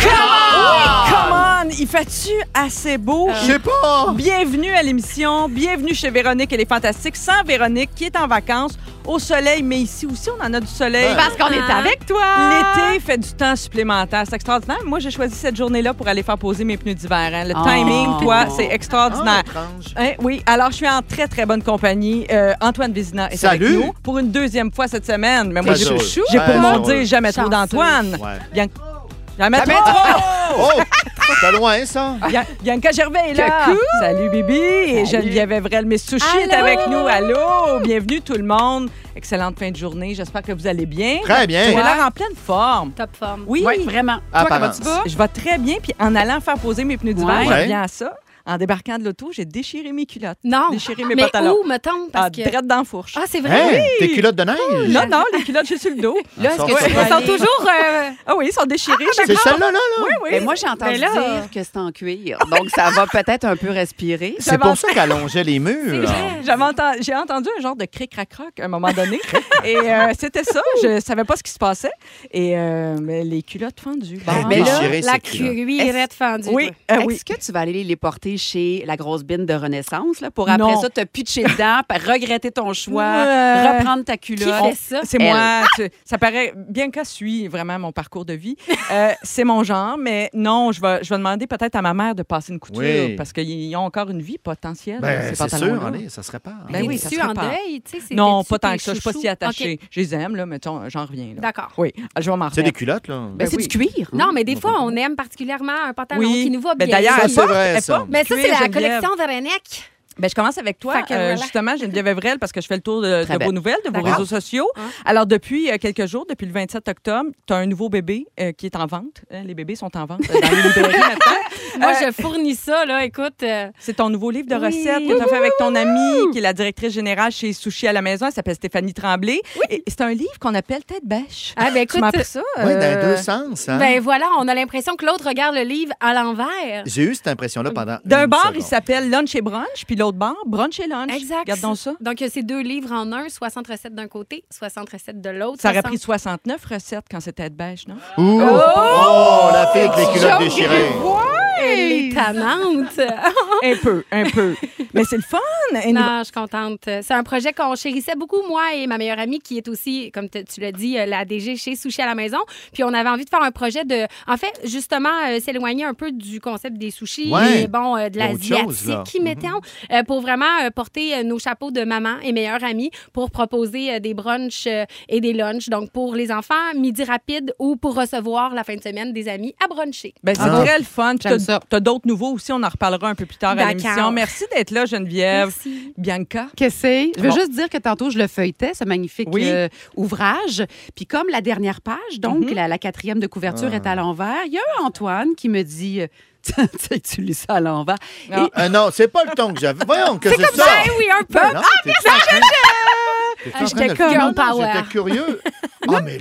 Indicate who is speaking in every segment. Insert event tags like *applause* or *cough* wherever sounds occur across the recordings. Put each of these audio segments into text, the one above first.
Speaker 1: Come on! Il fait-tu assez
Speaker 2: Euh.
Speaker 1: beau?
Speaker 3: Je sais pas.
Speaker 1: Bienvenue à l'émission. Bienvenue chez Véronique et les Fantastiques. Sans Véronique, qui est en vacances, au soleil, mais ici aussi, on en a du soleil. Hein?
Speaker 3: Ouais.
Speaker 2: Parce qu'on est avec toi.
Speaker 1: L'été fait du temps supplémentaire. C'est extraordinaire. Moi, j'ai choisi cette journée-là pour aller faire poser mes pneus d'hiver. hein. Le
Speaker 2: Oh. Ah.
Speaker 1: timing, toi, c'est extraordinaire.
Speaker 3: étrange.
Speaker 1: Hein, oui, alors je suis en très, très bonne compagnie. Euh, Antoine Vézina est
Speaker 3: Salut.
Speaker 1: avec nous pour une deuxième fois cette semaine. Mais moi,
Speaker 3: Très
Speaker 1: j'ai
Speaker 3: drôle.
Speaker 1: j'ai pour
Speaker 3: Ouais,
Speaker 1: mon
Speaker 3: drôle.
Speaker 1: dire jamais trop
Speaker 2: Chanceux.
Speaker 1: d'Antoine.
Speaker 3: Ouais.
Speaker 1: Bien- Jamais trop!
Speaker 3: Oh! C'est loin, ça?
Speaker 1: Bien- Bianca Gervais est là.
Speaker 2: Coucou!
Speaker 1: Salut, Bibi. Et Geneviève Evrel, Miss Sushi est
Speaker 2: Allô!
Speaker 1: avec nous. Allô! Bienvenue, tout le monde. Excellente fin de journée. J'espère que vous allez bien.
Speaker 3: Très
Speaker 1: Vous
Speaker 3: bien.
Speaker 1: avez l'air en pleine forme.
Speaker 2: Top forme.
Speaker 1: Oui.
Speaker 2: Ouais, vraiment.
Speaker 3: Apparence.
Speaker 1: Je vais très bien. Puis en allant faire poser mes pneus d'hiver,
Speaker 2: Ouais.
Speaker 1: je
Speaker 3: Ouais.
Speaker 1: reviens à ça. En débarquant de l'auto, j'ai déchiré mes culottes.
Speaker 2: Non.
Speaker 1: Déchirer mes
Speaker 2: mais
Speaker 1: pantalons.
Speaker 2: où, mettons? Parce
Speaker 1: Ah,
Speaker 2: que...
Speaker 1: drette dans la fourche.
Speaker 2: Ah, c'est vrai?
Speaker 3: Hein? Tes culottes de neige?
Speaker 1: non, non, les culottes, j'ai sur le dos.
Speaker 2: Là, est-ce
Speaker 3: Elles
Speaker 2: que
Speaker 3: sont-
Speaker 2: tu
Speaker 3: Ouais.
Speaker 2: vas aller-
Speaker 1: euh, Ah oui, ils sont déchirés.
Speaker 3: C'est celle-là, là, là?
Speaker 1: Ah! Oui, oui.
Speaker 4: Mais Ben, moi, j'ai entendu
Speaker 1: Mais là-
Speaker 4: dire que c'est en cuir. Donc, ça va peut-être un peu respirer.
Speaker 3: C'est pour ça qu'elle longeait les murs.
Speaker 1: J'avais enten- J'ai entendu un genre de cric crac croc à un moment *laughs* donné. et euh, c'était ça. Je savais pas ce qui se passait. Et euh, mais les culottes fendues. Bon.
Speaker 3: Mais
Speaker 2: Mais
Speaker 3: là,
Speaker 2: là,
Speaker 3: Déchirer
Speaker 2: la
Speaker 3: ses culottes.
Speaker 2: cuirette fendue.
Speaker 1: oui,
Speaker 2: toi.
Speaker 1: euh, oui.
Speaker 4: Est-ce que tu vas aller les porter chez la grosse bine de Renaissance là, pour après
Speaker 1: Non.
Speaker 4: ça te pitcher dedans, *laughs* pa- regretter ton choix,
Speaker 1: Ouais.
Speaker 4: reprendre ta
Speaker 2: Qui
Speaker 4: culotte?
Speaker 2: fait ça?
Speaker 1: C'est moi. tu- ça paraît bien qu'à suit vraiment mon parcours de vie. *laughs* Euh, c'est mon genre, mais non, je vais, je vais demander peut-être à ma mère de passer une couture
Speaker 3: Oui.
Speaker 1: parce qu'ils ont encore une vie potentielle.
Speaker 3: Ben,
Speaker 1: ces
Speaker 3: c'est
Speaker 1: pantalons-là.
Speaker 3: sûr, allez, ça se répare.
Speaker 1: Ben oui, ça
Speaker 2: tu
Speaker 1: se
Speaker 2: en
Speaker 1: répare.
Speaker 2: deuil? tu sais, c'est-
Speaker 1: Non,
Speaker 2: t'es-tu
Speaker 1: pas tant
Speaker 2: tes
Speaker 1: que ça. Je suis pas
Speaker 2: chouchous?
Speaker 1: si attachée.
Speaker 2: OK.
Speaker 1: Je les aime, là, mais tu sais, j'en reviens. là.
Speaker 2: D'accord.
Speaker 1: Oui, je vais m'en
Speaker 3: C'est des
Speaker 1: remettre.
Speaker 3: culottes, là.
Speaker 4: Ben, c'est
Speaker 1: oui.
Speaker 4: du cuir.
Speaker 2: Non, mais des fois, on aime particulièrement un pantalon
Speaker 1: Oui.
Speaker 2: qui nous va
Speaker 1: Ben,
Speaker 2: bien.
Speaker 1: d'ailleurs,
Speaker 3: Ça,
Speaker 1: elle
Speaker 3: c'est
Speaker 1: porte-
Speaker 3: vrai,
Speaker 1: elle
Speaker 3: ça.
Speaker 1: porte
Speaker 2: Mais ça,
Speaker 1: cuir,
Speaker 2: c'est la
Speaker 1: Geneviève.
Speaker 2: collection Véronique.
Speaker 1: Ben, je commence avec toi,
Speaker 2: Fait que
Speaker 1: euh,
Speaker 2: voilà.
Speaker 1: justement, Geneviève Evrel, parce que je fais le tour de,
Speaker 4: Très
Speaker 1: de
Speaker 4: belle.
Speaker 1: vos nouvelles, de vos
Speaker 2: D'accord.
Speaker 1: réseaux sociaux.
Speaker 2: Hein?
Speaker 1: Alors, depuis euh, quelques jours, depuis le 27 octobre, tu as un nouveau bébé euh, qui est en vente. Hein, les bébés sont en vente euh, dans les
Speaker 2: *laughs*
Speaker 1: librairies maintenant.
Speaker 2: Moi,
Speaker 1: Euh,
Speaker 2: je fournis ça, là, écoute. euh,
Speaker 1: C'est ton nouveau livre de
Speaker 2: Oui.
Speaker 1: recettes que tu as fait avec ton amie, qui est la directrice générale chez Sushi à la maison. Elle s'appelle Stéphanie Tremblay. Et c'est un livre qu'on appelle Tête bêche.
Speaker 2: Ah, ben,
Speaker 1: tu
Speaker 2: écoute.
Speaker 1: m'as appris ça?
Speaker 3: Oui, dans les
Speaker 1: euh,
Speaker 3: deux sens. hein.
Speaker 2: Ben voilà, on a l'impression que l'autre regarde le livre à l'envers.
Speaker 3: J'ai eu cette impression-là pendant.
Speaker 1: D'un
Speaker 3: une
Speaker 1: bar,
Speaker 3: seconde.
Speaker 1: il s'appelle Lunch et Brunch, puis l'autre bar, Brunch et Lunch.
Speaker 2: Exact.
Speaker 1: Regarde donc ça.
Speaker 2: Donc, c'est deux livres en un, 60 recettes d'un côté, 60 recettes de l'autre.
Speaker 1: Ça aurait
Speaker 2: 60
Speaker 1: pris 69 recettes quand c'était Tête bêche, non?
Speaker 3: Ouh! Oh! la fille avec les culottes déchirées.
Speaker 2: Elle est tannante.
Speaker 1: *laughs* Un peu, un *laughs* peu. Mais c'est le fun. Et nous-
Speaker 2: non, je suis contente. C'est un projet qu'on chérissait beaucoup, moi et ma meilleure amie, qui est aussi, comme t- tu l'as dit, euh, la DG chez Sushi à la maison. Puis on avait envie de faire un projet de, en fait, justement, euh, s'éloigner un peu du concept des sushis,
Speaker 3: Ouais.
Speaker 2: mais bon, euh, de
Speaker 3: Il y a autre chose, là.
Speaker 2: l'asiatique, qui mettons, euh, pour vraiment euh, porter euh, nos chapeaux de maman et meilleure amie pour proposer euh, des brunchs euh, et des lunchs. Donc, pour les enfants, midi rapide ou pour recevoir la fin de semaine des amis à bruncher.
Speaker 1: Ben, c'est
Speaker 3: Ah.
Speaker 1: très le fun. Puis
Speaker 4: J'aime
Speaker 1: t'as-
Speaker 4: ça.
Speaker 1: T'as d'autres nouveaux aussi, on en reparlera un peu plus tard à
Speaker 2: D'accord.
Speaker 1: l'émission. Merci d'être là, Geneviève.
Speaker 2: Merci.
Speaker 1: Bianca.
Speaker 4: Que c'est? Je veux
Speaker 1: Bon.
Speaker 4: juste dire que tantôt, je le feuilletais, ce magnifique
Speaker 1: Oui.
Speaker 4: euh, ouvrage. Puis comme la dernière page, donc
Speaker 1: Mhm.
Speaker 4: la, la quatrième de couverture
Speaker 3: Ah.
Speaker 4: est à l'envers, il y a un Antoine qui me dit... euh, *laughs* Tu sais, tu lis ça à l'envers.
Speaker 1: Non.
Speaker 4: Et-
Speaker 3: Euh, non, c'est pas le ton que j'avais. Voyons que c'est ça.
Speaker 2: Eh oui, un peu.
Speaker 3: Non, t'es en train- t'es en train
Speaker 2: J'étais
Speaker 3: de le faire?
Speaker 2: girl
Speaker 3: Non, non,
Speaker 2: power.
Speaker 3: J'étais curieux. *laughs* Ah, mais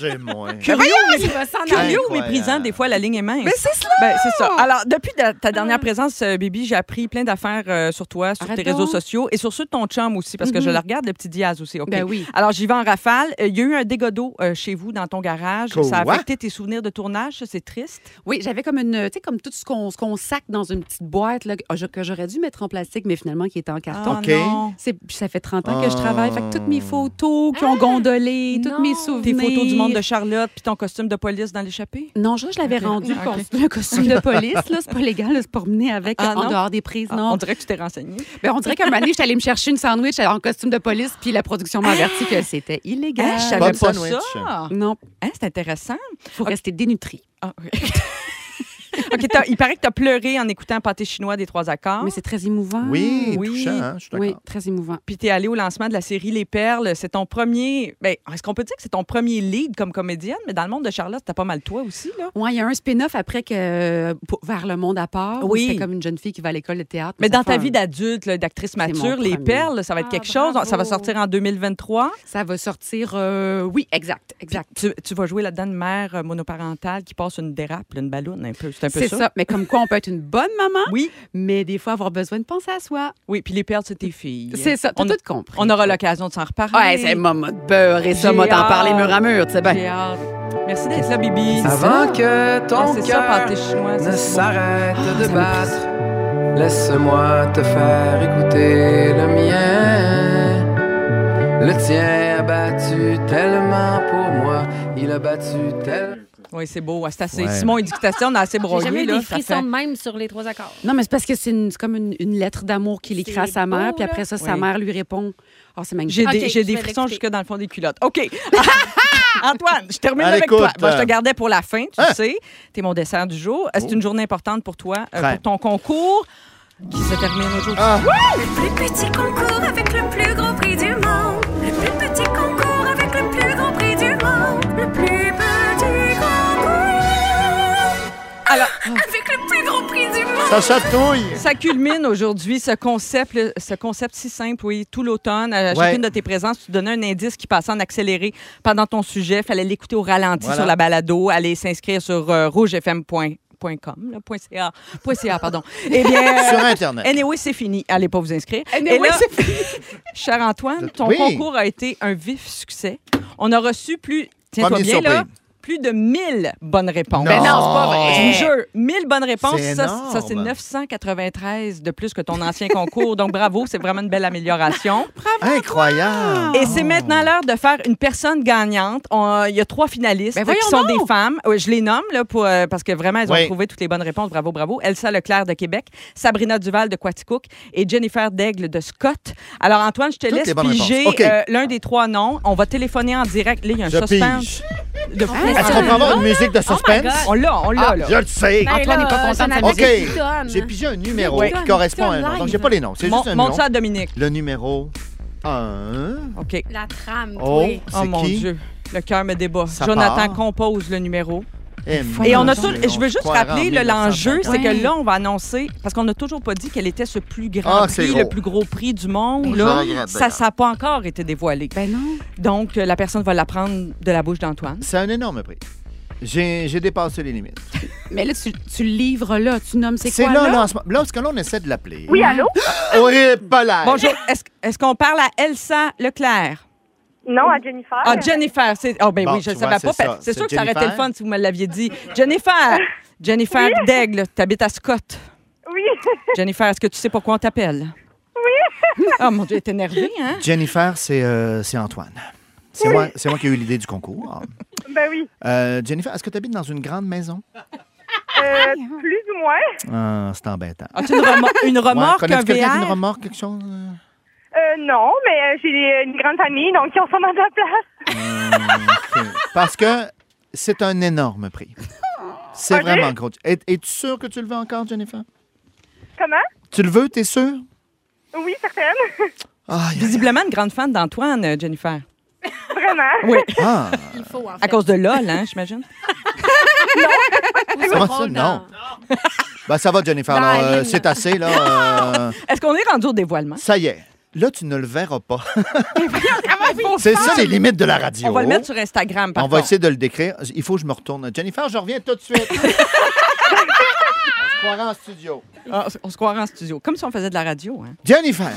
Speaker 3: lâchez-moi.
Speaker 1: Curieux,
Speaker 2: Il va s'en aller.
Speaker 1: curieux ou
Speaker 3: Incroyable.
Speaker 1: méprisant, des fois, la ligne est mince.
Speaker 4: Mais c'est ça!
Speaker 1: Ben, c'est ça. Alors, depuis ta, ta dernière présence, euh, Bibi, j'ai appris plein d'affaires euh, sur toi, sur
Speaker 4: Ah. Arrête
Speaker 1: tes réseaux
Speaker 4: donc. Mhm.
Speaker 1: sociaux et sur ceux de ton chum aussi, parce que je le regarde, le petit Diaz aussi. OK?
Speaker 4: Ben oui.
Speaker 1: Alors, j'y vais en rafale. Euh, Il y a eu un dégât d'eau euh, chez vous, dans ton garage. Ça a
Speaker 3: Quoi?
Speaker 1: affecté tes souvenirs de tournage. Ça, c'est triste.
Speaker 4: Oui, j'avais comme une, tu sais, comme tout ce qu'on ce qu'on sac dans une petite boîte là, que je- que j'aurais dû mettre en plastique, mais finalement qui était en carton.
Speaker 1: Ah,
Speaker 3: OK.
Speaker 1: non.
Speaker 4: C'est- puis ça fait 30 ans que je
Speaker 3: Ah.
Speaker 4: travaille. Fait que toutes mes photos qui ont gondolé, toutes mes
Speaker 2: non.
Speaker 4: souvenirs.
Speaker 1: Ah, Tes photos du monde de Charlotte, puis ton costume de police dans l'échappée.
Speaker 4: Non, je, je l'avais
Speaker 1: Ok.
Speaker 4: rendu le
Speaker 1: Ok.
Speaker 4: costume- le costume de police. là, C'est pas légal là, c'est pas promener avec
Speaker 1: Ah,
Speaker 4: en
Speaker 1: non?
Speaker 4: dehors des prises.
Speaker 1: Ah,
Speaker 4: Non.
Speaker 1: on dirait que tu t'es renseignée.
Speaker 4: Ben, on dirait qu'un moment donné, j'étais allée me chercher une sandwich en costume de police, puis la production m'a averti que c'était illégal.
Speaker 1: Ah, je
Speaker 3: Pas
Speaker 1: savais
Speaker 3: de
Speaker 1: pas
Speaker 3: sandwich.
Speaker 1: ça.
Speaker 4: Non,
Speaker 1: Hein, c'est intéressant.
Speaker 4: faut rester dénutri.
Speaker 1: Ah, oui. *laughs* OK, t'as- il paraît que tu as pleuré en écoutant Pâté chinois des trois accords.
Speaker 4: Mais c'est très émouvant.
Speaker 3: Oui,
Speaker 1: Ah. Oui.
Speaker 3: touchant, hein, je suis
Speaker 4: Oui,
Speaker 3: d'accord.
Speaker 4: très émouvant.
Speaker 1: Puis t'es allée au lancement de la série Les Perles. C'est ton premier. Ben, est-ce qu'on peut dire que c'est ton premier lead comme comédienne? Mais dans le monde de Charlotte, t'as pas mal toi aussi, là.
Speaker 4: Ouais, il y a un spin-off après que euh, pour- vers le monde à part. où
Speaker 1: Oui.
Speaker 4: C'était comme une jeune fille qui va à l'école de théâtre.
Speaker 1: Mais
Speaker 4: ça
Speaker 1: dans
Speaker 4: fait
Speaker 1: ta
Speaker 4: un-
Speaker 1: vie d'adulte, là, d'actrice
Speaker 4: mon
Speaker 1: mature, Les
Speaker 4: premier.
Speaker 1: Perles, ça va être
Speaker 2: Ah,
Speaker 1: quelque chose.
Speaker 2: bravo.
Speaker 1: Ça va sortir en 2023.
Speaker 4: ça va sortir. euh, Oui, exact, exact.
Speaker 1: Tu, tu vas jouer là-dedans une mère euh, monoparentale qui passe une dérape, là, une balloune un peu. C'est un peu
Speaker 4: C'est
Speaker 1: ça.
Speaker 4: ça. Mais comme quoi, on peut être une bonne maman,
Speaker 1: Oui,
Speaker 4: mais des fois avoir besoin de penser à soi.
Speaker 1: oui. Puis Les Perles, c'est tes filles.
Speaker 4: C'est ça. T'as
Speaker 1: On-
Speaker 4: tout compris.
Speaker 1: On aura l'occasion de s'en reparler.
Speaker 4: Ouais, c'est moi, moi, de beurre et ça,
Speaker 1: J'ai
Speaker 4: moi, t'en
Speaker 1: hâte.
Speaker 4: parler mur à mur, tu sais ben.
Speaker 2: ben.
Speaker 4: bien.
Speaker 1: J'ai hâte. Merci d'être là, Bibi.
Speaker 5: Avant que
Speaker 1: Ah,
Speaker 5: ton
Speaker 1: C'est ça,
Speaker 5: cœur
Speaker 1: pâté chinois.
Speaker 5: ne
Speaker 1: ça, c'est bon.
Speaker 5: s'arrête
Speaker 4: Ah,
Speaker 5: de
Speaker 4: ça me
Speaker 5: battre, laisse-moi te faire écouter le mien. Le tien a battu tellement pour moi, il a battu tellement.
Speaker 1: Oui, c'est beau. ouais, C'est assez.
Speaker 3: Ouais.
Speaker 1: Simon, il dit que t'as- on a assez
Speaker 2: J'ai
Speaker 1: broyé.
Speaker 2: jamais eu
Speaker 1: là,
Speaker 2: des
Speaker 1: ça
Speaker 2: frissons
Speaker 1: fait-
Speaker 2: de même sur les trois accords.
Speaker 4: Non, mais c'est parce que c'est une- c'est comme une, une lettre d'amour qu'il écrit à
Speaker 2: C'est
Speaker 4: sa mère,
Speaker 2: beau,
Speaker 4: puis après ça, sa
Speaker 1: Oui.
Speaker 4: mère lui répond. Oh, c'est magnifique.
Speaker 1: J'ai
Speaker 2: Ok,
Speaker 1: des, j'ai
Speaker 2: je
Speaker 1: des
Speaker 2: vais
Speaker 1: frissons
Speaker 2: l'écouter.
Speaker 1: jusque dans le fond des culottes.
Speaker 2: *laughs*
Speaker 1: OK. Antoine, je termine
Speaker 3: Allez,
Speaker 1: avec toi.
Speaker 3: écoute,
Speaker 1: Bon, je te
Speaker 3: euh,
Speaker 1: gardais pour la fin, tu
Speaker 3: hein? Oh.
Speaker 1: sais. T'es mon dessert du jour. Euh, C'est une journée importante pour toi, euh,
Speaker 3: Très.
Speaker 1: pour ton concours euh, qui se termine aujourd'hui.
Speaker 3: Ah,
Speaker 6: Le plus petit concours avec le plus gros prix du monde. Le plus petit concours avec le plus gros prix du monde. Le plus petit concours.
Speaker 1: Alors,
Speaker 6: Avec le plus gros prix du monde.
Speaker 3: Ah, ça chatouille.
Speaker 1: ça culmine aujourd'hui, ce concept, le- ce concept si simple, oui, tout l'automne. À
Speaker 3: Ouais.
Speaker 1: chacune de tes présences, tu donnais un indice qui passait en accéléré pendant ton sujet. Fallait l'écouter au ralenti
Speaker 3: Voilà.
Speaker 1: sur la balado. Aller s'inscrire sur euh, rougefm.com, là, point .ca, point .ca, pardon. Eh bien, euh,
Speaker 3: Sur Internet.
Speaker 1: Anyway, c'est fini. Allez pas vous inscrire.
Speaker 4: Anyway,
Speaker 1: c'est fini. *laughs* Cher Antoine, ton
Speaker 3: Oui.
Speaker 1: concours a été un vif succès. On a reçu plus, tiens-toi
Speaker 3: Première
Speaker 1: bien là,
Speaker 3: surprise.
Speaker 1: plus de 1000 bonnes réponses.
Speaker 3: Ben non, c'est pas
Speaker 4: vrai.
Speaker 1: Je vous jure, 1000 bonnes réponses,
Speaker 3: C'est
Speaker 1: ça, ça, c'est
Speaker 3: énorme.
Speaker 1: 993 de plus que ton ancien concours. Donc bravo, c'est vraiment une belle amélioration.
Speaker 3: Incroyable.
Speaker 1: Et c'est maintenant l'heure de faire une personne gagnante. On- Il y a trois finalistes
Speaker 4: Ben
Speaker 1: qui
Speaker 4: voyons
Speaker 1: sont
Speaker 4: donc.
Speaker 1: des femmes. Oui, je les nomme là, pour, euh, parce que vraiment, elles ont
Speaker 3: Oui.
Speaker 1: trouvé toutes les bonnes réponses. Bravo, bravo. Elsa Leclerc de Québec, Sabrina Duval de Quaticook et Jennifer Daigle de Scott. Alors, Antoine, je te
Speaker 3: Toutes les
Speaker 1: laisse
Speaker 3: bonnes
Speaker 1: piger
Speaker 3: réponses. OK.
Speaker 1: euh, l'un des trois noms. On va téléphoner en direct. Là, il y a un
Speaker 3: Je
Speaker 1: suspense
Speaker 3: pige.
Speaker 1: de fou.
Speaker 4: Ah,
Speaker 3: Est-ce qu'on peut avoir une musique de suspense?
Speaker 2: God. Ben
Speaker 1: On l'a, on l'a. là.
Speaker 3: Ah, Je le sais.
Speaker 4: Antoine n'est pas content de sa
Speaker 2: Jonathan,
Speaker 3: OK.
Speaker 2: j'ai plus d'hommes.
Speaker 3: J'ai pigé un numéro
Speaker 2: Oui.
Speaker 3: qui correspond à un nom. Donc, j'ai pas les noms. C'est
Speaker 1: Mon-
Speaker 3: juste un nom.
Speaker 1: montre ça à Dominique.
Speaker 3: Le numéro 1.
Speaker 1: OK.
Speaker 2: La trame,
Speaker 3: Oh,
Speaker 2: oui.
Speaker 1: Oh
Speaker 3: c'est
Speaker 1: mon
Speaker 3: qui?
Speaker 1: Dieu. Le cœur me débat.
Speaker 3: Ça
Speaker 1: Jonathan
Speaker 3: part.
Speaker 1: compose le numéro.
Speaker 3: Eh,
Speaker 1: Et on
Speaker 3: mon
Speaker 1: a tout,
Speaker 3: Dieu,
Speaker 1: je veux juste
Speaker 3: crois
Speaker 1: rappeler le-
Speaker 3: en
Speaker 1: l'enjeu, c'est
Speaker 3: 1950.
Speaker 1: que là, on va annoncer, parce qu'on n'a toujours pas dit quel était ce plus grand
Speaker 3: Ah, c'est
Speaker 1: prix,
Speaker 3: gros.
Speaker 1: le plus gros prix du monde.
Speaker 3: Je
Speaker 1: Là.
Speaker 3: regrette,
Speaker 1: Ça,
Speaker 3: d'ailleurs.
Speaker 1: ça n'a pas encore été dévoilé.
Speaker 4: Ben non.
Speaker 1: Donc, euh, la personne va l'apprendre de la bouche d'Antoine.
Speaker 3: C'est un énorme prix. J'ai j'ai dépassé les limites.
Speaker 4: Mais là, tu, tu le livres là, tu nommes c'est
Speaker 3: C'est
Speaker 4: quoi
Speaker 3: là,
Speaker 4: là?
Speaker 3: là, en ce moment. Là, parce que là, on essaie de l'appeler. Oui, allô? oui, pas là.
Speaker 1: Bonjour, est-ce est-ce qu'on parle à Elsa Leclerc? Non, à Jennifer. Ah, Jennifer. c'est- Oh, ben
Speaker 3: Bon,
Speaker 1: oui, je ne
Speaker 3: tu
Speaker 1: savais
Speaker 3: vois,
Speaker 1: pas.
Speaker 3: c'est
Speaker 1: parce-
Speaker 3: ça,
Speaker 1: C'est
Speaker 3: c'est
Speaker 1: sûr que ça aurait été le
Speaker 3: Jennifer.
Speaker 1: fun si vous me l'aviez dit. Jennifer! *laughs* Jennifer Daigle, tu habites à Scott. *laughs*
Speaker 7: Oui,
Speaker 1: Jennifer, est-ce que tu sais pourquoi on t'appelle? Oui! Oh mon Dieu, elle est énervée, hein?
Speaker 3: Jennifer, c'est euh, c'est Antoine. C'est moi, c'est moi qui ai eu l'idée du concours.
Speaker 7: ben oui,
Speaker 3: Euh, Jennifer, est-ce que tu habites dans une grande maison?
Speaker 7: Euh, plus ou moins.
Speaker 3: Ah, c'est embêtant.
Speaker 1: As-tu une, remor- une remorque,
Speaker 3: connais
Speaker 1: un
Speaker 3: quelqu'un d'une
Speaker 1: VR?
Speaker 3: remorque, quelque chose? euh?
Speaker 7: Euh, non, mais euh, j'ai une grande famille, donc ils ont sûrement de la place.
Speaker 3: Ok. Parce que c'est un énorme prix. C'est
Speaker 7: Ok.
Speaker 3: vraiment gros. Es- Es-tu sûre que tu le veux encore, Jennifer?
Speaker 7: Comment?
Speaker 3: Tu le veux, t'es sûre?
Speaker 7: Oui, certaines.
Speaker 3: Ah, y a-
Speaker 1: Visiblement une grande fan d'Antoine, euh, Jennifer.
Speaker 7: Vraiment.
Speaker 1: Oui,
Speaker 3: ah,
Speaker 2: Il faut, en fait.
Speaker 1: à cause de LOL, hein, j'imagine.
Speaker 3: comment
Speaker 2: Drôle
Speaker 3: ça?
Speaker 2: dans-
Speaker 3: Non. Ben, ça va, Jennifer. là,
Speaker 2: Dans la
Speaker 3: euh,
Speaker 2: ligne.
Speaker 3: c'est assez, là. euh,
Speaker 1: Est-ce qu'on est rendu au dévoilement?
Speaker 3: ça y est. Là, tu ne le verras
Speaker 1: *laughs*
Speaker 3: pas. c'est ça les limites de la radio.
Speaker 1: On va le mettre sur Instagram, par
Speaker 3: On va
Speaker 1: contre.
Speaker 3: essayer de le décrire. Il faut que je me retourne. Jennifer, je reviens tout de
Speaker 1: *laughs*
Speaker 3: suite. On se croirait en studio.
Speaker 1: Ah, on se croirait en studio, comme si on faisait de la radio. Hein.
Speaker 3: Jennifer,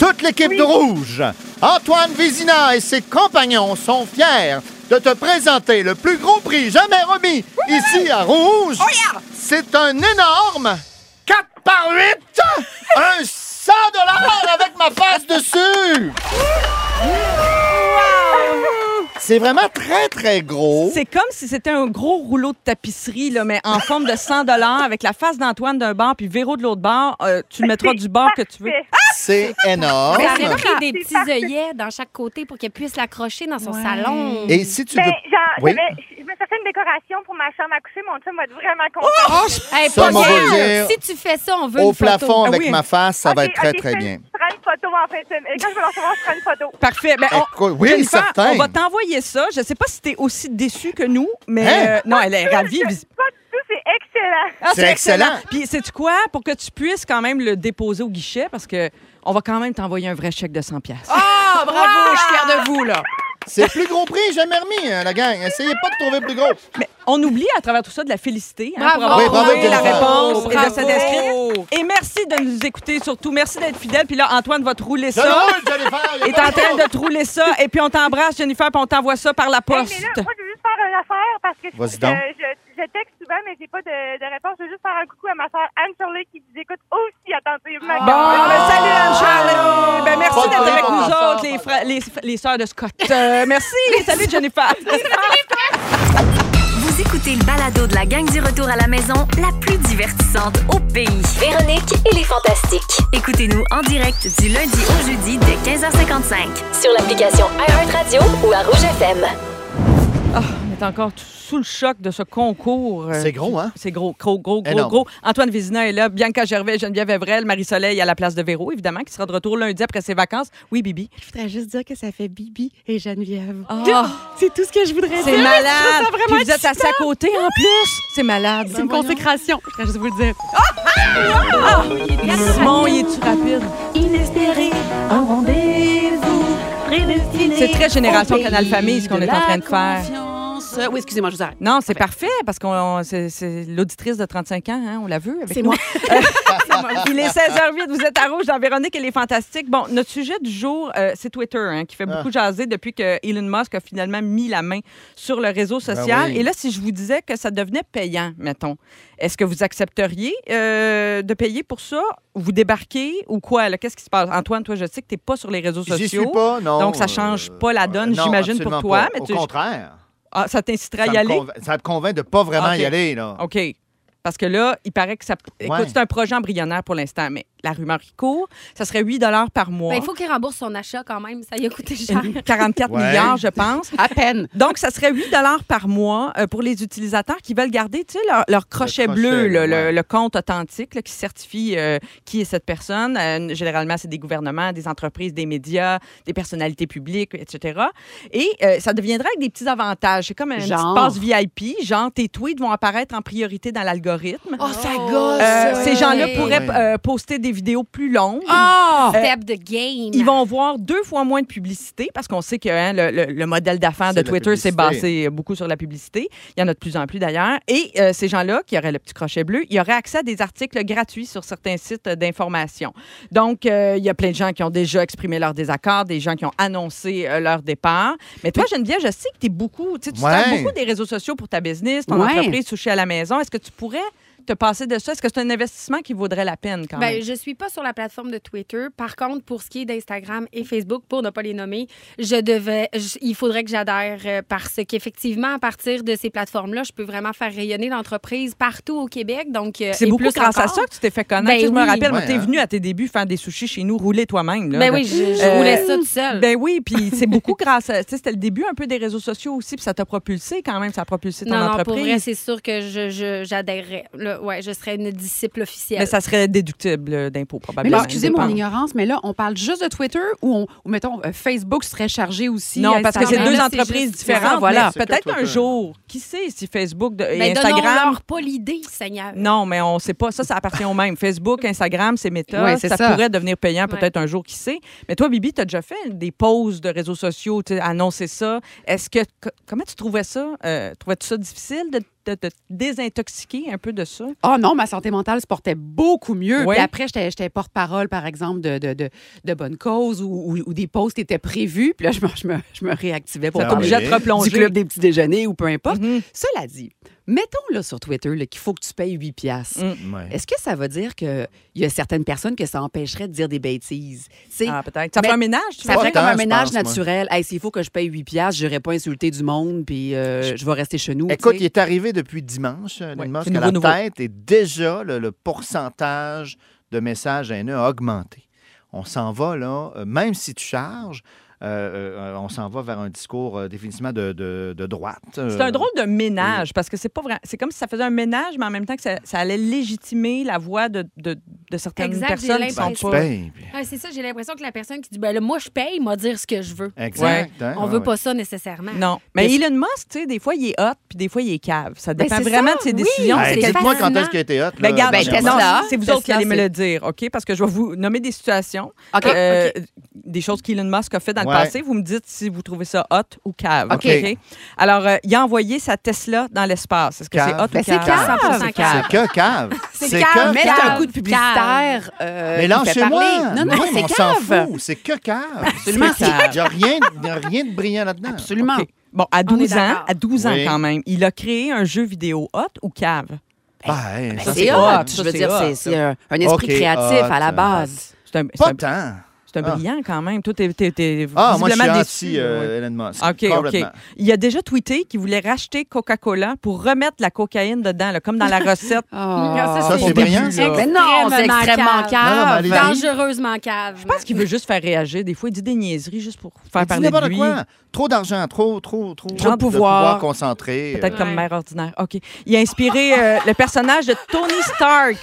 Speaker 3: toute l'équipe de Rouge, Antoine Vézina et ses compagnons sont fiers de te présenter le plus gros prix jamais remis ici à Rouge. C'est un énorme 4 par 8, un 100 avec ma face dessus. C'est vraiment très, très gros.
Speaker 1: C'est comme si c'était un gros rouleau de tapisserie, là, mais en forme de 100 avec la face d'Antoine d'un bord puis Véro de l'autre bord. Euh, tu le mettras du bord que tu veux.
Speaker 7: Parfait.
Speaker 3: Oh, C'est
Speaker 2: Mais
Speaker 3: énorme.
Speaker 2: elle a pris des petits œillets dans chaque côté pour qu'elle puisse l'accrocher dans son salon.
Speaker 3: Et si tu
Speaker 7: Ben,
Speaker 3: veux...
Speaker 7: j'en-
Speaker 3: Oui.
Speaker 7: j'avais- je me une certaine décoration pour ma chambre à coucher. Mon chum va être vraiment content.
Speaker 1: Oh, je-
Speaker 2: Hey,
Speaker 3: Ça,
Speaker 2: pas
Speaker 3: m'en
Speaker 2: grave.
Speaker 3: va dire
Speaker 2: Si tu fais ça, on veut
Speaker 3: Au
Speaker 2: une photo.
Speaker 3: plafond avec
Speaker 1: Ah oui.
Speaker 3: ma face, ça va
Speaker 7: Ok,
Speaker 3: être très,
Speaker 7: ok,
Speaker 3: très
Speaker 7: je-
Speaker 3: bien.
Speaker 7: Je prends une photo en fin de semaine. Quand je vais le recevoir, je prends une photo.
Speaker 1: Parfait. Ben, on-
Speaker 3: Écoute, Eh, oui,
Speaker 1: Jennifer,
Speaker 3: certain.
Speaker 1: On va t'envoyer ça. Je ne sais pas si tu es aussi déçue que nous, mais
Speaker 3: Hein?
Speaker 1: euh, non, elle est ravie. vis-
Speaker 7: Pas du tout, c'est excellent.
Speaker 1: Ah,
Speaker 3: C'est excellent.
Speaker 1: Puis, sais-tu quoi? Pour que tu puisses quand même le déposer au guichet, parce que on va quand même t'envoyer un vrai chèque de 100 pièces.
Speaker 4: Ah, bravo, je suis fière de vous, là.
Speaker 3: C'est le plus gros prix jamais remis, hein, la gang. Essayez pas de trouver plus gros.
Speaker 1: Mais on oublie à travers tout ça de la féliciter hein,
Speaker 2: Bravo.
Speaker 1: pour avoir
Speaker 3: Oui, bravo,
Speaker 1: trouvé la
Speaker 3: Jennifer.
Speaker 1: réponse et
Speaker 4: Bravo.
Speaker 1: de s'être inscrite. Et merci de nous écouter surtout. Merci d'être fidèle. Puis là, Antoine va te rouler
Speaker 3: Je
Speaker 1: ça.
Speaker 3: le roule, Jennifer, y a
Speaker 1: Est
Speaker 3: pas
Speaker 1: en
Speaker 3: de
Speaker 1: train
Speaker 3: trouble.
Speaker 1: de te rouler ça. Et puis on t'embrasse, Jennifer, puis on t'envoie ça par la
Speaker 7: Hey,
Speaker 1: poste.
Speaker 7: mais là, moi, je veux juste faire une affaire parce que
Speaker 3: Vas-y
Speaker 7: je,
Speaker 3: donc.
Speaker 7: je- je texte souvent, mais j'ai pas de, de réponse. Je veux juste faire un coucou à ma soeur Anne-Charlotte qui vous écoute aussi attentivement.
Speaker 1: Bon, ben, salut Anne-Charlotte. Ben, merci
Speaker 3: Pas de
Speaker 1: d'être
Speaker 3: problème,
Speaker 1: avec
Speaker 3: on
Speaker 1: nous
Speaker 3: s'en
Speaker 1: autres, les, frères- les, les sœurs de Scott. Euh, merci. Salut Jennifer.
Speaker 8: Vous écoutez le balado de la gang du retour à la maison, la plus divertissante au pays. Véronique et les Fantastiques.
Speaker 6: Écoutez-nous en direct du lundi au jeudi dès 15h55.
Speaker 8: Sur l'application iHeartRadio ou à Rouge FM.
Speaker 1: Ah, on est encore tout- sous le choc de ce concours. euh,
Speaker 3: C'est gros, hein?
Speaker 1: C'est gros, gros, gros, gros,
Speaker 3: Énorme.
Speaker 1: gros. Antoine Vézina est là, Bianca Gervais, Geneviève Evrel, Marie-Soleil à la place de Véro, évidemment, qui sera de retour lundi après ses vacances. Oui, Bibi.
Speaker 4: Je voudrais juste dire que ça fait Bibi et Geneviève.
Speaker 1: Ah,
Speaker 4: C'est tout ce que je voudrais
Speaker 1: c'est
Speaker 4: dire.
Speaker 1: malade. Puis vous êtes à sa côté en plus. C'est malade.
Speaker 4: C'est une consécration. Je voudrais juste vous le dire.
Speaker 1: Simon, il est-tu rapide? C'est très Génération Canal Famille, ce qu'on est en train de faire.
Speaker 4: faire. Oui, excusez-moi, je vous arrête.
Speaker 1: Non,
Speaker 3: Ah ben.
Speaker 1: c'est parfait parce qu'on c'est c'est l'auditrice de 35 ans, hein, on la veut avec
Speaker 4: C'est
Speaker 1: nous. *laughs* Il est 16h08, vous êtes à Rouge dans Véronique, elle est fantastique. Bon, notre sujet du jour, euh, c'est Twitter, hein, qui fait
Speaker 3: Ah.
Speaker 1: beaucoup jaser depuis que Elon Musk a finalement mis la main sur le réseau social.
Speaker 3: Ben oui.
Speaker 1: Et là, si je vous disais que ça devenait payant, mettons, est-ce que vous accepteriez euh, de payer pour ça? Vous débarquez ou quoi? là? Qu'est-ce qui se passe? Antoine, toi, je sais que tu n'es pas sur les réseaux
Speaker 3: J'y
Speaker 1: sociaux.
Speaker 3: suis pas, non.
Speaker 1: Donc, ça change
Speaker 3: Euh,
Speaker 1: pas la donne,
Speaker 3: non,
Speaker 1: j'imagine, pour
Speaker 3: absolument
Speaker 1: toi,
Speaker 3: pas.
Speaker 1: mais
Speaker 3: Au
Speaker 1: tu-
Speaker 3: contraire.
Speaker 1: Ah, ça t'inciterait
Speaker 3: Ça
Speaker 1: à y
Speaker 3: me,
Speaker 1: aller?
Speaker 3: convainc- ça me convainc de pas vraiment
Speaker 1: Ok.
Speaker 3: y aller, là.
Speaker 1: OK. Parce que là, il paraît que ça.
Speaker 3: Ouais.
Speaker 1: Écoute, c'est un projet embryonnaire pour l'instant, mais la rumeur qui court, ça serait 8 par mois.
Speaker 2: Ben, il faut qu'il rembourse son achat quand même. Ça lui a
Speaker 3: *laughs*
Speaker 2: coûté cher.
Speaker 1: *laughs* 44
Speaker 3: Ouais.
Speaker 1: milliards, je pense.
Speaker 4: À peine.
Speaker 1: Donc, ça serait 8 par mois euh, pour les utilisateurs qui veulent garder tu sais, leur, leur crochet,
Speaker 3: crochet,
Speaker 1: bleu,
Speaker 3: là,
Speaker 1: là, le-
Speaker 3: ouais.
Speaker 1: le, compte authentique là, qui certifie euh, qui est cette personne. Euh, généralement, c'est des gouvernements, des entreprises, des médias, des personnalités publiques, etc. Et euh, ça deviendrait avec des petits avantages. C'est comme un
Speaker 4: Genre.
Speaker 1: passe VIP. Genre, tes tweets vont apparaître en priorité dans l'algorithme.
Speaker 4: *laughs* Oh, ça gosse.
Speaker 1: Euh, ces gens-là
Speaker 2: Oui.
Speaker 1: pourraient
Speaker 3: Ouais.
Speaker 1: euh, poster des vidéos plus longues.
Speaker 4: Ah!
Speaker 2: Step de game.
Speaker 1: Ils vont voir deux fois moins de publicité parce qu'on sait que hein, le, le- le modèle d'affaires de
Speaker 3: C'est la
Speaker 1: Twitter s'est
Speaker 3: publicité.
Speaker 1: basé beaucoup sur la publicité. Il y en a de plus en plus d'ailleurs. Et euh, ces gens-là, qui auraient le petit crochet bleu, ils auraient accès à des articles gratuits sur certains sites euh, d'information. Donc, euh, il y a plein de gens qui ont déjà exprimé leur désaccord, des gens qui ont annoncé euh, leur départ. Mais toi, Geneviève, je sais que tu es beaucoup, tu sais, tu
Speaker 3: Ouais.
Speaker 1: sers beaucoup des réseaux sociaux pour ta business, ton
Speaker 4: Ouais.
Speaker 1: entreprise, toucher à la maison. Est-ce que tu pourrais te passer de ça? Est-ce que c'est un investissement qui vaudrait la peine quand même?
Speaker 2: Ben, je suis pas sur la plateforme de Twitter. Par contre, pour ce qui est d'Instagram et Facebook, pour ne pas les nommer, je devais, je- il faudrait que j'adhère euh, parce qu'effectivement, à partir de ces plateformes-là, je peux vraiment faire rayonner l'entreprise partout au Québec. Donc, euh,
Speaker 1: C'est
Speaker 2: et
Speaker 1: beaucoup
Speaker 2: plus
Speaker 1: grâce à
Speaker 2: encore.
Speaker 1: ça que tu t'es fait connaître.
Speaker 2: Ben
Speaker 1: Tu sais, je me
Speaker 2: oui.
Speaker 1: rappelle, moi,
Speaker 3: Ouais,
Speaker 1: t'es
Speaker 3: hein.
Speaker 1: venu à tes débuts faire des sushis chez nous, rouler toi-même. là.
Speaker 2: Ben oui, je, je
Speaker 1: Euh,
Speaker 2: roulais ça tout seul.
Speaker 1: Ben oui,
Speaker 2: *laughs*
Speaker 1: puis c'est beaucoup grâce à. tu sais, C'était le début un peu des réseaux sociaux aussi, puis ça t'a propulsé quand même, ça a propulsé ton
Speaker 2: non, non, pour vrai,
Speaker 1: entreprise.
Speaker 2: c'est sûr que je, je- j'adhérerais. Là, ouais, je serais une disciple officielle.
Speaker 1: mais ça serait déductible euh, d'impôts,
Speaker 4: Mais
Speaker 1: probablement.
Speaker 4: là, excusez mon
Speaker 1: dépendant.
Speaker 4: ignorance, mais là, on parle juste de Twitter ou, on, ou mettons, euh, Facebook serait chargé aussi.
Speaker 1: Non,
Speaker 4: euh,
Speaker 1: parce que c'est
Speaker 4: Instagram,
Speaker 1: deux
Speaker 4: là, c'est
Speaker 1: entreprises
Speaker 4: juste-
Speaker 1: différentes.
Speaker 4: Ah, voilà.
Speaker 3: C'est que
Speaker 1: Peut-être un
Speaker 3: Twitter.
Speaker 1: jour, qui sait si Facebook de- et
Speaker 2: Ben,
Speaker 1: Instagram.
Speaker 2: donnons-leur pas l'idée, Seigneur.
Speaker 1: Non, mais on ne sait pas. Ça, ça appartient au
Speaker 4: *laughs*
Speaker 1: même. Facebook, Instagram, c'est méta.
Speaker 4: Ouais, c'est
Speaker 1: ça,
Speaker 4: ça.
Speaker 1: pourrait devenir payant
Speaker 2: Ouais.
Speaker 1: peut-être un jour, qui sait. Mais toi, Bibi, tu as déjà fait des pauses de réseaux sociaux, tu sais, annoncer ça. Est-ce que. co- Comment tu trouvais ça? Euh, Trouvais-tu ça difficile de, de- de te désintoxiquer un peu de ça?
Speaker 4: Ah non, ma santé mentale se portait beaucoup mieux.
Speaker 1: Ouais.
Speaker 4: Puis après, j'étais j'étais porte-parole, par exemple, de, de, de, de bonnes causes ou, ou- ou des posts qui étaient prévus. Puis là, je me, je me, je me réactivais pour
Speaker 3: Ça
Speaker 4: parler
Speaker 1: Obligé de te
Speaker 3: oui.
Speaker 4: du
Speaker 1: replonger.
Speaker 4: club des petits déjeuners ou peu importe.
Speaker 1: Mhm.
Speaker 4: Cela dit, mettons là sur Twitter là, qu'il faut que tu payes 8 piastres.
Speaker 1: Mm.
Speaker 3: Ouais.
Speaker 4: Est-ce que ça veut dire qu'il y a certaines personnes que ça empêcherait de dire des bêtises? C'est
Speaker 1: Ah, peut-être. Ça
Speaker 4: Mais-
Speaker 1: fait un ménage, tu
Speaker 4: ça
Speaker 3: Pas
Speaker 1: vois?
Speaker 4: ferait
Speaker 3: tant,
Speaker 4: comme un
Speaker 3: je
Speaker 4: ménage
Speaker 3: pense, moi.
Speaker 4: naturel. Hey, s'il faut que je paye 8 piastres, j'irai pas insulter du monde, puis euh, je vais rester chez nous.
Speaker 3: Écoute,
Speaker 4: tu
Speaker 3: il
Speaker 4: sais.
Speaker 3: est arrivé depuis dimanche, Elon
Speaker 1: Ouais,
Speaker 3: Musk,
Speaker 1: c'est
Speaker 3: à la
Speaker 1: nouveau, nouveau.
Speaker 3: tête, et déjà, le, le pourcentage de messages haineux a augmenté. On s'en va, là, euh, même si tu charges, euh, euh, on s'en va vers un discours euh, définitivement de, de- de droite. euh,
Speaker 1: C'est un drôle de ménage parce que c'est pas vrai. C'est comme si ça faisait un ménage, mais en même temps que ça, ça allait légitimer la voix de, de, de certaines
Speaker 2: Exact, j'ai
Speaker 1: personnes
Speaker 3: Ben,
Speaker 1: qui sont
Speaker 2: l'impression.
Speaker 3: tu
Speaker 1: pas.
Speaker 3: payes, puis-
Speaker 2: Ah, c'est ça, j'ai l'impression que la personne qui dit ben là, moi je paye, m'a dire ce que je veux.
Speaker 3: Exact. hein,
Speaker 2: On
Speaker 3: ouais,
Speaker 2: veut
Speaker 3: ouais.
Speaker 2: pas ça nécessairement.
Speaker 1: Non. Ah. Mais Elon Musk, tu sais, des fois, il est hot, puis des fois, il est cave. Ça
Speaker 4: Ben,
Speaker 1: dépend
Speaker 4: c'est
Speaker 1: vraiment
Speaker 4: ça,
Speaker 1: de ses
Speaker 4: oui.
Speaker 1: décisions.
Speaker 4: Hey,
Speaker 1: c'est
Speaker 3: Hey,
Speaker 1: quel-
Speaker 3: Dites-moi quand
Speaker 2: fascinant.
Speaker 3: est-ce qu'il a été hot.
Speaker 1: Ben, regarde,
Speaker 3: dernièrement.
Speaker 4: Tesla.
Speaker 1: non, c'est vous autres qui
Speaker 4: Tesla,
Speaker 1: allez me
Speaker 4: c'est-
Speaker 1: le dire, OK? Parce que je vais vous nommer des situations,
Speaker 4: OK.
Speaker 1: euh, des choses qu'Elon Musk a fait dans le
Speaker 3: Ouais.
Speaker 1: passé. Vous me dites si vous trouvez ça hot ou cave, OK?
Speaker 3: OK.
Speaker 1: OK? Alors, euh, il a envoyé sa Tesla dans l'espace. Est-ce que c'est
Speaker 3: Cave.
Speaker 1: hot
Speaker 4: Ben,
Speaker 1: ou
Speaker 4: c'est
Speaker 1: cave?
Speaker 4: cave.
Speaker 2: 100%
Speaker 3: C'est
Speaker 2: cave.
Speaker 3: que cave.
Speaker 2: C'est cave, mais
Speaker 4: Mettre un
Speaker 2: Cave,
Speaker 4: coup de publicitaire. euh,
Speaker 3: Mais
Speaker 4: qui fait parler.
Speaker 3: lâchez-moi.
Speaker 4: Non, non,
Speaker 3: Moi, on
Speaker 4: c'est
Speaker 3: s'en
Speaker 4: cave.
Speaker 3: fout. C'est que cave.
Speaker 4: Absolument,
Speaker 1: C'est cave.
Speaker 3: Il n'y a rien, y a rien de brillant là-dedans.
Speaker 4: Absolument. Ben,
Speaker 1: OK. Bon, à
Speaker 2: On est
Speaker 1: 12 ans,
Speaker 2: d'accord.
Speaker 1: à 12 ans
Speaker 3: Oui.
Speaker 1: quand même, il a créé un jeu vidéo hot ou cave?
Speaker 3: Ah, hey, ça,
Speaker 4: Ben,
Speaker 1: c'est
Speaker 4: C'est
Speaker 1: hot,
Speaker 4: hot.
Speaker 1: ça,
Speaker 4: Je veux
Speaker 1: c'est
Speaker 4: dire,
Speaker 1: hot,
Speaker 4: c'est- c'est un, un esprit
Speaker 3: Ok,
Speaker 4: créatif
Speaker 3: hot.
Speaker 4: à la base.
Speaker 1: C'est un,
Speaker 3: Pas
Speaker 1: c'est un-
Speaker 3: tant.
Speaker 1: c'est un
Speaker 3: Ah.
Speaker 1: brillant quand même. Toi, t'es, t'es- t'es
Speaker 3: Ah, moi, je suis
Speaker 1: visiblement
Speaker 3: anti
Speaker 1: déçu.
Speaker 3: euh, Elon Musk.
Speaker 1: Ah, OK, OK.
Speaker 3: Complètement.
Speaker 1: Il a déjà tweeté qu'il voulait racheter Coca-Cola pour remettre la cocaïne dedans, là, comme dans la recette.
Speaker 2: Ah,
Speaker 3: Ça,
Speaker 2: c'est
Speaker 3: c'est brillant,
Speaker 2: début, là.
Speaker 3: ça.
Speaker 4: Mais non, c'est
Speaker 2: Extrêmement cave.
Speaker 4: extrêmement
Speaker 3: Non, non, mais
Speaker 4: cave.
Speaker 3: allez-
Speaker 2: Dangereusement cave.
Speaker 1: Je pense qu'il veut juste faire réagir. Des fois, il dit des niaiseries juste pour faire
Speaker 3: Il dit
Speaker 1: parler de
Speaker 3: n'importe
Speaker 1: lui.
Speaker 3: quoi. Trop d'argent, trop, trop, trop.
Speaker 1: de pouvoir.
Speaker 3: concentré.
Speaker 1: Peut-être
Speaker 3: Euh,
Speaker 1: comme
Speaker 2: Ouais.
Speaker 1: mère ordinaire. OK. Il a inspiré euh, le personnage de Tony Stark,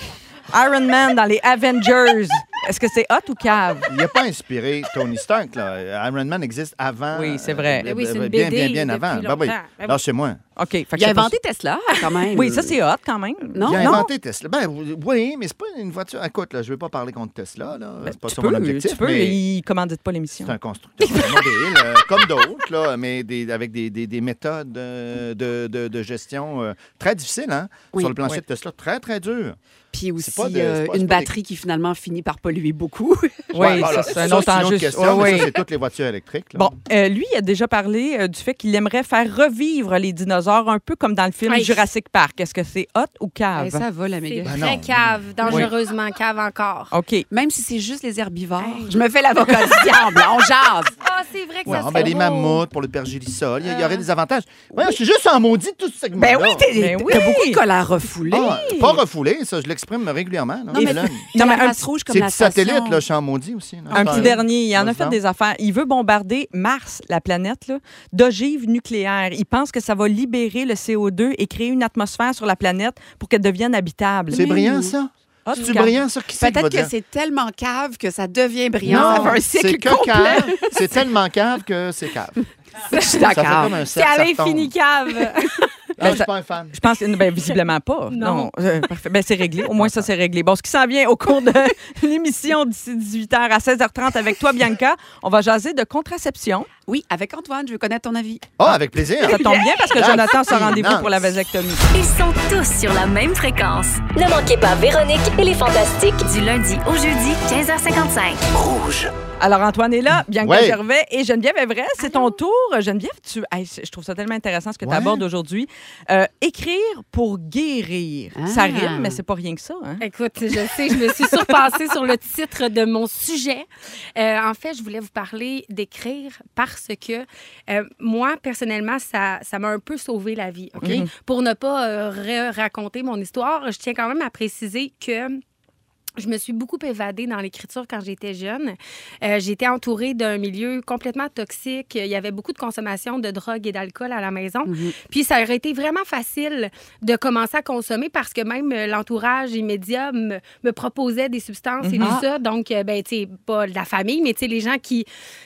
Speaker 1: Iron Man dans les Avengers. Est-ce que c'est hot ou cave?
Speaker 3: Il n'a pas inspiré Tony Stark. Là. Iron Man existe avant. euh,
Speaker 1: Oui, c'est vrai.
Speaker 2: Mais oui, c'est une
Speaker 3: bien,
Speaker 2: BD
Speaker 3: bien, bien
Speaker 2: depuis
Speaker 3: avant. Ben oui.
Speaker 2: longtemps. Ben oui.
Speaker 3: Lâchez-moi.
Speaker 1: OK. fait que
Speaker 4: Il a
Speaker 1: c'est pas-
Speaker 4: inventé Tesla, quand même.
Speaker 1: Oui, ça, c'est hot quand même.
Speaker 4: Non,
Speaker 3: il a
Speaker 4: non.
Speaker 3: inventé Tesla. Ben oui, mais c'est pas une voiture. Écoute, là, je ne veux pas parler contre Tesla. Là.
Speaker 1: Ben,
Speaker 3: c'est pas
Speaker 1: tu
Speaker 3: ça
Speaker 1: peux,
Speaker 3: mon objectif.
Speaker 1: tu peux,
Speaker 3: mais...
Speaker 1: il commandite pas l'émission.
Speaker 3: C'est un constructeur automobile, euh, comme d'autres, là, mais des- avec des, des- des méthodes euh, de, de- de gestion euh, très difficiles, hein,
Speaker 4: Oui,
Speaker 3: sur le plancher
Speaker 4: oui.
Speaker 3: de Tesla, très, très dur.
Speaker 4: Puis aussi
Speaker 3: pas de- c'est
Speaker 4: euh,
Speaker 3: pas- c'est
Speaker 4: une
Speaker 3: pas des-
Speaker 4: batterie qui finalement finit par polluer beaucoup.
Speaker 1: Oui,
Speaker 3: Ouais,
Speaker 1: ça,
Speaker 3: voilà.
Speaker 1: c'est un
Speaker 3: Ça,
Speaker 1: autre
Speaker 3: c'est une
Speaker 1: enjeu.
Speaker 3: question, mais
Speaker 1: Ouais,
Speaker 3: ça,
Speaker 1: ouais.
Speaker 3: c'est toutes les voitures électriques. là.
Speaker 1: Bon, euh, lui, il a déjà parlé euh, du fait qu'il aimerait faire revivre les dinosaures, un peu comme dans le film
Speaker 2: Hey.
Speaker 1: Jurassic Park. Est-ce que c'est hot ou
Speaker 4: Eh,
Speaker 1: cave?
Speaker 4: ça va, la
Speaker 2: C'est
Speaker 4: méga.
Speaker 3: Ben
Speaker 2: très
Speaker 3: non.
Speaker 2: cave, dangereusement cave encore. Ah,
Speaker 1: OK.
Speaker 4: Même si c'est juste les herbivores. Je me fais l'avocat du *laughs* diable. On jase.
Speaker 2: Ah, c'est vrai
Speaker 3: Ah.
Speaker 2: que
Speaker 3: Ouais,
Speaker 2: ça
Speaker 3: on
Speaker 2: se
Speaker 3: met
Speaker 2: fait
Speaker 3: des
Speaker 2: beau.
Speaker 3: mammouth pour le pergélisol. Il y- il y aurait des avantages. Ouais, Je suis juste en maudit de tout ce segment.
Speaker 4: Ben oui, t'es,
Speaker 1: Euh. Ben
Speaker 4: t'as
Speaker 1: oui.
Speaker 4: beaucoup de colère refoulée.
Speaker 3: pas refoulé, ça, je l'exprime régulièrement. là.
Speaker 4: Non, mais-
Speaker 3: Là,
Speaker 1: Non, mais
Speaker 4: la
Speaker 1: un
Speaker 4: race rouge comme
Speaker 3: C'est
Speaker 4: la
Speaker 3: petit satellite,
Speaker 4: station.
Speaker 3: là, je suis en maudit aussi. là.
Speaker 1: Un
Speaker 3: Enfin,
Speaker 1: petit dernier, il en a fait
Speaker 3: Vas-y
Speaker 1: des affaires. Il veut bombarder Mars, la planète, là, d'ogives nucléaires. Il pense que ça va libérer le CO2 et créer une atmosphère sur la planète pour qu'elle devienne habitable.
Speaker 3: C'est brillant, ça?
Speaker 1: Hot ou
Speaker 3: C'est
Speaker 1: cave?
Speaker 3: brillant, ça? Qui c'est qui va
Speaker 4: Peut-être
Speaker 3: dire
Speaker 4: que c'est tellement cave que ça devient brillant. ça
Speaker 3: Non,
Speaker 4: fait un
Speaker 3: c'est
Speaker 4: cycle
Speaker 3: que
Speaker 4: complet.
Speaker 3: cave.
Speaker 1: *laughs*
Speaker 3: C'est tellement cave que c'est cave.
Speaker 4: Je suis
Speaker 3: Ça fait
Speaker 4: d'accord.
Speaker 3: comme un
Speaker 2: C'est
Speaker 3: cercle,
Speaker 2: à
Speaker 3: ça retombe. *laughs*
Speaker 2: l'infini cave.
Speaker 3: Ah, je suis
Speaker 1: ça-
Speaker 3: pas un fan.
Speaker 1: Je pense, ben, visiblement pas. Non.
Speaker 2: Non.
Speaker 1: Euh, parfait. Ben, c'est réglé. Au moins, ça, c'est réglé. Bon, ce qui s'en vient au cours de *laughs* l'émission d'ici 18h à 16h30 avec toi, Bianca, on va jaser de contraception.
Speaker 4: Oui, avec Antoine, je veux connaître ton avis.
Speaker 3: Ah, avec plaisir.
Speaker 1: Ça tombe bien parce que
Speaker 3: Yeah.
Speaker 1: Jonathan sera rendez-vous
Speaker 3: Finance.
Speaker 1: pour la vasectomie.
Speaker 8: Ils sont tous sur la même fréquence. Ne manquez pas Véronique et les Fantastiques du lundi au jeudi 15h55.
Speaker 1: Alors, Antoine est là, Bianca
Speaker 3: Ouais.
Speaker 1: Gervais et Geneviève Evray. C'est ton tour. Geneviève, tu... hey, je trouve ça tellement intéressant ce que tu
Speaker 3: Ouais.
Speaker 1: abordes aujourd'hui. Euh, écrire pour guérir. Ça
Speaker 4: Ah.
Speaker 1: rime, mais c'est pas rien que ça. Hein?
Speaker 2: Écoute, je sais, je me suis surpassée sur le titre de mon sujet. Euh, en fait, je voulais vous parler d'écrire parce que euh, moi, personnellement, ça ça m'a un peu sauvé la vie. OK?
Speaker 1: Mhm.
Speaker 2: Pour ne pas euh, re- raconter mon histoire, je tiens quand même à préciser que. Je me suis beaucoup évadée dans l'écriture quand j'étais jeune. Euh, j'étais entourée d'un milieu complètement toxique. Il y avait beaucoup de consommation de drogue et d'alcool à la maison. Puis ça aurait été vraiment facile de commencer à consommer parce que même euh, l'entourage immédiat me, me proposait des substances et tout ça. Donc, euh, ben, tu sais, pas la famille, mais tu sais, les gens qui.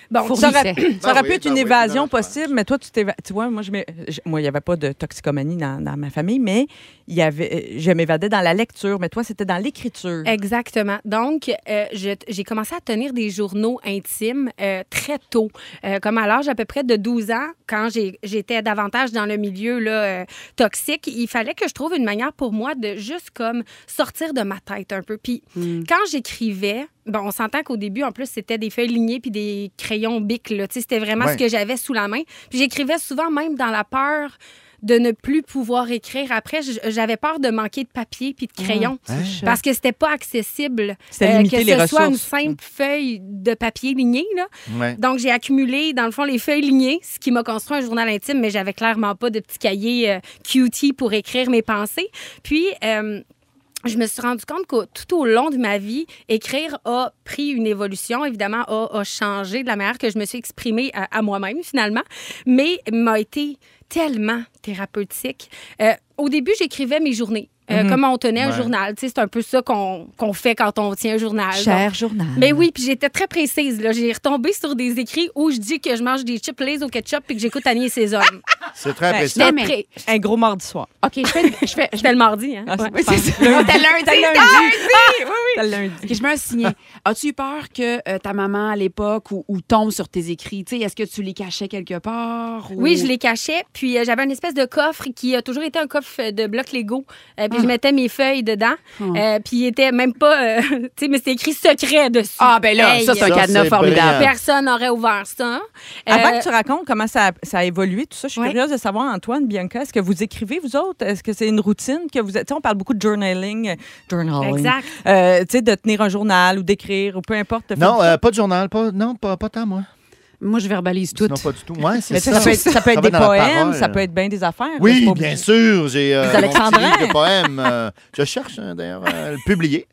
Speaker 2: Bon, ça
Speaker 1: Ça aurait,
Speaker 2: aurait-
Speaker 1: ça aurait
Speaker 3: oui,
Speaker 1: pu être
Speaker 3: ben
Speaker 1: une
Speaker 3: oui,
Speaker 1: évasion
Speaker 3: non, je
Speaker 1: possible, mais toi, tu t'es... Tu vois, moi, je m'é- je- moi, il n'y avait pas de toxicomanie dans, dans ma famille, mais il y avait, je m'évadais dans la lecture, mais toi, c'était dans l'écriture.
Speaker 2: Eh, Exactement. Donc, euh, je- j'ai commencé à tenir des journaux intimes euh, très tôt, Euh, comme à l'âge à peu près de 12 ans, quand j'ai- j'étais davantage dans le milieu là, euh, toxique. Il fallait que je trouve une manière pour moi de juste comme sortir de ma tête un peu. Puis quand j'écrivais, bon, on s'entend qu'au début, en plus, c'était des feuilles lignées puis des crayons bic. là. Tu sais, C'était vraiment
Speaker 3: Ouais.
Speaker 2: ce que j'avais sous la main. Puis j'écrivais souvent même dans la peur de ne plus pouvoir écrire. Après, j- j'avais peur de manquer de papier puis de crayons.
Speaker 3: Hein?
Speaker 2: Parce que c'était pas accessible. euh,
Speaker 1: C'était limité
Speaker 2: eh, que
Speaker 1: les
Speaker 2: ce soit une
Speaker 1: ressources.
Speaker 2: simple feuille de papier ligné. Là.
Speaker 3: Ouais.
Speaker 2: Donc, j'ai accumulé, dans le fond, les feuilles lignées, ce qui m'a construit un journal intime, mais j'avais clairement pas de petit cahier euh, cutie pour écrire mes pensées. Puis, euh, je me suis rendu compte que tout au long de ma vie, écrire a pris une évolution, évidemment, a, a changé de la manière que je me suis exprimée à, à moi-même, finalement, mais m'a été tellement thérapeutique. Euh, au début, j'écrivais mes journées. euh, Comment on tenait un
Speaker 3: Mm-hmm. Ouais.
Speaker 2: journal. Tu sais, C'est un peu ça qu'on qu'on fait quand on tient un journal. Donc,
Speaker 1: Cher journal.
Speaker 2: mais oui, puis j'étais très précise. là. J'ai retombé sur des écrits où je dis que je mange des chips Lay's au ketchup puis que j'écoute Annie et ses hommes.
Speaker 3: C'est très
Speaker 1: Ben,
Speaker 3: précis.
Speaker 2: J'étais
Speaker 4: mais-
Speaker 2: pré-
Speaker 1: Un gros mardi soir.
Speaker 4: OK, je fais, une-
Speaker 2: *laughs*
Speaker 4: je fais, je
Speaker 2: J'étais le mardi,
Speaker 1: *laughs*
Speaker 2: hein?
Speaker 1: Ah,
Speaker 2: Ouais.
Speaker 1: c'est- c'est ça.
Speaker 2: *laughs*
Speaker 4: Non, t'as lundi,
Speaker 1: T'as
Speaker 4: t'as
Speaker 1: Ah, oui, oui. T'as lundi.
Speaker 4: Ok, je mets un signet. As-tu eu peur que euh, ta maman à l'époque ou, ou tombe sur tes écrits? Tu sais, Est-ce que tu les cachais quelque part? ou-
Speaker 2: Oui, je les cachais. Puis euh, j'avais une espèce de coffre qui a toujours été un coffre euh, de blocs Lego. Euh, puis je mettais mes feuilles dedans.
Speaker 4: Ah.
Speaker 2: Euh, puis il était même pas. euh, *laughs* tu sais, mais c'était écrit secret dessus.
Speaker 4: Ah, ben là,
Speaker 2: Hey,
Speaker 4: ça, c'est
Speaker 2: euh,
Speaker 4: un
Speaker 3: Ça,
Speaker 4: cadenas
Speaker 3: c'est
Speaker 4: formidable.
Speaker 3: brillant.
Speaker 2: Personne n'aurait ouvert ça.
Speaker 1: Avant
Speaker 2: Euh,
Speaker 1: que tu racontes comment ça a, ça a évolué, tout ça, je suis
Speaker 2: Ouais.
Speaker 1: curieuse de savoir, Antoine, Bianca, est-ce que vous écrivez, vous autres? Est-ce que c'est une routine que vous êtes? tu sais, on parle beaucoup de journaling. euh, Journaling.
Speaker 2: Exact.
Speaker 1: Euh, tu sais, de tenir un journal ou d'écrire ou peu importe. de faire
Speaker 3: Non,
Speaker 1: du-
Speaker 3: euh, pas de journal, pas, non, pas, pas tant, moi.
Speaker 4: Moi, je verbalise tout.
Speaker 3: Non, pas du tout. Ouais, c'est
Speaker 1: Mais ça, ça peut être, ça peut être
Speaker 3: va
Speaker 1: des
Speaker 3: dans la
Speaker 1: poèmes,
Speaker 3: parole.
Speaker 1: ça peut être bien des affaires. là, c'est
Speaker 3: Oui,
Speaker 1: pas
Speaker 3: bien
Speaker 1: obligé.
Speaker 3: sûr. J'ai euh,
Speaker 1: Des
Speaker 3: mon petit
Speaker 1: Alexandrins.
Speaker 3: livre de poèmes. euh, je cherche, hein, d'ailleurs, à le publier.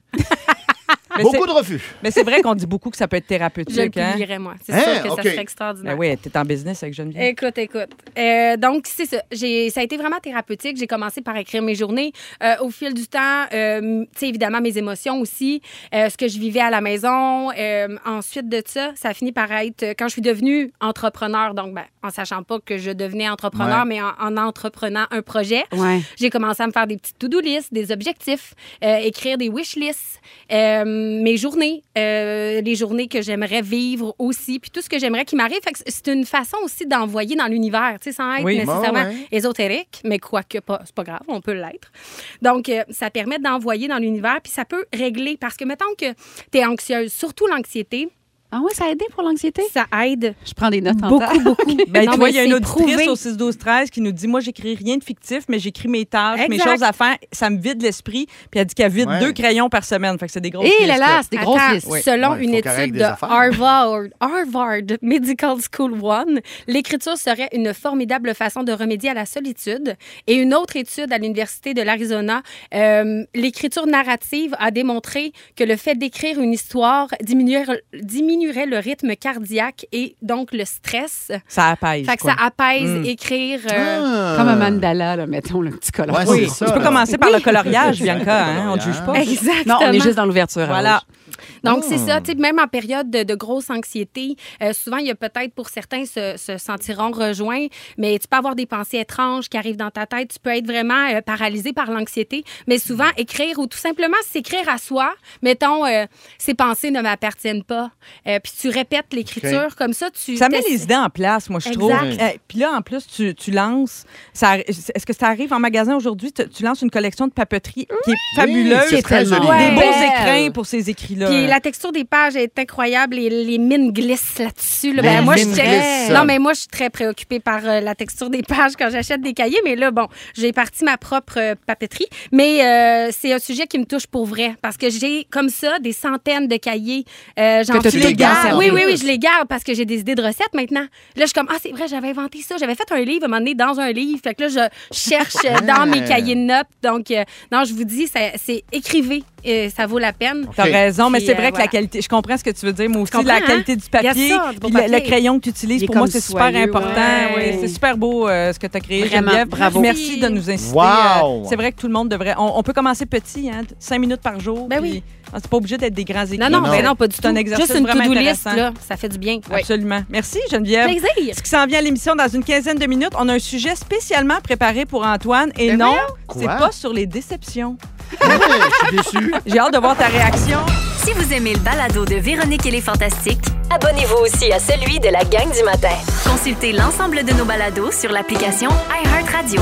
Speaker 1: Mais
Speaker 3: Beaucoup
Speaker 1: c'est-
Speaker 3: de refus.
Speaker 1: Mais c'est vrai qu'on dit beaucoup que ça peut être
Speaker 2: je le
Speaker 1: thérapeutique. Hein?
Speaker 2: publierais, moi. C'est
Speaker 3: Hein,
Speaker 2: sûr que
Speaker 3: ok.
Speaker 2: ça serait extraordinaire.
Speaker 1: Ben oui, t'es en business avec Geneviève.
Speaker 2: Écoute, écoute. Euh, donc, c'est ça. J'ai, ça a été vraiment thérapeutique. J'ai commencé par écrire mes journées. Euh, au fil du temps, euh, tu sais, évidemment, mes émotions aussi, euh, ce que je vivais à la maison. Euh, ensuite de ça, ça a fini par être, euh, quand je suis devenue entrepreneur, donc ben, en sachant pas que je devenais entrepreneur,
Speaker 3: Ouais.
Speaker 2: mais en, en entreprenant un projet,
Speaker 4: Ouais.
Speaker 2: j'ai commencé à me faire des petites to-do lists, des objectifs, euh, écrire des wish lists, euh, mes journées, euh, les journées que j'aimerais vivre aussi, puis tout ce que j'aimerais qui m'arrive. Fait que c'est une façon aussi d'envoyer dans l'univers, tu sais, sans être
Speaker 1: Oui.
Speaker 2: nécessairement
Speaker 3: Ouais, ouais.
Speaker 2: ésotérique, mais quoique pas, c'est pas grave, on peut l'être. Donc, euh, ça permet d'envoyer dans l'univers, puis ça peut régler, parce que mettons que tu es anxieuse, surtout l'anxiété,
Speaker 4: Ah ouais, ça a aidé pour l'anxiété?
Speaker 2: ça aide
Speaker 4: Je prends des notes en
Speaker 2: beaucoup, beaucoup.
Speaker 1: Ben,
Speaker 2: Non,
Speaker 1: tu vois,
Speaker 2: mais
Speaker 1: il y a une
Speaker 2: c'est
Speaker 1: auditrice
Speaker 2: prouvé.
Speaker 1: au 6 12 13 qui nous dit moi j'écris rien de fictif mais j'écris mes tâches, mes
Speaker 2: Exact.
Speaker 1: choses à faire, ça me vide l'esprit. Puis elle dit qu'elle vide
Speaker 3: Ouais.
Speaker 1: deux crayons par semaine, fait que c'est des grosses
Speaker 4: Hé
Speaker 2: Eh Oh
Speaker 4: là
Speaker 1: listes,
Speaker 4: là, c'est des grosses
Speaker 2: Attends,
Speaker 4: listes.
Speaker 2: Selon
Speaker 3: Ouais, il faut qu'elle
Speaker 2: une étude
Speaker 3: règle
Speaker 2: de
Speaker 3: des affaires.
Speaker 2: Harvard, Harvard Medical School One, l'écriture serait une formidable façon de remédier à la solitude. Et une autre étude à l'Université de l'Arizona, euh, l'écriture narrative a démontré que le fait d'écrire une histoire diminuerait, diminuerait le rythme cardiaque et donc le stress.
Speaker 1: Ça apaise.
Speaker 2: Fait que
Speaker 1: quoi.
Speaker 2: ça apaise
Speaker 3: Hmm.
Speaker 1: Mm.
Speaker 2: écrire. euh,
Speaker 3: Ah.
Speaker 4: Comme un mandala, là, mettons, le petit collant.
Speaker 3: Ouais,
Speaker 1: Oui,
Speaker 3: Ah, c'est ça,
Speaker 1: tu peux
Speaker 3: là.
Speaker 1: commencer par le coloriage,
Speaker 3: Oui.
Speaker 1: Bianca, hein, on ne
Speaker 3: Le
Speaker 1: juge pas.
Speaker 3: coloriage.
Speaker 2: *laughs* Exactement.
Speaker 4: Non, on est juste dans l'ouverture.
Speaker 1: Voilà.
Speaker 4: Ange.
Speaker 2: Donc, c'est
Speaker 3: Hmm.
Speaker 2: ça. Tu sais, même en période de, de grosse anxiété, euh, souvent, il y a peut-être pour certains se, se sentiront rejoints, mais tu peux avoir des pensées étranges qui arrivent dans ta tête. Tu peux être vraiment euh, paralysé par l'anxiété. Mais souvent,
Speaker 1: Hmm.
Speaker 2: écrire ou tout simplement s'écrire à soi, mettons, euh, ces pensées ne m'appartiennent pas. Euh, puis tu répètes l'écriture comme ça. Tu
Speaker 1: Ça met
Speaker 2: t'essaies-
Speaker 1: les idées en place, moi, je
Speaker 2: Exact.
Speaker 1: trouve. Euh, Puis là, en plus, tu, tu lances. ça- Est-ce que ça arrive en magasin aujourd'hui? Tu, tu lances une collection de papeterie qui est fabuleuse.
Speaker 3: c'est très
Speaker 4: tellement
Speaker 3: joli.
Speaker 2: Ouais.
Speaker 1: Des beaux
Speaker 2: belle.
Speaker 1: écrins pour ces écrits-là.
Speaker 3: euh,
Speaker 2: Puis la texture des pages est incroyable et les mines glissent là-dessus. là.
Speaker 3: Les
Speaker 2: Ben, moi, je suis
Speaker 3: mines
Speaker 2: très...
Speaker 3: glissent.
Speaker 2: Non, mais moi, je suis très préoccupée par euh, la texture des pages quand j'achète des cahiers. Mais là, bon, j'ai parti ma propre euh, papeterie. Mais euh, c'est un sujet qui me touche pour vrai parce que j'ai comme ça des centaines de cahiers. Euh, j'en
Speaker 4: Que t'as
Speaker 2: fais-
Speaker 4: tout
Speaker 2: les garde.
Speaker 3: conservé.
Speaker 2: Oui, oui, oui, je les garde parce que j'ai des idées de recettes maintenant. Là, je suis comme, ah, c'est vrai, j'avais inventé ça. J'avais fait un livre, à un moment donné, dans un livre. Fait que là, je cherche euh, dans
Speaker 3: Ah.
Speaker 2: mes cahiers de notes. Donc, euh, non, je vous dis, ça- c'est écrivez. euh, ça vaut la peine.
Speaker 1: T'as
Speaker 3: OK.
Speaker 1: raison, mais
Speaker 2: Puis,
Speaker 1: c'est
Speaker 2: euh,
Speaker 1: vrai que la
Speaker 2: voilà.
Speaker 1: qualité, je comprends ce que tu veux dire, moi aussi,
Speaker 2: Tu comprends,
Speaker 1: la
Speaker 2: hein?
Speaker 1: qualité du papier,
Speaker 2: Il y a ça, du beau
Speaker 1: puis le-
Speaker 2: papier.
Speaker 1: le crayon que
Speaker 4: Il
Speaker 1: tu utilises,
Speaker 4: est
Speaker 1: pour moi,
Speaker 4: comme
Speaker 1: c'est super
Speaker 4: soyeux,
Speaker 1: important.
Speaker 4: ouais.
Speaker 1: Oui, c'est super beau euh, ce que tu as créé,
Speaker 4: Vraiment,
Speaker 1: Geneviève.
Speaker 4: bravo.
Speaker 1: Merci de nous inciter.
Speaker 3: Wow.
Speaker 1: euh, c'est vrai que tout le monde devrait. On, on peut commencer petit, hein, cinq minutes par jour.
Speaker 2: Ben
Speaker 1: puis-
Speaker 2: oui.
Speaker 1: ah, C'est pas obligé d'être des grands écrits.
Speaker 2: Non, ben non,
Speaker 3: Non,
Speaker 2: non,
Speaker 3: non.
Speaker 2: non pas du tout.
Speaker 1: C'est un exercice
Speaker 2: Juste une
Speaker 1: vraiment
Speaker 2: to-do list,
Speaker 1: intéressant.
Speaker 2: là, ça fait du bien.
Speaker 1: Absolument. Merci, Geneviève.
Speaker 2: Plaisir.
Speaker 1: Ce qui s'en vient à l'émission dans une quinzaine de minutes, on a un sujet spécialement préparé pour Antoine. Et
Speaker 2: Ben
Speaker 1: non, c'est
Speaker 3: Quoi?
Speaker 1: pas sur les déceptions.
Speaker 3: Ouais, je suis déçu.
Speaker 1: J'ai hâte de voir ta réaction.
Speaker 8: Si vous aimez le balado de Véronique et les Fantastiques, abonnez-vous aussi à celui de la gang du matin. Consultez l'ensemble de nos balados sur l'application iHeartRadio.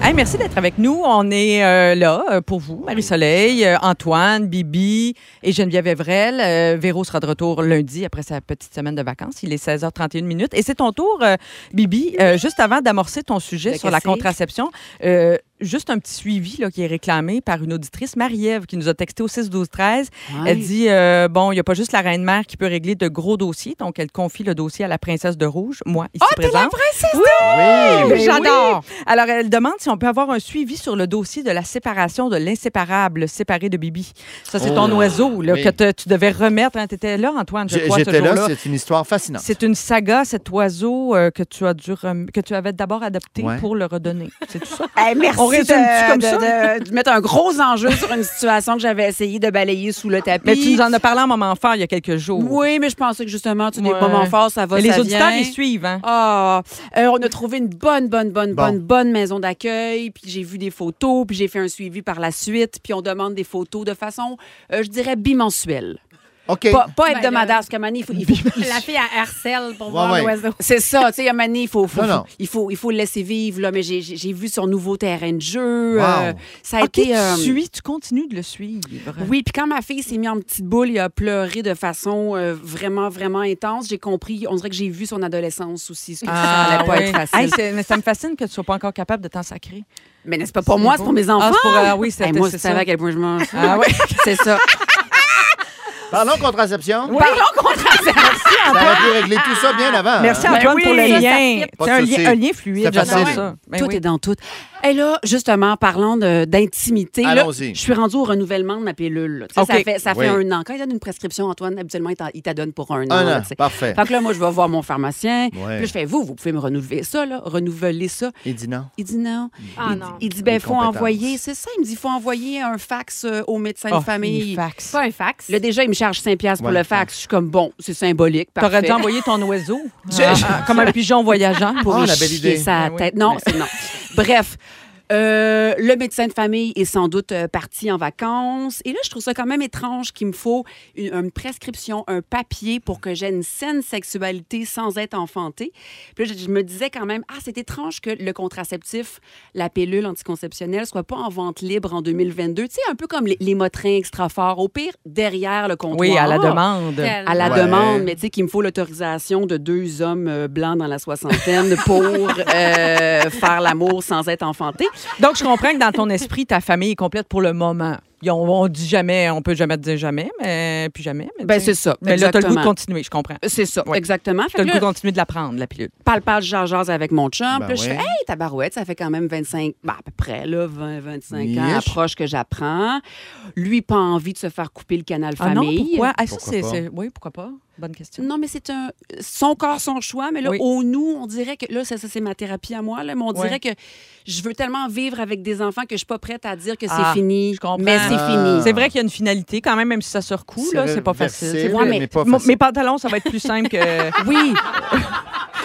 Speaker 1: Hey, merci d'être avec nous. On est euh, là euh, pour vous, Marie-Soleil, euh, Antoine, Bibi et Geneviève Evrel. Euh, Véro sera de retour lundi après sa petite semaine de vacances. Il est 16h31 minutes. Et c'est ton tour, euh, Bibi, euh, juste avant d'amorcer ton sujet
Speaker 4: Le
Speaker 1: sur la
Speaker 4: cassé.
Speaker 1: contraception. euh, juste un petit suivi là, qui est réclamé par une auditrice, Marie-Ève, qui nous a texté au 6-12-13.
Speaker 4: Ouais.
Speaker 1: Elle dit euh, Bon, il n'y a pas juste la reine-mère qui peut régler de gros dossiers, donc elle confie le dossier à la princesse de rouge, moi, ici présente.
Speaker 3: Oui.
Speaker 1: Mais Oh, J'adore. Ben Alors, elle demande si on peut avoir un suivi sur le dossier de la séparation de l'inséparable séparé de Bibi. Ça, c'est
Speaker 3: Oh.
Speaker 1: ton oiseau là,
Speaker 3: Oui.
Speaker 1: que te- tu devais remettre. Tu étais là, Antoine, je
Speaker 3: J'ai-
Speaker 1: crois, ce
Speaker 3: J'étais là,
Speaker 1: jour-là.
Speaker 3: c'est une histoire fascinante.
Speaker 1: C'est une saga, cet oiseau euh, que tu as dû rem- que tu avais d'abord adopté
Speaker 3: Ouais.
Speaker 1: pour le redonner. *laughs* C'est tout ça.
Speaker 4: Hey, merci
Speaker 1: On résume-tu
Speaker 4: de,
Speaker 1: comme
Speaker 4: de-
Speaker 1: ça?
Speaker 4: de- de mettre un gros enjeu sur une situation que j'avais essayé de balayer sous le tapis.
Speaker 1: Mais tu nous en as parlé en moment fort il y a quelques jours.
Speaker 4: Oui, mais je pensais que justement, tu
Speaker 1: Ouais.
Speaker 4: des moments forts, ça va,
Speaker 1: Mais les
Speaker 4: ça
Speaker 1: auditeurs,
Speaker 4: vient.
Speaker 1: ils suivent. Hein?
Speaker 4: Ah, euh, on a trouvé une bonne, bonne, bonne,
Speaker 3: Bon.
Speaker 4: bonne, bonne maison d'accueil. Puis j'ai vu des photos, puis j'ai fait un suivi par la suite. Puis on demande des photos de façon, euh, je dirais, bimensuelle.
Speaker 3: OK.
Speaker 4: Pas, pas
Speaker 2: Ben,
Speaker 4: hebdomadaire,
Speaker 2: le-
Speaker 4: parce qu'à un moment donné, il faut- il faut,
Speaker 2: *laughs* La fille à harcèle pour
Speaker 3: Ouais,
Speaker 2: voir
Speaker 3: ouais.
Speaker 2: l'oiseau.
Speaker 4: C'est ça, tu sais, à un moment donné, il faut, faut-
Speaker 3: Non, non.
Speaker 4: faut- il faut, il faut le laisser vivre, là, mais j'ai- j'ai j'ai vu son nouveau terrain de jeu.
Speaker 3: Wow.
Speaker 4: ça a
Speaker 1: OK,
Speaker 4: été. euh,
Speaker 1: tu suis, tu continues de le suivre.
Speaker 4: Oui, puis quand ma fille s'est mise en petite boule, il a pleuré de façon euh, vraiment, vraiment intense. J'ai compris, on dirait que j'ai vu son adolescence aussi. ce que
Speaker 3: Ah,
Speaker 4: ça allait pas
Speaker 1: Ah, oui.
Speaker 4: être facile.
Speaker 1: Hey, c'est- mais ça me fascine que tu sois pas encore capable de t'en sacrer.
Speaker 4: mais n'est-ce pas pour
Speaker 1: c'est
Speaker 4: moi,
Speaker 1: beau.
Speaker 4: c'est pour mes
Speaker 1: Ah,
Speaker 4: enfants?
Speaker 1: c'est pour- ah oui, c'était-
Speaker 4: moi,
Speaker 1: c'est
Speaker 4: je
Speaker 1: ça.
Speaker 4: savais à quel point je m'en fous.
Speaker 1: *laughs* Ah oui.
Speaker 4: c'est ça.
Speaker 3: Parlons contraception.
Speaker 4: Parlons contraception.
Speaker 3: Ça aurait pu régler tout ça bien avant.
Speaker 1: Merci
Speaker 3: hein?
Speaker 4: Ben
Speaker 1: Antoine pour
Speaker 4: oui.
Speaker 1: le
Speaker 4: Ça, ça
Speaker 1: lien.
Speaker 3: Pas de
Speaker 1: C'est un,
Speaker 3: souci.
Speaker 1: lien- un lien fluide,
Speaker 3: C'était
Speaker 1: j'adore
Speaker 3: facile.
Speaker 1: ça. Ben
Speaker 4: tout
Speaker 1: oui.
Speaker 4: est dans tout. Et là, justement, parlant de- d'intimité, là,
Speaker 3: Allons-y.
Speaker 4: je suis rendue au renouvellement de ma pilule. là. Tu sais,
Speaker 1: OK.
Speaker 4: Ça fait, ça fait
Speaker 3: Oui.
Speaker 4: un an. Quand il donne une prescription, Antoine, habituellement, il t'en- il t'adonne pour un an.
Speaker 3: Un
Speaker 4: là,
Speaker 3: an.
Speaker 4: tu sais.
Speaker 3: Parfait.
Speaker 4: Fait que là, moi, je vais voir mon pharmacien.
Speaker 3: Ouais.
Speaker 4: Puis là, je fais, vous, vous pouvez me renouveler ça, là, renouveler ça.
Speaker 3: Il dit non.
Speaker 4: Il dit non.
Speaker 2: Ah
Speaker 4: il,
Speaker 2: non.
Speaker 4: il dit, ben,
Speaker 3: Les
Speaker 4: faut
Speaker 3: compétences.
Speaker 4: envoyer, c'est ça, il me dit, faut envoyer un fax euh, au médecin
Speaker 1: Oh,
Speaker 4: de famille.
Speaker 1: les
Speaker 2: C'est
Speaker 1: fax.
Speaker 2: pas un fax.
Speaker 4: Là, déjà, il me charge 5$ piastres pour
Speaker 3: Ouais,
Speaker 4: le fax. Je suis comme, bon, c'est symbolique.
Speaker 1: T'aurais dû
Speaker 4: parfait.
Speaker 1: envoyer ton
Speaker 4: *laughs*
Speaker 1: oiseau
Speaker 4: Je-
Speaker 1: Ah, ah, comme un
Speaker 4: *laughs*
Speaker 1: pigeon voyageant.
Speaker 4: pour
Speaker 3: Ah,
Speaker 4: y
Speaker 3: la belle
Speaker 4: chier
Speaker 3: idée.
Speaker 4: sa
Speaker 1: Ben oui.
Speaker 4: tête. Non, c'est
Speaker 1: *laughs*
Speaker 4: non. Bref. euh, le médecin de famille est sans doute euh, parti en vacances. Et là, je trouve ça quand même étrange qu'il me faut une, une prescription, un papier pour que j'aie une saine sexualité sans être enfantée. Puis là, je, je me disais quand même, ah, c'est étrange que le contraceptif, la pilule anticonceptionnelle, soit pas en vente libre en 2022. Tu sais, un peu comme les, les motrins extra forts. Au pire, derrière le comptoir.
Speaker 1: Oui, à la demande.
Speaker 4: À la
Speaker 3: Ouais.
Speaker 4: demande, mais tu sais qu'il me faut l'autorisation de deux hommes euh, blancs dans la soixantaine
Speaker 3: *laughs*
Speaker 4: pour euh, faire l'amour sans être enfanté.
Speaker 1: Donc, je comprends que dans ton esprit, ta famille est complète pour le moment. Ils ont- on dit jamais, on peut jamais te dire jamais, mais puis jamais. Mais,
Speaker 4: Ben
Speaker 1: tu sais.
Speaker 4: c'est ça,
Speaker 1: mais là, t'as le
Speaker 4: exactement.
Speaker 1: goût de continuer, je comprends.
Speaker 4: C'est ça,
Speaker 1: Ouais.
Speaker 4: exactement. Fait que
Speaker 1: T'as le
Speaker 4: là,
Speaker 1: goût de continuer de la prendre, la pilule.
Speaker 4: parle, parle, jase, jase avec mon chum.
Speaker 3: Ben
Speaker 4: Puis là, je
Speaker 3: ouais.
Speaker 4: fais, hey, tabarouette, ça fait quand même 25, ben, à peu près, là, 20, 25 ans,
Speaker 3: Yes.
Speaker 4: approche que j'apprends. Lui, pas envie de se faire couper le canal
Speaker 1: Ah non,
Speaker 4: famille.
Speaker 1: pourquoi? Ah, ça,
Speaker 3: Pourquoi
Speaker 1: c'est-
Speaker 3: pas?
Speaker 1: c'est- Oui, pourquoi pas? Bonne question.
Speaker 4: Non, mais c'est un. Son corps, son choix. Mais là,
Speaker 1: Oui.
Speaker 4: au nous, on dirait que. Là, ça, ça, c'est ma thérapie à moi. Là, mais on
Speaker 1: Ouais.
Speaker 4: dirait que je veux tellement vivre avec des enfants que je suis pas prête à dire que c'est
Speaker 1: Ah,
Speaker 4: fini.
Speaker 1: je comprends.
Speaker 4: Mais c'est
Speaker 3: Ah.
Speaker 4: fini.
Speaker 1: C'est vrai qu'il y a une finalité quand même, même si ça se recoue, là, c'est pas facile.
Speaker 3: réversible,
Speaker 1: C'est vrai.
Speaker 3: mais, pas
Speaker 1: Mon-
Speaker 3: facile.
Speaker 1: mes pantalons, ça va être plus simple que,
Speaker 4: *laughs* Oui.
Speaker 1: Ah,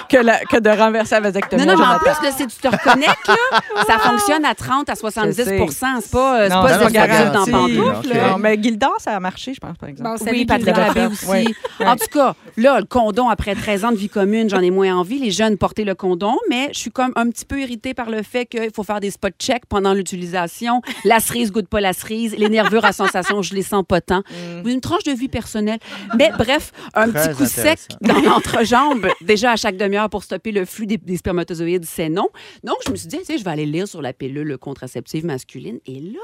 Speaker 1: que, la- que de renverser la vasectomie.
Speaker 4: Non, non, mais en
Speaker 1: Jonathan.
Speaker 4: plus, là, si tu te reconnectes,
Speaker 1: *laughs*
Speaker 4: là, ça fonctionne à 30 à 70
Speaker 1: Je sais.
Speaker 4: C'est pas, euh, c'est pas
Speaker 1: Non, non,
Speaker 4: du
Speaker 1: c'est pas
Speaker 4: orgasme
Speaker 3: garanti,
Speaker 4: dans pantoute.
Speaker 3: là. Ok.
Speaker 1: Non, mais Gildor, ça a marché, je pense, par exemple.
Speaker 2: Bon, salut,
Speaker 4: Oui, Patrick
Speaker 2: Gilda.
Speaker 1: Gilbert.
Speaker 4: Labbé aussi.
Speaker 1: Oui.
Speaker 4: En tout cas, là, le condom, après 13 ans de vie commune, j'en ai moins envie. Les jeunes portaient le condom, mais je suis comme un petit peu irritée par le fait qu'il faut faire des spot checks pendant l'utilisation. La cerise goûte pas la cerise. Les nervures à sensation, je les sens pas tant. Une tranche de vie personnelle. Mais bref, un
Speaker 3: Mm. Très
Speaker 4: petit coup sec
Speaker 3: intéressant.
Speaker 4: dans l'entrejambe, déjà à chaque demi-heure pour stopper le flux des, des spermatozoïdes, c'est non. Donc, je me suis dit, tu sais, je vais aller lire sur la pilule contraceptive masculine. Et là,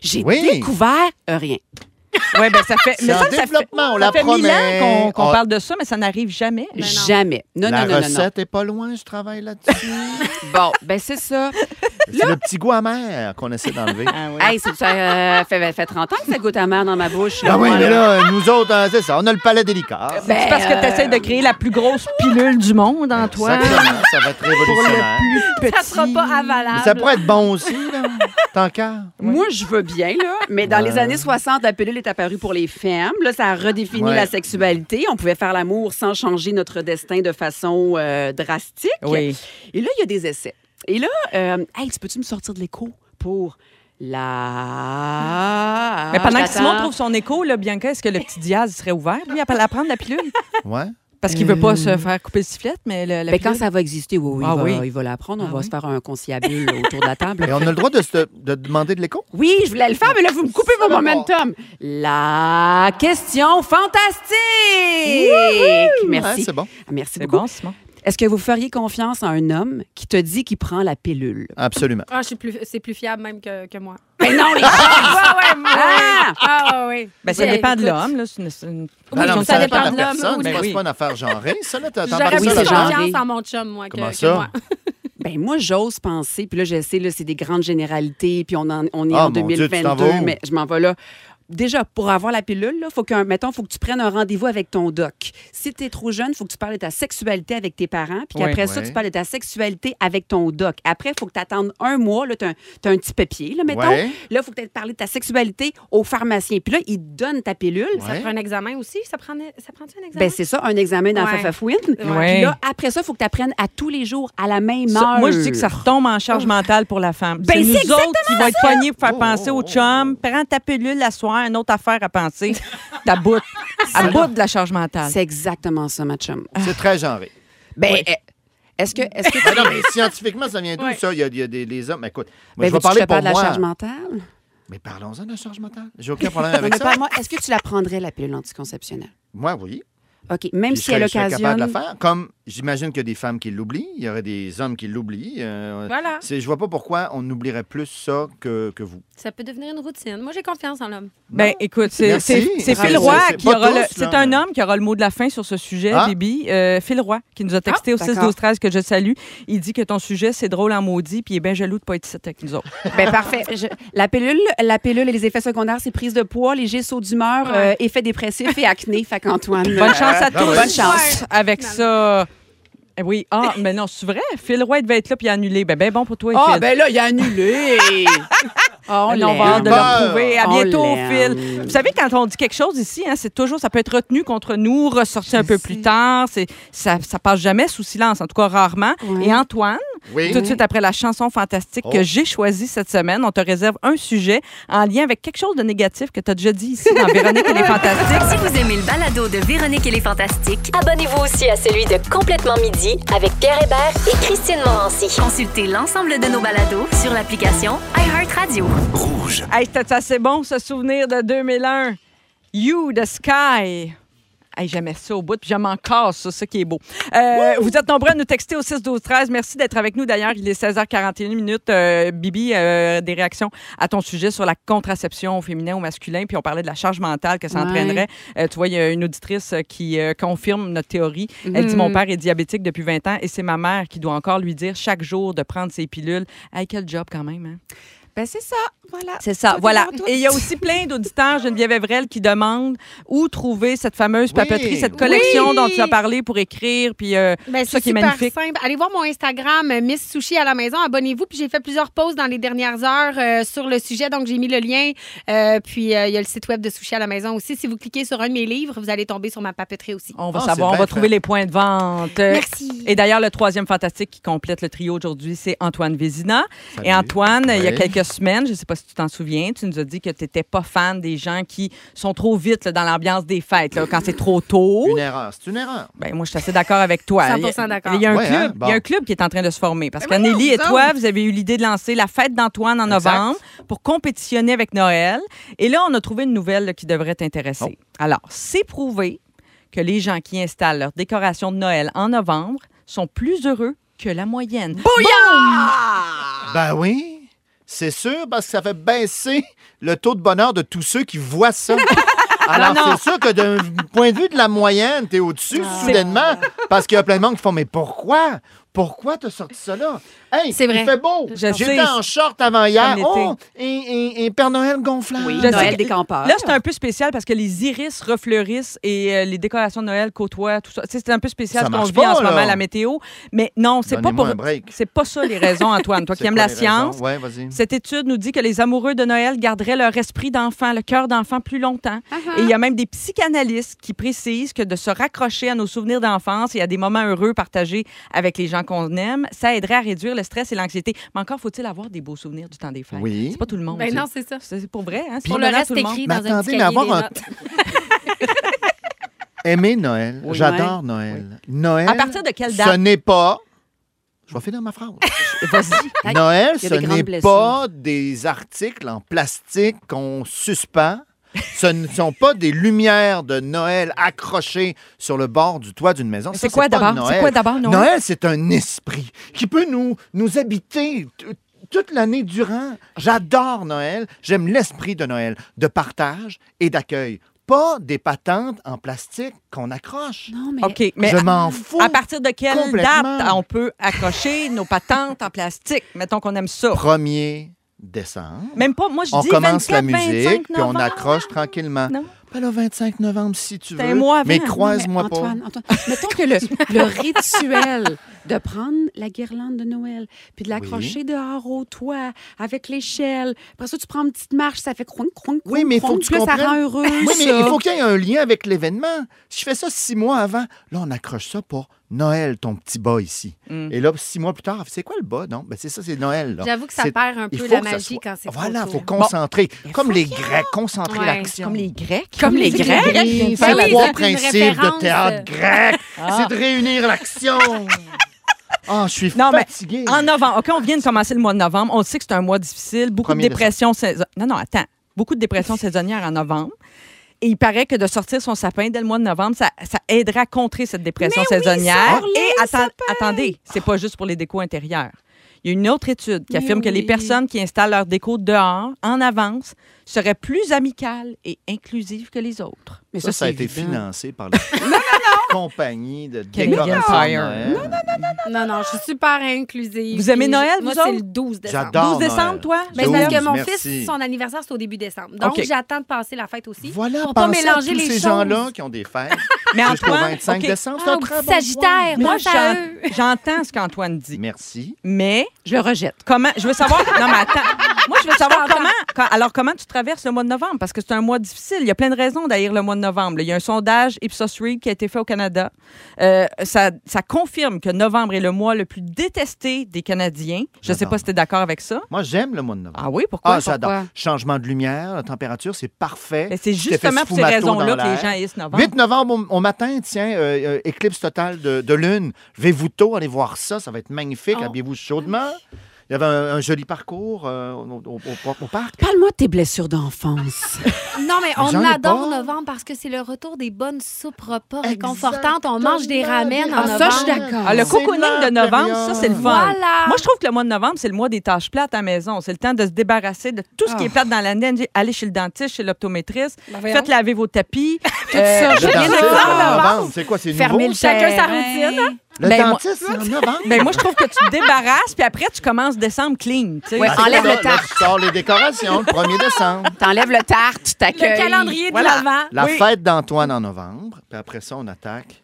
Speaker 4: j'ai
Speaker 3: Oui.
Speaker 4: découvert rien.
Speaker 1: Oui, ben ça fait.
Speaker 3: C'est
Speaker 1: mais
Speaker 3: en
Speaker 1: ça, ça fait-
Speaker 3: développement, on
Speaker 1: ça
Speaker 3: la
Speaker 1: fait mille
Speaker 3: promet.
Speaker 1: ans qu'on qu'on
Speaker 3: On-
Speaker 4: Ah.
Speaker 1: parle de ça, mais ça n'arrive jamais.
Speaker 2: Ben non.
Speaker 4: Jamais. Non,
Speaker 3: la
Speaker 4: non, non, non, non.
Speaker 3: recette est pas loin, je travaille
Speaker 1: *laughs*
Speaker 3: là-dessus.
Speaker 4: Bon, ben c'est ça.
Speaker 3: c'est le petit goût amer qu'on essaie d'enlever.
Speaker 1: Ah
Speaker 4: Hey, c'est- ça euh, fait, fait 30 ans que ça goûte amer dans ma bouche.
Speaker 3: Ah oui,
Speaker 4: Moi,
Speaker 3: mais là, nous autres, hein, c'est ça, on a le palais délicat.
Speaker 4: Ben, euh,
Speaker 1: C'est parce que tu essaies de créer la plus grosse pilule du monde, Antoine.
Speaker 3: Exactement, ça va être révolutionnaire.
Speaker 2: Ça sera pas avalable.
Speaker 3: Mais ça pourrait être bon aussi, là, tant qu'à.
Speaker 4: Moi, je veux bien, là, mais dans les années 60, la pilule est apparue pour les femmes. Là, ça a redéfini
Speaker 3: Ouais.
Speaker 4: la sexualité. On pouvait faire l'amour sans changer notre destin de façon euh, drastique.
Speaker 1: Oui.
Speaker 4: Et là, il y a des essais. Et là, euh, hey, tu peux-tu me sortir de l'écho pour la.
Speaker 1: Mais pendant que
Speaker 4: J'attends.
Speaker 1: Simon trouve son écho, là, Bianca, est-ce que le petit Diaz serait ouvert, lui, à la prendre la pilule?
Speaker 3: Ouais.
Speaker 1: Parce qu'il veut pas se faire couper le sifflet, mais le, la
Speaker 4: Hmm. Ben,
Speaker 1: pilule-
Speaker 4: quand ça va exister, oui, oui,
Speaker 1: Ah
Speaker 4: il, va,
Speaker 1: oui.
Speaker 4: il va l'apprendre. On
Speaker 1: Ah
Speaker 4: va
Speaker 1: oui.
Speaker 4: se faire un conciliabule autour de la table.
Speaker 3: Et on a le droit de, se- de demander de l'écho?
Speaker 4: Oui, je voulais le faire, mais là, vous me coupez mon momentum. La question fantastique!
Speaker 3: Ouais,
Speaker 4: Merci.
Speaker 3: c'est bon.
Speaker 4: Ah, Merci
Speaker 1: C'est
Speaker 4: beaucoup.
Speaker 1: bon, Simon.
Speaker 4: Est-ce que vous feriez confiance à un homme qui te dit qu'il prend la pilule?
Speaker 3: Absolument.
Speaker 2: Ah, je suis plus, c'est plus fiable même que, que moi.
Speaker 4: Mais non, les
Speaker 2: *laughs* Ah, ouais, ouais, moi,
Speaker 4: Ah!
Speaker 2: oui. Ah, ouais, ouais.
Speaker 1: Ben, ça
Speaker 2: Ouais,
Speaker 1: dépend de
Speaker 2: écoute,
Speaker 1: l'homme. là. C'est une- c'est une-
Speaker 2: Oui,
Speaker 3: Ah non,
Speaker 2: ça
Speaker 3: mais
Speaker 2: dépend
Speaker 3: de
Speaker 2: de
Speaker 3: la
Speaker 2: l'homme,
Speaker 3: personne.
Speaker 2: oui.
Speaker 3: mais
Speaker 1: Ben
Speaker 3: c'est
Speaker 1: oui.
Speaker 3: pas une affaire genrée, ça. là. T'en t'en
Speaker 2: J'aurais
Speaker 3: parles
Speaker 2: plus
Speaker 4: oui,
Speaker 3: ça, là.
Speaker 4: c'est genre-
Speaker 2: confiance
Speaker 4: genré.
Speaker 2: en mon chum, moi, que,
Speaker 3: Comment
Speaker 2: que
Speaker 3: ça?
Speaker 2: moi.
Speaker 4: Ben moi, j'ose penser, puis là, je sais, là, c'est des grandes généralités, puis on, en- on est
Speaker 3: Ah, mon
Speaker 4: en
Speaker 3: Dieu, tu t'en
Speaker 4: 2022,
Speaker 3: vas où?
Speaker 4: mais je m'en vais là. Déjà, pour avoir la pilule, là, faut qu'un, mettons, faut que tu prennes un rendez-vous avec ton doc. Si tu es trop jeune, faut que tu parles de ta sexualité avec tes parents, puis
Speaker 1: Oui.
Speaker 4: qu'après ça,
Speaker 3: Ouais.
Speaker 4: tu parles de ta sexualité avec ton doc. Après, faut que tu attendes un mois, là, tu as, un petit papier, là, mettons.
Speaker 3: Ouais.
Speaker 4: Là, faut que tu parler de ta sexualité au pharmacien. Puis là, il te donne ta pilule.
Speaker 2: Ça
Speaker 3: Ouais.
Speaker 2: prend un examen aussi? Ça prend, ça prend un examen?
Speaker 4: Ben, c'est ça, un examen dans
Speaker 2: Ouais.
Speaker 4: Fafafouine.
Speaker 1: Ouais.
Speaker 4: Puis là, après ça, faut que tu apprennes à tous les jours, à la même
Speaker 1: Ça-
Speaker 4: heure.
Speaker 1: moi, je dis que ça retombe en charge mentale pour la femme.
Speaker 4: Oh. Ben,
Speaker 1: c'est nous
Speaker 4: c'est exactement
Speaker 1: autres qui vont être poignés pour faire
Speaker 3: Oh,
Speaker 1: penser
Speaker 3: oh,
Speaker 1: au
Speaker 3: oh.
Speaker 1: chum. Prends ta pilule la soir, une autre affaire
Speaker 4: *laughs*
Speaker 1: à penser. Ta bout. À bout de la charge mentale.
Speaker 4: C'est exactement ça, ma chum.
Speaker 3: C'est très genré.
Speaker 4: Ben, eh, est-ce que.
Speaker 3: *laughs*
Speaker 4: Est-ce que
Speaker 3: Ben non, mais scientifiquement, ça vient d'où, ça? Il y a, il y a des les hommes. Mais écoute, moi,
Speaker 4: Ben,
Speaker 3: je vais
Speaker 4: veux-tu que
Speaker 3: parler
Speaker 4: te
Speaker 3: pour
Speaker 4: parle de la
Speaker 3: moi.
Speaker 4: charge mentale?
Speaker 3: Mais parlons-en de la charge mentale. J'ai aucun
Speaker 4: *laughs*
Speaker 3: problème
Speaker 4: Non,
Speaker 3: avec
Speaker 4: mais
Speaker 3: ça.
Speaker 4: parle-moi, est-ce que tu la prendrais, la pilule anticonceptionnelle?
Speaker 3: Moi, oui.
Speaker 4: OK, même
Speaker 3: Puis je
Speaker 4: si elle
Speaker 3: serais- je serais
Speaker 4: occasionne...
Speaker 3: capable de la faire. Comme j'imagine qu'il y a des femmes qui l'oublient, il y aurait des hommes qui l'oublient. euh,
Speaker 2: Voilà.
Speaker 3: c'est- Je vois pas pourquoi on oublierait plus ça que, que vous.
Speaker 2: Ça peut devenir une routine. Moi, j'ai confiance en l'homme.
Speaker 1: Ben, écoute, c'est
Speaker 3: Merci.
Speaker 1: c'est- c'est
Speaker 3: Ah,
Speaker 1: Phil
Speaker 3: c'est-
Speaker 1: Roy
Speaker 3: c'est
Speaker 1: qui
Speaker 3: pas
Speaker 1: aura
Speaker 3: tous,
Speaker 1: le.
Speaker 3: là,
Speaker 1: C'est un
Speaker 3: mais-
Speaker 1: homme qui aura le mot de la fin sur ce sujet,
Speaker 3: Ah.
Speaker 1: Bibi. Euh, Phil Roy, qui nous a texté au
Speaker 4: Ah, d'accord.
Speaker 1: 6-12-13, que je salue. Il dit que ton sujet, c'est drôle en maudit, puis il est bien jaloux de pas être ici avec nous autres.
Speaker 4: Ben, parfait. Je- La, pilule, la pilule et les effets secondaires, c'est prise de poids, léger saut d'humeur, euh, effets dépressifs et acné. Fait qu'Antoine... *laughs*
Speaker 1: Bonne chance à
Speaker 3: ben
Speaker 1: tous.
Speaker 3: oui.
Speaker 4: Bonne chance.
Speaker 1: Ouais. Avec ça. Eh Oui, ah, mais non, c'est vrai. Phil Roy devait être là puis il a annulé. Ben, ben bon pour toi,
Speaker 4: Ah,
Speaker 1: Phil.
Speaker 4: ben là, il a annulé! *laughs* Ah, on
Speaker 1: Ben, on
Speaker 4: l'aime.
Speaker 1: va hâte de le
Speaker 3: Peur.
Speaker 1: retrouver. À
Speaker 4: On
Speaker 1: bientôt,
Speaker 4: l'aime.
Speaker 1: Phil. Vous savez, quand on dit quelque chose ici, hein, c'est toujours, ça peut être retenu contre nous, ressorti un peu plus tard. C'est, ça, ça passe jamais sous silence, en tout cas rarement.
Speaker 4: Ouais.
Speaker 1: Et Antoine,
Speaker 3: Oui.
Speaker 1: tout de suite après la chanson fantastique que
Speaker 3: Oh.
Speaker 1: j'ai choisie cette semaine, on te réserve un sujet en lien avec quelque chose de négatif que tu as déjà dit ici dans Véronique et les Fantastiques.
Speaker 8: Si vous aimez le balado de Véronique et les Fantastiques, abonnez-vous aussi à celui de Complètement Midi avec Pierre Hébert et Christine Morancy. Consultez l'ensemble de nos balados sur l'application iHeartRadio.
Speaker 1: Hey, c'était assez bon, ce souvenir de 2001. You, the sky. Hey, j'aimais ça au bout, puis j'aime encore ça, ça qui est beau. Euh, vous êtes nombreux à nous texter au 6 12 13 Merci d'être avec nous. D'ailleurs, il est 16h41 minutes. Euh, Bibi, euh, des réactions à ton sujet sur la contraception au féminin ou masculin, puis on parlait de la charge mentale que ça
Speaker 4: Ouais.
Speaker 1: entraînerait. Euh, tu vois, il y a une auditrice euh, qui euh, confirme notre théorie. Elle dit Mon père est diabétique depuis 20 ans et c'est ma mère qui doit encore lui dire chaque jour de prendre ses pilules. Hey, quel job quand même, hein?
Speaker 4: Ben, c'est ça. Voilà.
Speaker 1: C'est ça, voilà. Et il y a aussi plein d'auditeurs, Geneviève Evrel, qui demandent où trouver cette fameuse
Speaker 3: Oui.
Speaker 1: papeterie, cette
Speaker 3: Oui.
Speaker 1: collection dont tu as parlé pour écrire. Puis, euh,
Speaker 2: Ben,
Speaker 1: ça
Speaker 2: c'est
Speaker 1: qui est
Speaker 2: super
Speaker 1: magnifique.
Speaker 2: simple. Allez voir mon Instagram, euh, Miss Sushi à la maison. Abonnez-vous. Puis j'ai fait plusieurs pauses dans les dernières heures euh, sur le sujet. Donc, j'ai mis le lien. Euh, puis euh, il y a le site web de Sushi à la maison aussi. Si vous cliquez sur un de mes livres, vous allez tomber sur ma papeterie aussi.
Speaker 1: on va
Speaker 3: Ah,
Speaker 1: savoir,
Speaker 3: c'est
Speaker 1: on va
Speaker 3: bien
Speaker 1: trouver
Speaker 3: fait.
Speaker 1: les points de vente. Euh,
Speaker 2: Merci.
Speaker 1: Et d'ailleurs, le troisième fantastique qui complète le trio aujourd'hui, c'est Antoine Vézina. Et Antoine, il y a
Speaker 3: Oui.
Speaker 1: quelques semaines, je ne sais pas si tu t'en souviens, tu nous as dit que tu n'étais pas fan des gens qui sont trop vite là, dans l'ambiance des fêtes, là, quand c'est trop tôt.
Speaker 3: Une erreur. C'est une erreur.
Speaker 1: Ben, moi, je suis assez d'accord avec toi.
Speaker 2: 100% d'accord.
Speaker 1: Il y, a un
Speaker 3: Ouais,
Speaker 1: club,
Speaker 3: hein, bon.
Speaker 1: il y a un club qui est en train de se former. Parce que Nelly et toi, vous avez eu l'idée de lancer la fête d'Antoine en
Speaker 3: Exact.
Speaker 1: novembre pour compétitionner avec Noël. Et là, on a trouvé une nouvelle là, qui devrait t'intéresser.
Speaker 3: Oh.
Speaker 1: Alors, c'est prouvé que les gens qui installent leur décoration de Noël en novembre sont plus heureux que la moyenne.
Speaker 3: Ben oui. C'est sûr, parce que ça fait baisser le taux de bonheur de tous ceux qui voient
Speaker 1: *laughs*
Speaker 3: ça. Alors,
Speaker 1: Ah, Non, Ah. non.
Speaker 3: c'est sûr que d'un point de vue de la moyenne, t'es au-dessus soudainement, parce qu'il y a plein de monde qui font Mais pourquoi? Pourquoi t'as sorti ça là? Hey,
Speaker 2: C'est vrai.
Speaker 3: il fait beau.
Speaker 1: Je sais.
Speaker 3: J'étais en short avant hier.
Speaker 1: Comme
Speaker 3: Oh, et, et- et Père Noël gonflable.
Speaker 4: Oui,
Speaker 1: Je sais
Speaker 4: Noël
Speaker 1: que-
Speaker 4: des campeurs.
Speaker 2: Ah.
Speaker 1: Là, c'est un peu spécial parce que les iris refleurissent et euh, les décorations de Noël côtoient tout ça. Tu sais, C'est un peu spécial
Speaker 3: Ça
Speaker 1: ce qu'on
Speaker 3: marche
Speaker 1: vit en
Speaker 3: pas,
Speaker 1: ce
Speaker 3: là.
Speaker 1: moment, la météo. Mais non, c'est pas
Speaker 3: Donnez-moi
Speaker 1: pour.
Speaker 3: un break.
Speaker 1: C'est pas ça les raisons,
Speaker 3: *laughs*
Speaker 1: Antoine. Toi qui aimes la science,
Speaker 3: Oui, vas-y.
Speaker 1: Cette étude nous dit que les amoureux de Noël garderaient leur esprit d'enfant, le cœur d'enfant plus longtemps.
Speaker 2: Ah
Speaker 1: Et il y a même des psychanalystes qui précisent que de se raccrocher à nos souvenirs d'enfance et à des moments heureux partagés avec les gens qu'on aime, ça aiderait à réduire le stress et l'anxiété. Mais encore faut-il avoir des beaux souvenirs du temps des fêtes.
Speaker 3: Oui.
Speaker 1: C'est pas tout le monde.
Speaker 2: Ben
Speaker 1: ça.
Speaker 2: non, c'est ça.
Speaker 1: c'est c'est pour vrai, hein? C'est
Speaker 2: Pour le
Speaker 1: pas donné à
Speaker 2: reste
Speaker 1: tout le monde.
Speaker 2: écrit
Speaker 3: Mais
Speaker 2: dans un
Speaker 3: attendez,
Speaker 2: petit
Speaker 3: mais
Speaker 2: cahier
Speaker 3: avoir
Speaker 2: des
Speaker 3: un-
Speaker 2: notes.
Speaker 3: *laughs* Aimer Noël.
Speaker 4: Oui.
Speaker 3: J'adore Noël. Noël.
Speaker 1: À partir de quelle
Speaker 3: Ce
Speaker 1: date?
Speaker 3: n'est pas. Je vais finir ma phrase. *laughs*
Speaker 4: Aïe,
Speaker 3: Noël,
Speaker 4: il y a
Speaker 3: ce
Speaker 4: des grandes
Speaker 3: n'est
Speaker 4: blessures.
Speaker 3: pas des articles en plastique qu'on suspend ce ne sont pas des lumières de Noël accrochées sur le bord du toit d'une maison. Ça,
Speaker 1: C'est quoi
Speaker 3: pas
Speaker 1: d'abord? C'est
Speaker 3: Noël.
Speaker 1: quoi d'abord, Ah, Noël?
Speaker 3: Noël, c'est un esprit qui peut nous, nous habiter t- toute l'année durant. J'adore Noël. J'aime l'esprit de Noël, de partage et d'accueil. Pas des patentes en plastique qu'on accroche.
Speaker 4: Non, mais.
Speaker 1: OK, mais
Speaker 3: Je
Speaker 1: à,
Speaker 3: m'en fous.
Speaker 1: à partir de quelle
Speaker 3: complètement.
Speaker 1: date on peut accrocher nos patentes en plastique? Mettons qu'on aime ça.
Speaker 3: 1er décembre.
Speaker 1: Même pas, moi, je
Speaker 3: on
Speaker 1: dis
Speaker 3: commence
Speaker 1: 24,
Speaker 3: la
Speaker 1: 25
Speaker 3: musique, puis on
Speaker 1: novembre.
Speaker 3: accroche tranquillement.
Speaker 1: Non.
Speaker 3: Pas le 25 novembre, si tu
Speaker 1: C'est un
Speaker 3: veux.
Speaker 1: mois avant.
Speaker 3: mais
Speaker 1: Non, mais
Speaker 3: croise-moi pas.
Speaker 4: Antoine, Antoine, mettons que le, le rituel de prendre la guirlande de Noël, puis de l'accrocher dehors au toit, avec l'échelle. Après ça, tu prends une petite marche, ça fait croing, croing,
Speaker 3: Oui, mais faut que tu
Speaker 4: puis là, ça
Speaker 3: comprennes.
Speaker 4: rend heureux.
Speaker 3: Oui, mais il faut qu'il y ait un lien avec l'événement. Si je fais ça six mois avant, là, on accroche ça pour Noël, ton petit bas ici.
Speaker 1: Mm.
Speaker 3: Et là, six mois plus tard, c'est quoi le bas? Non, ben, c'est ça, c'est Noël. là.
Speaker 2: J'avoue que ça
Speaker 3: C'est-
Speaker 2: perd un
Speaker 3: il
Speaker 2: peu
Speaker 3: faut
Speaker 2: la
Speaker 3: que ça
Speaker 2: magie
Speaker 3: soit-
Speaker 2: quand c'est
Speaker 3: Voilà,
Speaker 2: trop
Speaker 3: faut
Speaker 2: tôt.
Speaker 3: concentrer. Comme les Grecs, concentrer
Speaker 2: Ouais,
Speaker 3: l'action.
Speaker 1: Comme les Grecs.
Speaker 4: Comme les Grecs.
Speaker 3: Oui,
Speaker 2: Ben
Speaker 3: c'est
Speaker 2: oui,
Speaker 3: les
Speaker 2: c'est
Speaker 3: trois
Speaker 2: une
Speaker 3: principes de
Speaker 2: référence. Ah.
Speaker 3: théâtre grec. C'est de réunir
Speaker 2: *laughs*
Speaker 3: l'action. Ah, je suis
Speaker 1: Non, mais
Speaker 3: fatigué.
Speaker 1: En novembre. OK, on vient de commencer le mois de novembre. On sait que c'est un mois difficile. Beaucoup
Speaker 3: Premier
Speaker 1: de dépressions saisonnières. Non, non, attends. Beaucoup
Speaker 3: *laughs*
Speaker 1: de dépressions saisonnières en novembre. Et il paraît que de sortir son sapin dès le mois de novembre, ça, ça aiderait à contrer cette dépression saisonnière.
Speaker 4: sors-le,
Speaker 1: Et
Speaker 4: le
Speaker 1: atten- attendez, c'est pas juste pour les décos intérieurs. Il y a une autre étude qui
Speaker 4: Mais
Speaker 1: affirme que les
Speaker 4: oui.
Speaker 1: personnes qui installent leur déco dehors, en avance, seraient plus amicales et inclusives que les autres.
Speaker 4: Mais
Speaker 3: Ça, ça a
Speaker 4: c'est
Speaker 3: été
Speaker 4: évident.
Speaker 3: financé par les compagnies de
Speaker 1: Quel
Speaker 3: décoration. de
Speaker 1: empire.
Speaker 3: Noël.
Speaker 2: Non, non, je suis super inclusive.
Speaker 1: Vous aimez
Speaker 2: Puis
Speaker 1: Noël,
Speaker 2: Moi,
Speaker 1: vous
Speaker 2: c'est
Speaker 1: autres?
Speaker 2: le 12 décembre.
Speaker 3: J'adore.
Speaker 1: 12 décembre,
Speaker 3: Noël.
Speaker 1: toi?
Speaker 2: Mais
Speaker 3: J'adore.
Speaker 2: parce que mon
Speaker 3: Merci.
Speaker 2: fils, son anniversaire, c'est au début décembre. Donc,
Speaker 1: OK.
Speaker 2: j'attends de passer la fête aussi.
Speaker 3: Voilà,
Speaker 2: pour pas
Speaker 3: pensez à tous
Speaker 2: mélanger les
Speaker 3: ces
Speaker 2: choses.
Speaker 3: gens-là qui ont des fêtes
Speaker 1: Mais
Speaker 3: jusqu'au
Speaker 1: Antoine,
Speaker 3: 25
Speaker 1: OK,
Speaker 3: décembre. C'est
Speaker 2: Ah,
Speaker 3: un
Speaker 2: au
Speaker 3: très
Speaker 2: petit
Speaker 3: bon
Speaker 2: Sagittaire,
Speaker 1: moi,
Speaker 2: moi, à eux. *laughs*
Speaker 1: j'en- j'entends ce qu'Antoine
Speaker 3: point.
Speaker 1: dit.
Speaker 3: Merci.
Speaker 1: Mais
Speaker 4: Je le rejette.
Speaker 1: Comment je veux savoir Non mais attends. Moi je veux savoir comment quand- alors comment tu traverses le mois de novembre parce que c'est un mois difficile, il y a plein de raisons d'haïr le mois de novembre. là. Il y a un sondage Ipsos Reid qui a été fait au Canada. Euh, ça, ça confirme que novembre est le mois le plus détesté des Canadiens. Je sais
Speaker 3: J'adore.
Speaker 1: pas si tu es d'accord avec ça.
Speaker 3: Moi, j'aime le mois de novembre.
Speaker 1: Ah oui, pourquoi
Speaker 3: Ah, j'adore.
Speaker 4: pourquoi?
Speaker 3: Changement de lumière, la température, c'est parfait.
Speaker 1: Mais c'est
Speaker 3: Tu t'es fait
Speaker 1: justement pour ces
Speaker 3: sfumato
Speaker 1: raisons-là
Speaker 3: dans
Speaker 1: que les
Speaker 3: l'air.
Speaker 1: gens haïssent novembre.
Speaker 3: 8 novembre au, au matin, tiens, euh, euh, éclipse totale de, de lune. Vais-vous tôt aller voir ça, ça va être magnifique.
Speaker 2: Oh.
Speaker 3: Habillez-vous chaudement. Il y avait un, un joli parcours euh, au, au- au- au parc.
Speaker 4: Parle-moi de tes blessures d'enfance.
Speaker 2: Non, mais
Speaker 3: J'en
Speaker 2: on
Speaker 3: ai
Speaker 2: adore
Speaker 3: pas.
Speaker 2: novembre parce que c'est le retour des bonnes soupes repas réconfortantes. On mange des ramen en
Speaker 4: Ah, ça, je suis
Speaker 2: novembre.
Speaker 4: d'accord.
Speaker 1: Ah, le
Speaker 3: C'est
Speaker 1: cocooning
Speaker 3: la
Speaker 1: de novembre, ça,
Speaker 3: période.
Speaker 1: c'est le fun.
Speaker 4: Ah.
Speaker 2: Voilà.
Speaker 1: Moi, je trouve que le mois de novembre, c'est le mois des tâches plates à la maison. C'est le temps de se débarrasser de tout ce qui
Speaker 4: Ah.
Speaker 1: est plate dans l'année. Allez chez le dentiste, chez l'optométriste.
Speaker 2: Ben, voyons.
Speaker 1: Faites laver
Speaker 4: *laughs*
Speaker 1: vos tapis. tout
Speaker 4: ça,
Speaker 3: Le
Speaker 4: Je viens de
Speaker 3: dentiste,
Speaker 4: voir
Speaker 3: en
Speaker 4: novembre.
Speaker 3: novembre, c'est quoi? C'est nouveau?
Speaker 4: Fermer le
Speaker 2: Chacun sa
Speaker 4: terrain.
Speaker 2: routine.
Speaker 3: Le
Speaker 1: Ben, moi-
Speaker 3: dentiste, c'est en novembre?
Speaker 1: Ben, moi, je trouve que tu te débarrasses, puis après, tu commences décembre clean. tu sais.
Speaker 4: Ouais,
Speaker 3: Ah, c'est
Speaker 4: enlève
Speaker 3: ça,
Speaker 4: le
Speaker 3: là,
Speaker 4: tarte.
Speaker 3: je sors les décorations le 1er décembre.
Speaker 4: T'enlèves le tarte, tu t'accueilles.
Speaker 2: Le calendrier de l'avant.
Speaker 3: La
Speaker 1: Oui.
Speaker 3: fête d'Antoine en novembre, puis après ça, on attaque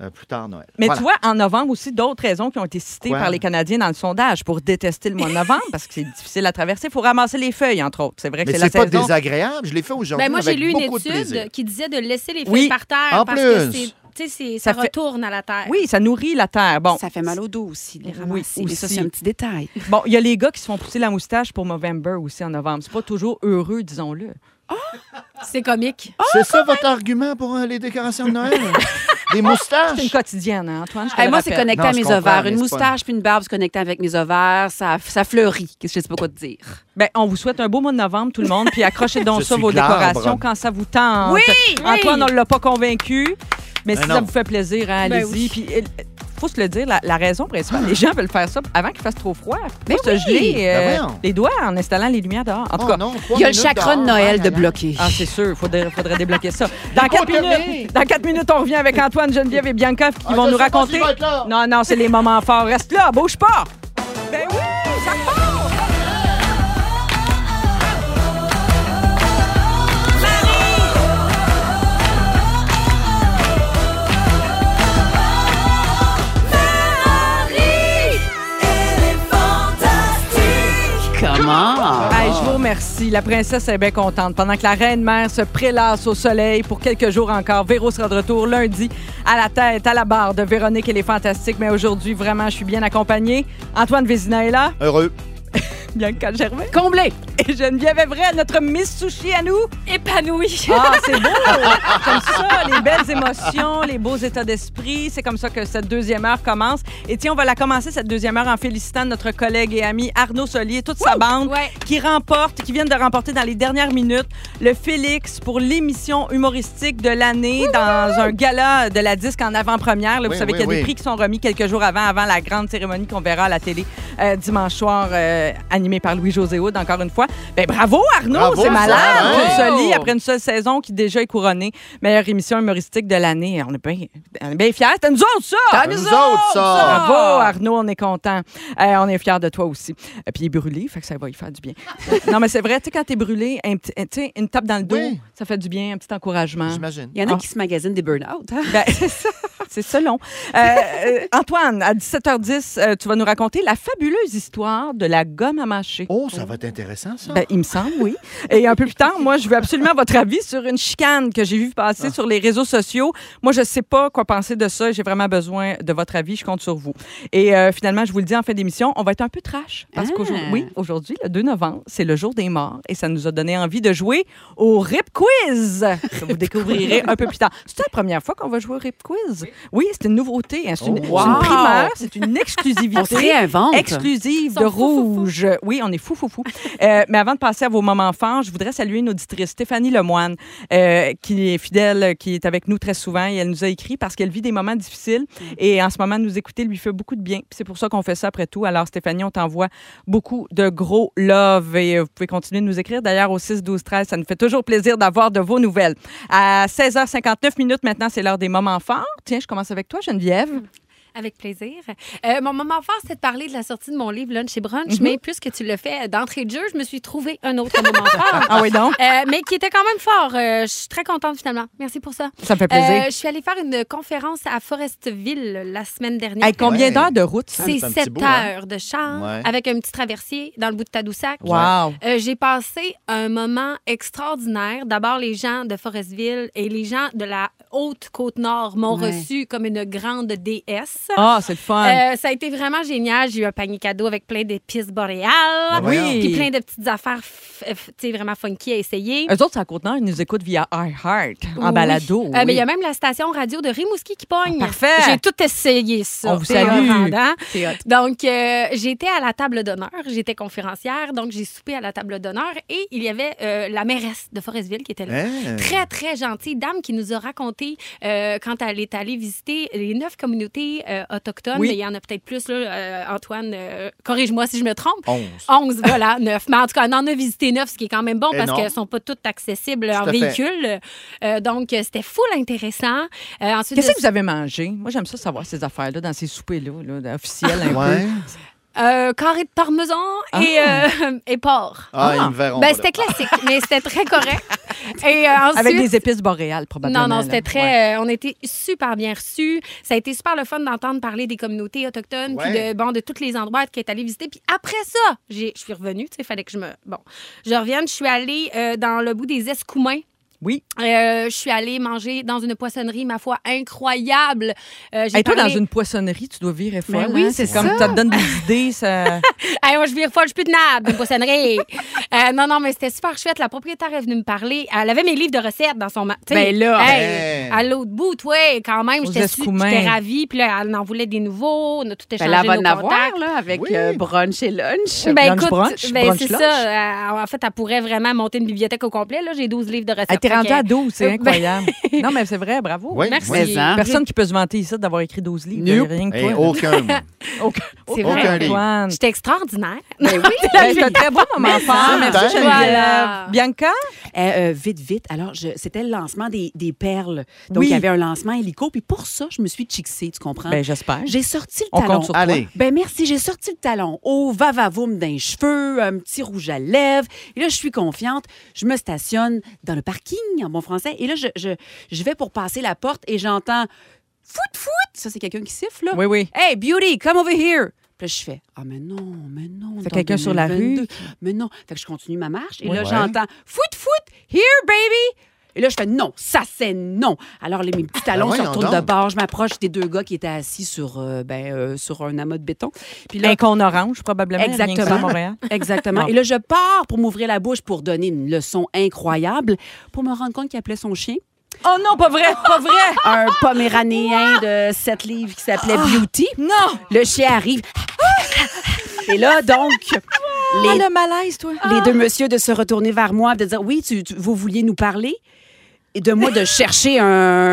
Speaker 3: euh, plus tard Noël.
Speaker 1: Mais
Speaker 3: Voilà.
Speaker 1: tu vois, en novembre aussi, d'autres raisons qui ont été citées
Speaker 3: Quoi?
Speaker 1: par les Canadiens dans le sondage pour détester le mois de novembre, parce que c'est difficile à traverser. Il faut ramasser les feuilles, entre autres. C'est vrai que
Speaker 3: mais
Speaker 1: c'est la
Speaker 3: c'est pas
Speaker 1: saison.
Speaker 3: désagréable, je l'ai fait aujourd'hui.
Speaker 2: Ben, moi, j'ai
Speaker 3: avec
Speaker 2: lu une
Speaker 3: beaucoup de plaisir.
Speaker 2: étude qui disait de laisser les feuilles
Speaker 1: Oui,
Speaker 2: par terre
Speaker 3: en
Speaker 2: parce que
Speaker 3: plus.
Speaker 2: c'est- tu sais, c'est-
Speaker 1: Ça
Speaker 2: ça,
Speaker 1: fait-
Speaker 2: retourne à la terre.
Speaker 1: Oui, ça nourrit la terre. Bon,
Speaker 4: Ça fait mal au dos aussi, de les
Speaker 1: Oui,
Speaker 4: ramasser. mais ça,
Speaker 1: aussi.
Speaker 4: c'est un petit détail.
Speaker 1: bon, il y a les gars qui se font pousser la moustache pour Movember aussi en novembre. C'est pas toujours heureux, disons-le.
Speaker 2: C'est comique.
Speaker 3: C'est ça votre argument pour euh, les décorations de Noël? Des
Speaker 1: C'est une
Speaker 3: moustaches?
Speaker 1: quotidienne, hein, Antoine. je te
Speaker 4: Hey,
Speaker 1: le
Speaker 4: moi, c'est
Speaker 1: rappelle.
Speaker 4: connecté
Speaker 3: Non,
Speaker 4: à
Speaker 3: je
Speaker 4: mes
Speaker 3: comprends,
Speaker 4: ovaires.
Speaker 3: mais
Speaker 4: Une
Speaker 3: c'est pas une-
Speaker 4: moustache puis une barbe, c'est connecté avec mes ovaires. Ça, ça fleurit. Qu'est-ce que je sais pas quoi te dire?
Speaker 1: Ben, on vous souhaite un beau mois de novembre, tout le monde. Puis accrochez
Speaker 3: *laughs*
Speaker 1: donc
Speaker 3: Je
Speaker 1: ça
Speaker 3: suis
Speaker 1: vos
Speaker 3: glabre.
Speaker 1: décorations quand ça vous tente.
Speaker 2: Oui,
Speaker 1: Antoine, on ne l'a pas convaincu. Mais
Speaker 3: Ben
Speaker 1: si
Speaker 3: non.
Speaker 1: ça vous fait plaisir, hein,
Speaker 2: Ben
Speaker 1: allez-y.
Speaker 2: oui.
Speaker 1: Puis, il faut se le dire, la, la raison principale, les gens veulent faire ça avant qu'il fasse trop froid. Pour se geler euh,
Speaker 3: Ben voyons.
Speaker 1: les doigts en installant les lumières dehors. En tout
Speaker 3: Oh
Speaker 1: cas,
Speaker 3: non, trois
Speaker 4: Il y a le
Speaker 3: minutes
Speaker 4: chakra de
Speaker 3: dehors,
Speaker 4: Noël
Speaker 3: hein,
Speaker 4: de
Speaker 3: galant.
Speaker 4: bloquer.
Speaker 1: ah, c'est sûr, il faudrait, faudrait débloquer ça. Dans quatre, minutes, dans quatre minutes, on revient avec Antoine, Geneviève et Bianca qui
Speaker 3: Ah,
Speaker 1: vont
Speaker 3: je
Speaker 1: nous
Speaker 3: sais pas
Speaker 1: raconter.
Speaker 3: s'il va être là.
Speaker 1: Non, non, c'est les moments forts. Reste là, bouge pas. Ben oui, ça part.
Speaker 4: Comment?
Speaker 1: Hey, je vous remercie. La princesse est bien contente. Pendant que la reine-mère se prélasse au soleil pour quelques jours encore, Véro sera de retour lundi à la tête, à la barre de Véronique et les Fantastiques. Mais aujourd'hui, vraiment, je suis bien accompagnée. Antoine Vézina est là.
Speaker 3: Heureux.
Speaker 1: Bianca Gervais
Speaker 4: Comblé!
Speaker 1: et Geneviève Evray, notre Miss Sushi à nous.
Speaker 2: Épanoui.
Speaker 1: Ah, c'est beau! comme ça, les belles émotions, les beaux états d'esprit. C'est comme ça que cette deuxième heure commence. Et tiens, on va la commencer, cette deuxième heure, en félicitant notre collègue et ami Arnaud Solier, toute sa bande,
Speaker 2: Ouais.
Speaker 1: qui remporte, qui viennent de remporter dans les dernières minutes le Félix pour l'émission humoristique de l'année dans un gala de la disque en avant-première. Là, Vous
Speaker 3: Oui,
Speaker 1: savez
Speaker 3: oui,
Speaker 1: qu'il y a des
Speaker 3: oui.
Speaker 1: prix qui sont remis quelques jours avant, avant la grande cérémonie qu'on verra à la télé euh, dimanche soir, euh, animée par Louis-José Houd, encore une fois. Ben, bravo, Arnaud!
Speaker 3: Bravo,
Speaker 1: c'est malade!
Speaker 3: bravo.
Speaker 1: Toute Jolie, après une seule saison qui déjà est couronnée meilleure émission humoristique de l'année. On est bien, on est bien fiers. C'était nous autres, ça!
Speaker 3: nous Nous autres, autres, ça! ça!
Speaker 1: Bravo, Arnaud, on est content. on est fiers de toi aussi. Et puis il est brûlé, fait que ça va y
Speaker 3: *laughs*
Speaker 1: faire du bien. non, mais c'est vrai, tu sais, quand t'es brûlé, un petit- tu sais, une tape dans le dos,
Speaker 3: Oui.
Speaker 1: ça fait du bien, un petit encouragement.
Speaker 3: J'imagine.
Speaker 4: Il y en a
Speaker 1: Ah.
Speaker 4: qui se magasinent des burn-out. hein?
Speaker 1: Ben, *laughs* c'est ça. C'est ça long. Euh, euh, Antoine, à 17h10, euh, tu vas nous raconter la fabuleuse histoire de la gomme à mâcher.
Speaker 3: Oh, ça va être intéressant, ça.
Speaker 1: Ben, il me semble, oui. Et un peu plus tard, moi, je veux absolument votre avis sur une chicane que j'ai vue passer sur les réseaux sociaux. Moi, je ne sais pas quoi penser de ça. J'ai vraiment besoin de votre avis. Je compte sur vous. Et euh, finalement, je vous le dis en fin d'émission, on va être un peu trash. Parce
Speaker 4: Ah.
Speaker 1: qu'aujourd'hui, oui, aujourd'hui, le 2 novembre, c'est le jour des morts. Et ça nous a donné envie de jouer au Rip Quiz. Que vous découvrirez un peu plus tard. C'est la première fois qu'on va jouer au Rip Quiz? Oui, c'est une nouveauté. hein. C'est une,
Speaker 3: Oh.
Speaker 1: c'est une
Speaker 4: Wow.
Speaker 1: primeur. Ah, C'est une exclusivité
Speaker 4: On se réinvente.
Speaker 1: exclusive de
Speaker 2: Ils sont fous, fous, fous.
Speaker 1: Rouge. Oui, on est fou, fou, fou. Euh, mais avant de passer à vos moments forts, je voudrais saluer une auditrice, Stéphanie Lemoine, euh, qui est fidèle, qui est avec nous très souvent et elle nous a écrit parce qu'elle vit des moments difficiles
Speaker 2: Mm.
Speaker 1: et en ce moment, nous écouter lui fait beaucoup de bien. Puis C'est pour ça qu'on fait ça après tout. Alors, Stéphanie, on t'envoie beaucoup de gros love et euh, vous pouvez continuer de nous écrire d'ailleurs au 6, 12, 13. Ça nous fait toujours plaisir d'avoir de vos nouvelles. À 16h59 minutes maintenant, c'est l'heure des moments forts. Tiens, je commence avec toi, Geneviève.
Speaker 2: *laughs* *laughs* Avec plaisir. Euh, mon moment fort, c'est de parler de la sortie de mon livre Lunch et Brunch, mais puisque tu le fais d'entrée de jeu, je me suis trouvé un autre moment *laughs* fort.
Speaker 1: Ah oui, donc,
Speaker 2: Euh, mais qui était quand même fort. Euh, je suis très contente finalement. Merci pour ça.
Speaker 1: ça me fait plaisir.
Speaker 2: Euh, je suis allée faire une conférence à Forestville euh, la semaine dernière.
Speaker 1: Hey, combien
Speaker 3: Ouais.
Speaker 1: d'heures de route? ça?
Speaker 2: C'est
Speaker 3: C'est un petit
Speaker 2: 7
Speaker 3: bout, hein?
Speaker 2: heures de char
Speaker 3: Ouais.
Speaker 2: avec un petit traversier dans le bout de Tadoussac.
Speaker 1: Wow.
Speaker 2: Euh, j'ai passé un moment extraordinaire. D'abord, les gens de Forestville et les gens de la haute côte nord m'ont
Speaker 4: Ouais.
Speaker 2: reçu comme une grande déesse.
Speaker 1: Ah, c'est le fun.
Speaker 2: Euh, ça a été vraiment génial. J'ai eu un panier cadeau avec plein d'épices boréales.
Speaker 3: Ben voyons.
Speaker 2: Puis plein de petites affaires, f- f- tu sais, vraiment funky à essayer.
Speaker 1: Eux autres, c'est à Côte-Nord, ils nous écoutent via iHeart, en
Speaker 2: Oui.
Speaker 1: balado.
Speaker 2: Euh, mais il y a
Speaker 1: oui. Ah,
Speaker 2: même la station radio de Rimouski qui pogne.
Speaker 1: Parfait.
Speaker 2: J'ai tout essayé ça.
Speaker 1: On vous
Speaker 2: C'est
Speaker 1: salue.
Speaker 2: rendant.
Speaker 4: C'est hot.
Speaker 2: Donc, euh, j'étais à la table d'honneur. J'étais conférencière, donc j'ai soupé à la table d'honneur. Et il y avait euh, la mairesse de Forestville qui était là.
Speaker 3: Hein?
Speaker 2: Très, très gentille dame qui nous a raconté euh, quand elle est allée visiter les neuf communautés euh, autochtones.
Speaker 1: Oui.
Speaker 2: Mais il y en a peut-être plus, là, euh, Antoine. euh, Corrige-moi si je me trompe.
Speaker 3: 11.
Speaker 2: 11, voilà, *laughs* 9. Mais en tout cas, on en a visité 9, ce qui est quand même bon parce
Speaker 3: Énorme.
Speaker 2: qu'elles ne sont pas toutes accessibles
Speaker 3: Eh à
Speaker 2: en
Speaker 3: fait.
Speaker 2: véhicule. Euh, donc, euh, c'était full intéressant. Euh, ensuite,
Speaker 1: Qu'est-ce
Speaker 2: de-
Speaker 1: que vous avez mangé? Moi, j'aime ça savoir ces affaires-là, dans ces soupers-là, là, officiels
Speaker 3: *laughs*
Speaker 1: un
Speaker 3: Ouais.
Speaker 1: peu.
Speaker 2: euh, carré de parmesan et, euh, *laughs* et porc.
Speaker 3: Ah,
Speaker 1: Ah.
Speaker 3: ils me verront.
Speaker 2: Ben,
Speaker 3: pas.
Speaker 2: c'était classique, mais c'était
Speaker 3: *laughs*
Speaker 2: très correct. Et euh, ensuite...
Speaker 1: Avec des épices boréales,
Speaker 2: Non,
Speaker 1: probablement.
Speaker 2: non,
Speaker 1: là.
Speaker 2: c'était
Speaker 1: Ouais.
Speaker 2: très. euh, on était super bien reçus. Ça a été super le fun d'entendre parler des communautés autochtones, puis
Speaker 3: Ouais.
Speaker 2: de, bon, de tous les endroits qui est allé visiter. Puis après ça, j'ai- je suis revenue, tu sais, fallait que je me. Bon, je revienne, je suis allée euh, dans le bout des Escoumins.
Speaker 1: Oui.
Speaker 2: Euh, je suis allée manger dans une poissonnerie, ma foi, incroyable. Euh, j'ai
Speaker 1: Et toi, dans
Speaker 2: parlé-
Speaker 1: une poissonnerie, tu dois vivre et folle.
Speaker 4: Ben oui,
Speaker 1: hein?
Speaker 4: c'est
Speaker 1: comme
Speaker 4: ça.
Speaker 1: ça te donne des idées.
Speaker 2: *laughs*
Speaker 1: Ça...
Speaker 2: Hey, moi, je vire folle, je suis plus tenable, une poissonnerie. *laughs* Euh, non, non, mais c'était super chouette. La propriétaire est venue me parler. Elle avait mes livres de recettes dans son... Ma... tu sais,
Speaker 4: Ben là,
Speaker 2: hey,
Speaker 3: ben.
Speaker 2: À l'autre bout, ouais, quand même.
Speaker 1: Aux
Speaker 2: J'étais su-
Speaker 1: Escoumins.
Speaker 2: j'étais ravie. Puis là, elle en voulait des nouveaux. On a tout
Speaker 4: Ben
Speaker 2: échangé
Speaker 4: là, va
Speaker 2: nos
Speaker 4: en avoir,
Speaker 2: contacts.
Speaker 4: là, avec
Speaker 3: Oui.
Speaker 4: euh, brunch et lunch.
Speaker 2: Ben
Speaker 1: Lunch
Speaker 2: écoute,
Speaker 1: brunch,
Speaker 2: ben,
Speaker 1: brunch
Speaker 2: c'est
Speaker 1: lunch.
Speaker 2: ça. Euh, en fait, elle pourrait vraiment monter une bibliothèque au complet. Là, j'ai 12 livres de recettes.
Speaker 1: Elle t'est rendue
Speaker 2: Fait que-
Speaker 1: à 12, c'est
Speaker 2: Ben- *laughs*
Speaker 1: incroyable. non, mais c'est vrai, bravo.
Speaker 3: Oui,
Speaker 2: Merci.
Speaker 3: oui.
Speaker 4: Mais hein.
Speaker 1: Personne qui peut se vanter ici d'avoir écrit 12 livres.
Speaker 4: Nope.
Speaker 1: Rien que
Speaker 3: Et
Speaker 1: toi.
Speaker 3: Eh,
Speaker 1: *laughs*
Speaker 3: aucun.
Speaker 1: Aucun-
Speaker 2: C'est
Speaker 1: aucun
Speaker 3: vrai.
Speaker 1: Antoine.
Speaker 2: J'étais extraordinaire.
Speaker 1: Ben oui, c'est un très beau moment fort.
Speaker 3: Mais
Speaker 1: Merci,
Speaker 3: ça.
Speaker 2: Voilà.
Speaker 1: Geneviève. Bianca?
Speaker 4: Euh, euh, vite, vite. Alors, je- c'était le lancement des, des perles. Donc,
Speaker 1: Oui.
Speaker 4: il y avait un lancement hélico. Puis pour ça, je me suis chixée, tu comprends?
Speaker 1: Ben, j'espère.
Speaker 4: j'ai sorti le
Speaker 1: On
Speaker 4: talon.
Speaker 1: compte sur toi.
Speaker 3: Allez.
Speaker 4: Ben merci, j'ai sorti le talon haut, vavavoum d'un cheveu, un petit rouge à lèvres. Et là, je suis confiante. Je me stationne dans le parking, en bon français. Et là, je, je, je vais pour passer la porte et j'entends foot, foot. Ça, c'est quelqu'un qui siffle, là.
Speaker 1: Oui, oui.
Speaker 4: Hey, beauty, come over here. Puis là, je fais Ah, mais non, mais non.
Speaker 1: Fait
Speaker 4: dans
Speaker 1: quelqu'un sur la
Speaker 4: 2022.
Speaker 1: rue
Speaker 4: Mais non. Fait que je continue ma marche. Et
Speaker 3: Oui.
Speaker 4: là,
Speaker 3: Ouais.
Speaker 4: j'entends foot, foot, here, baby. Et Et là, je fais non, ça c'est non. Alors, les, mes petits talons
Speaker 3: Ben
Speaker 4: se
Speaker 3: voyons
Speaker 4: retournent de
Speaker 3: donc.
Speaker 4: bord. Je m'approche des deux gars qui étaient assis sur, euh, ben, euh, sur un amas de béton. Puis là,
Speaker 1: Un con Ben, orange, probablement. rien que ça, à
Speaker 4: Exactement.
Speaker 1: Montréal.
Speaker 4: Exactement.
Speaker 1: Bon.
Speaker 4: Et là, je pars pour m'ouvrir la bouche pour donner une leçon incroyable, pour me rendre compte qu'il appelait son chien
Speaker 1: *laughs* Oh non, pas vrai, pas vrai. *laughs*
Speaker 4: un poméranéen de 7 livres qui s'appelait Beauty.
Speaker 1: Non.
Speaker 4: Le chien arrive. Ah! Et là, donc, les,
Speaker 1: Ah, le malaise, toi. Ah!
Speaker 4: les deux messieurs de se retourner vers moi, de dire Oui, tu, tu- vous vouliez nous parler et de moi de chercher un,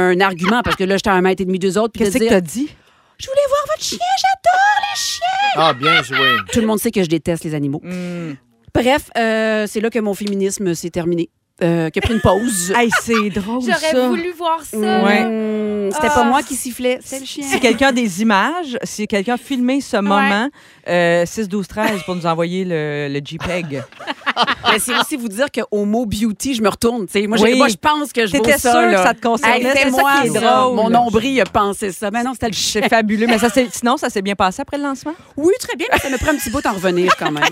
Speaker 4: un argument parce que là, j'étais à un mètre et demi deux autres. Puis de
Speaker 1: Qu'est-ce que
Speaker 4: dire
Speaker 1: t'as dit?
Speaker 4: Je voulais voir votre chien, j'adore les chiens.
Speaker 3: Ah, bien joué.
Speaker 4: Tout le monde sait que je déteste les animaux.
Speaker 1: Hmm.
Speaker 4: Bref, euh, c'est là que mon féminisme s'est terminé, euh, qui a pris une pause.
Speaker 1: Hey, *laughs* c'est
Speaker 2: *laughs*
Speaker 1: drôle,
Speaker 2: J'aurais
Speaker 1: Ben, ça.
Speaker 2: voulu voir ça.
Speaker 1: Ouais.
Speaker 4: Mmh, C'était pas
Speaker 2: Ah.
Speaker 4: moi qui sifflait, c'était le chien.
Speaker 1: Si quelqu'un a des images, si quelqu'un a filmé ce moment, euh, 6, 12, 13 pour nous envoyer le, le JPEG.
Speaker 4: Mais c'est aussi vous dire qu'au mot beauty, je me retourne. tu sais. Moi, j'ai-
Speaker 1: Oui.
Speaker 4: moi, je pense que je vaux
Speaker 1: T'étais
Speaker 4: ça.
Speaker 1: sûre
Speaker 4: là.
Speaker 1: que ça te concernait,
Speaker 4: Hey,
Speaker 1: c'est
Speaker 4: C'était
Speaker 1: ça
Speaker 4: moi,
Speaker 1: qui est
Speaker 4: ça.
Speaker 1: drôle.
Speaker 4: Mon nombril a pensé ça. Mais non, c'était le chien.
Speaker 1: C'est fabuleux. Mais ça, c'est- sinon, ça s'est bien passé après le lancement?
Speaker 4: *laughs* Oui, très bien, mais ça me prend un petit bout d'en revenir quand même.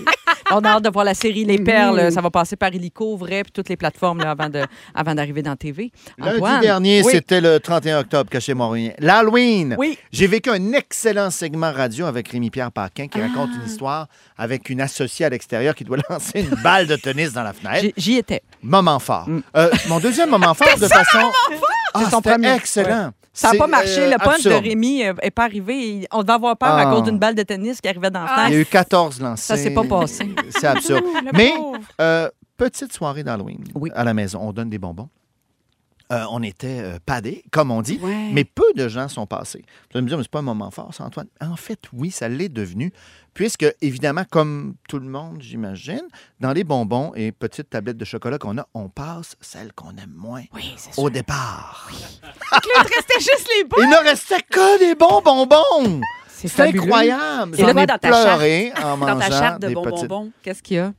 Speaker 1: On a hâte de voir la série Les
Speaker 4: Mhm.
Speaker 1: Perles. Ça va passer par Illico, Vrai, puis toutes les plateformes là, avant de- avant d'arriver dans TV.
Speaker 3: Lundi
Speaker 1: Antoine.
Speaker 3: dernier,
Speaker 1: Oui.
Speaker 3: c'était le 31 octobre, cachez mon rien. L'Halloween.
Speaker 1: Oui.
Speaker 3: J'ai vécu un excellent segment radio avec Rémi-Pierre Paquin qui raconte
Speaker 1: Ah.
Speaker 3: une histoire avec une associée à l'extérieur qui doit *laughs* lancer une balle de tennis dans la fenêtre.
Speaker 1: J'y- J'y étais.
Speaker 3: Moment fort.
Speaker 1: Mm.
Speaker 3: Euh, mon deuxième moment fort, de façon... Ah,
Speaker 1: C'est son
Speaker 3: c'était
Speaker 1: premier.
Speaker 3: excellent.
Speaker 1: Ça n'a
Speaker 3: C'est,
Speaker 1: pas marché.
Speaker 3: euh,
Speaker 1: le punch
Speaker 3: absurde.
Speaker 1: de Rémi n'est pas arrivé. On devait avoir peur à
Speaker 3: Ah.
Speaker 1: cause d'une balle de tennis qui arrivait dans le
Speaker 3: Il y a
Speaker 1: temps.
Speaker 3: eu 14 lancés.
Speaker 1: Ah, Ça s'est pas passé.
Speaker 3: *laughs* C'est absurde. Mais euh, petite soirée d'Halloween
Speaker 1: Oui.
Speaker 3: à la maison. On donne des bonbons. Euh, on était euh, padés, comme on dit,
Speaker 4: Ouais.
Speaker 3: mais peu de gens sont passés. Vous allez me dire, mais c'est pas un moment fort, ça, Antoine. En fait, oui, ça l'est devenu, puisque, évidemment, comme tout le monde, j'imagine, dans les bonbons et petites tablettes de chocolat qu'on a, on passe celles qu'on aime moins au départ. Il ne restait que des bons bonbons! C'est
Speaker 1: fabuleux.
Speaker 3: incroyable!
Speaker 4: C'est
Speaker 3: J'en
Speaker 4: quoi
Speaker 3: ai
Speaker 4: dans ta
Speaker 3: pleuré
Speaker 1: *laughs*
Speaker 3: en mangeant
Speaker 4: *laughs* Dans ta charte de
Speaker 3: des
Speaker 4: bons
Speaker 3: petites
Speaker 4: bonbons.
Speaker 1: Qu'est-ce qu'il y a?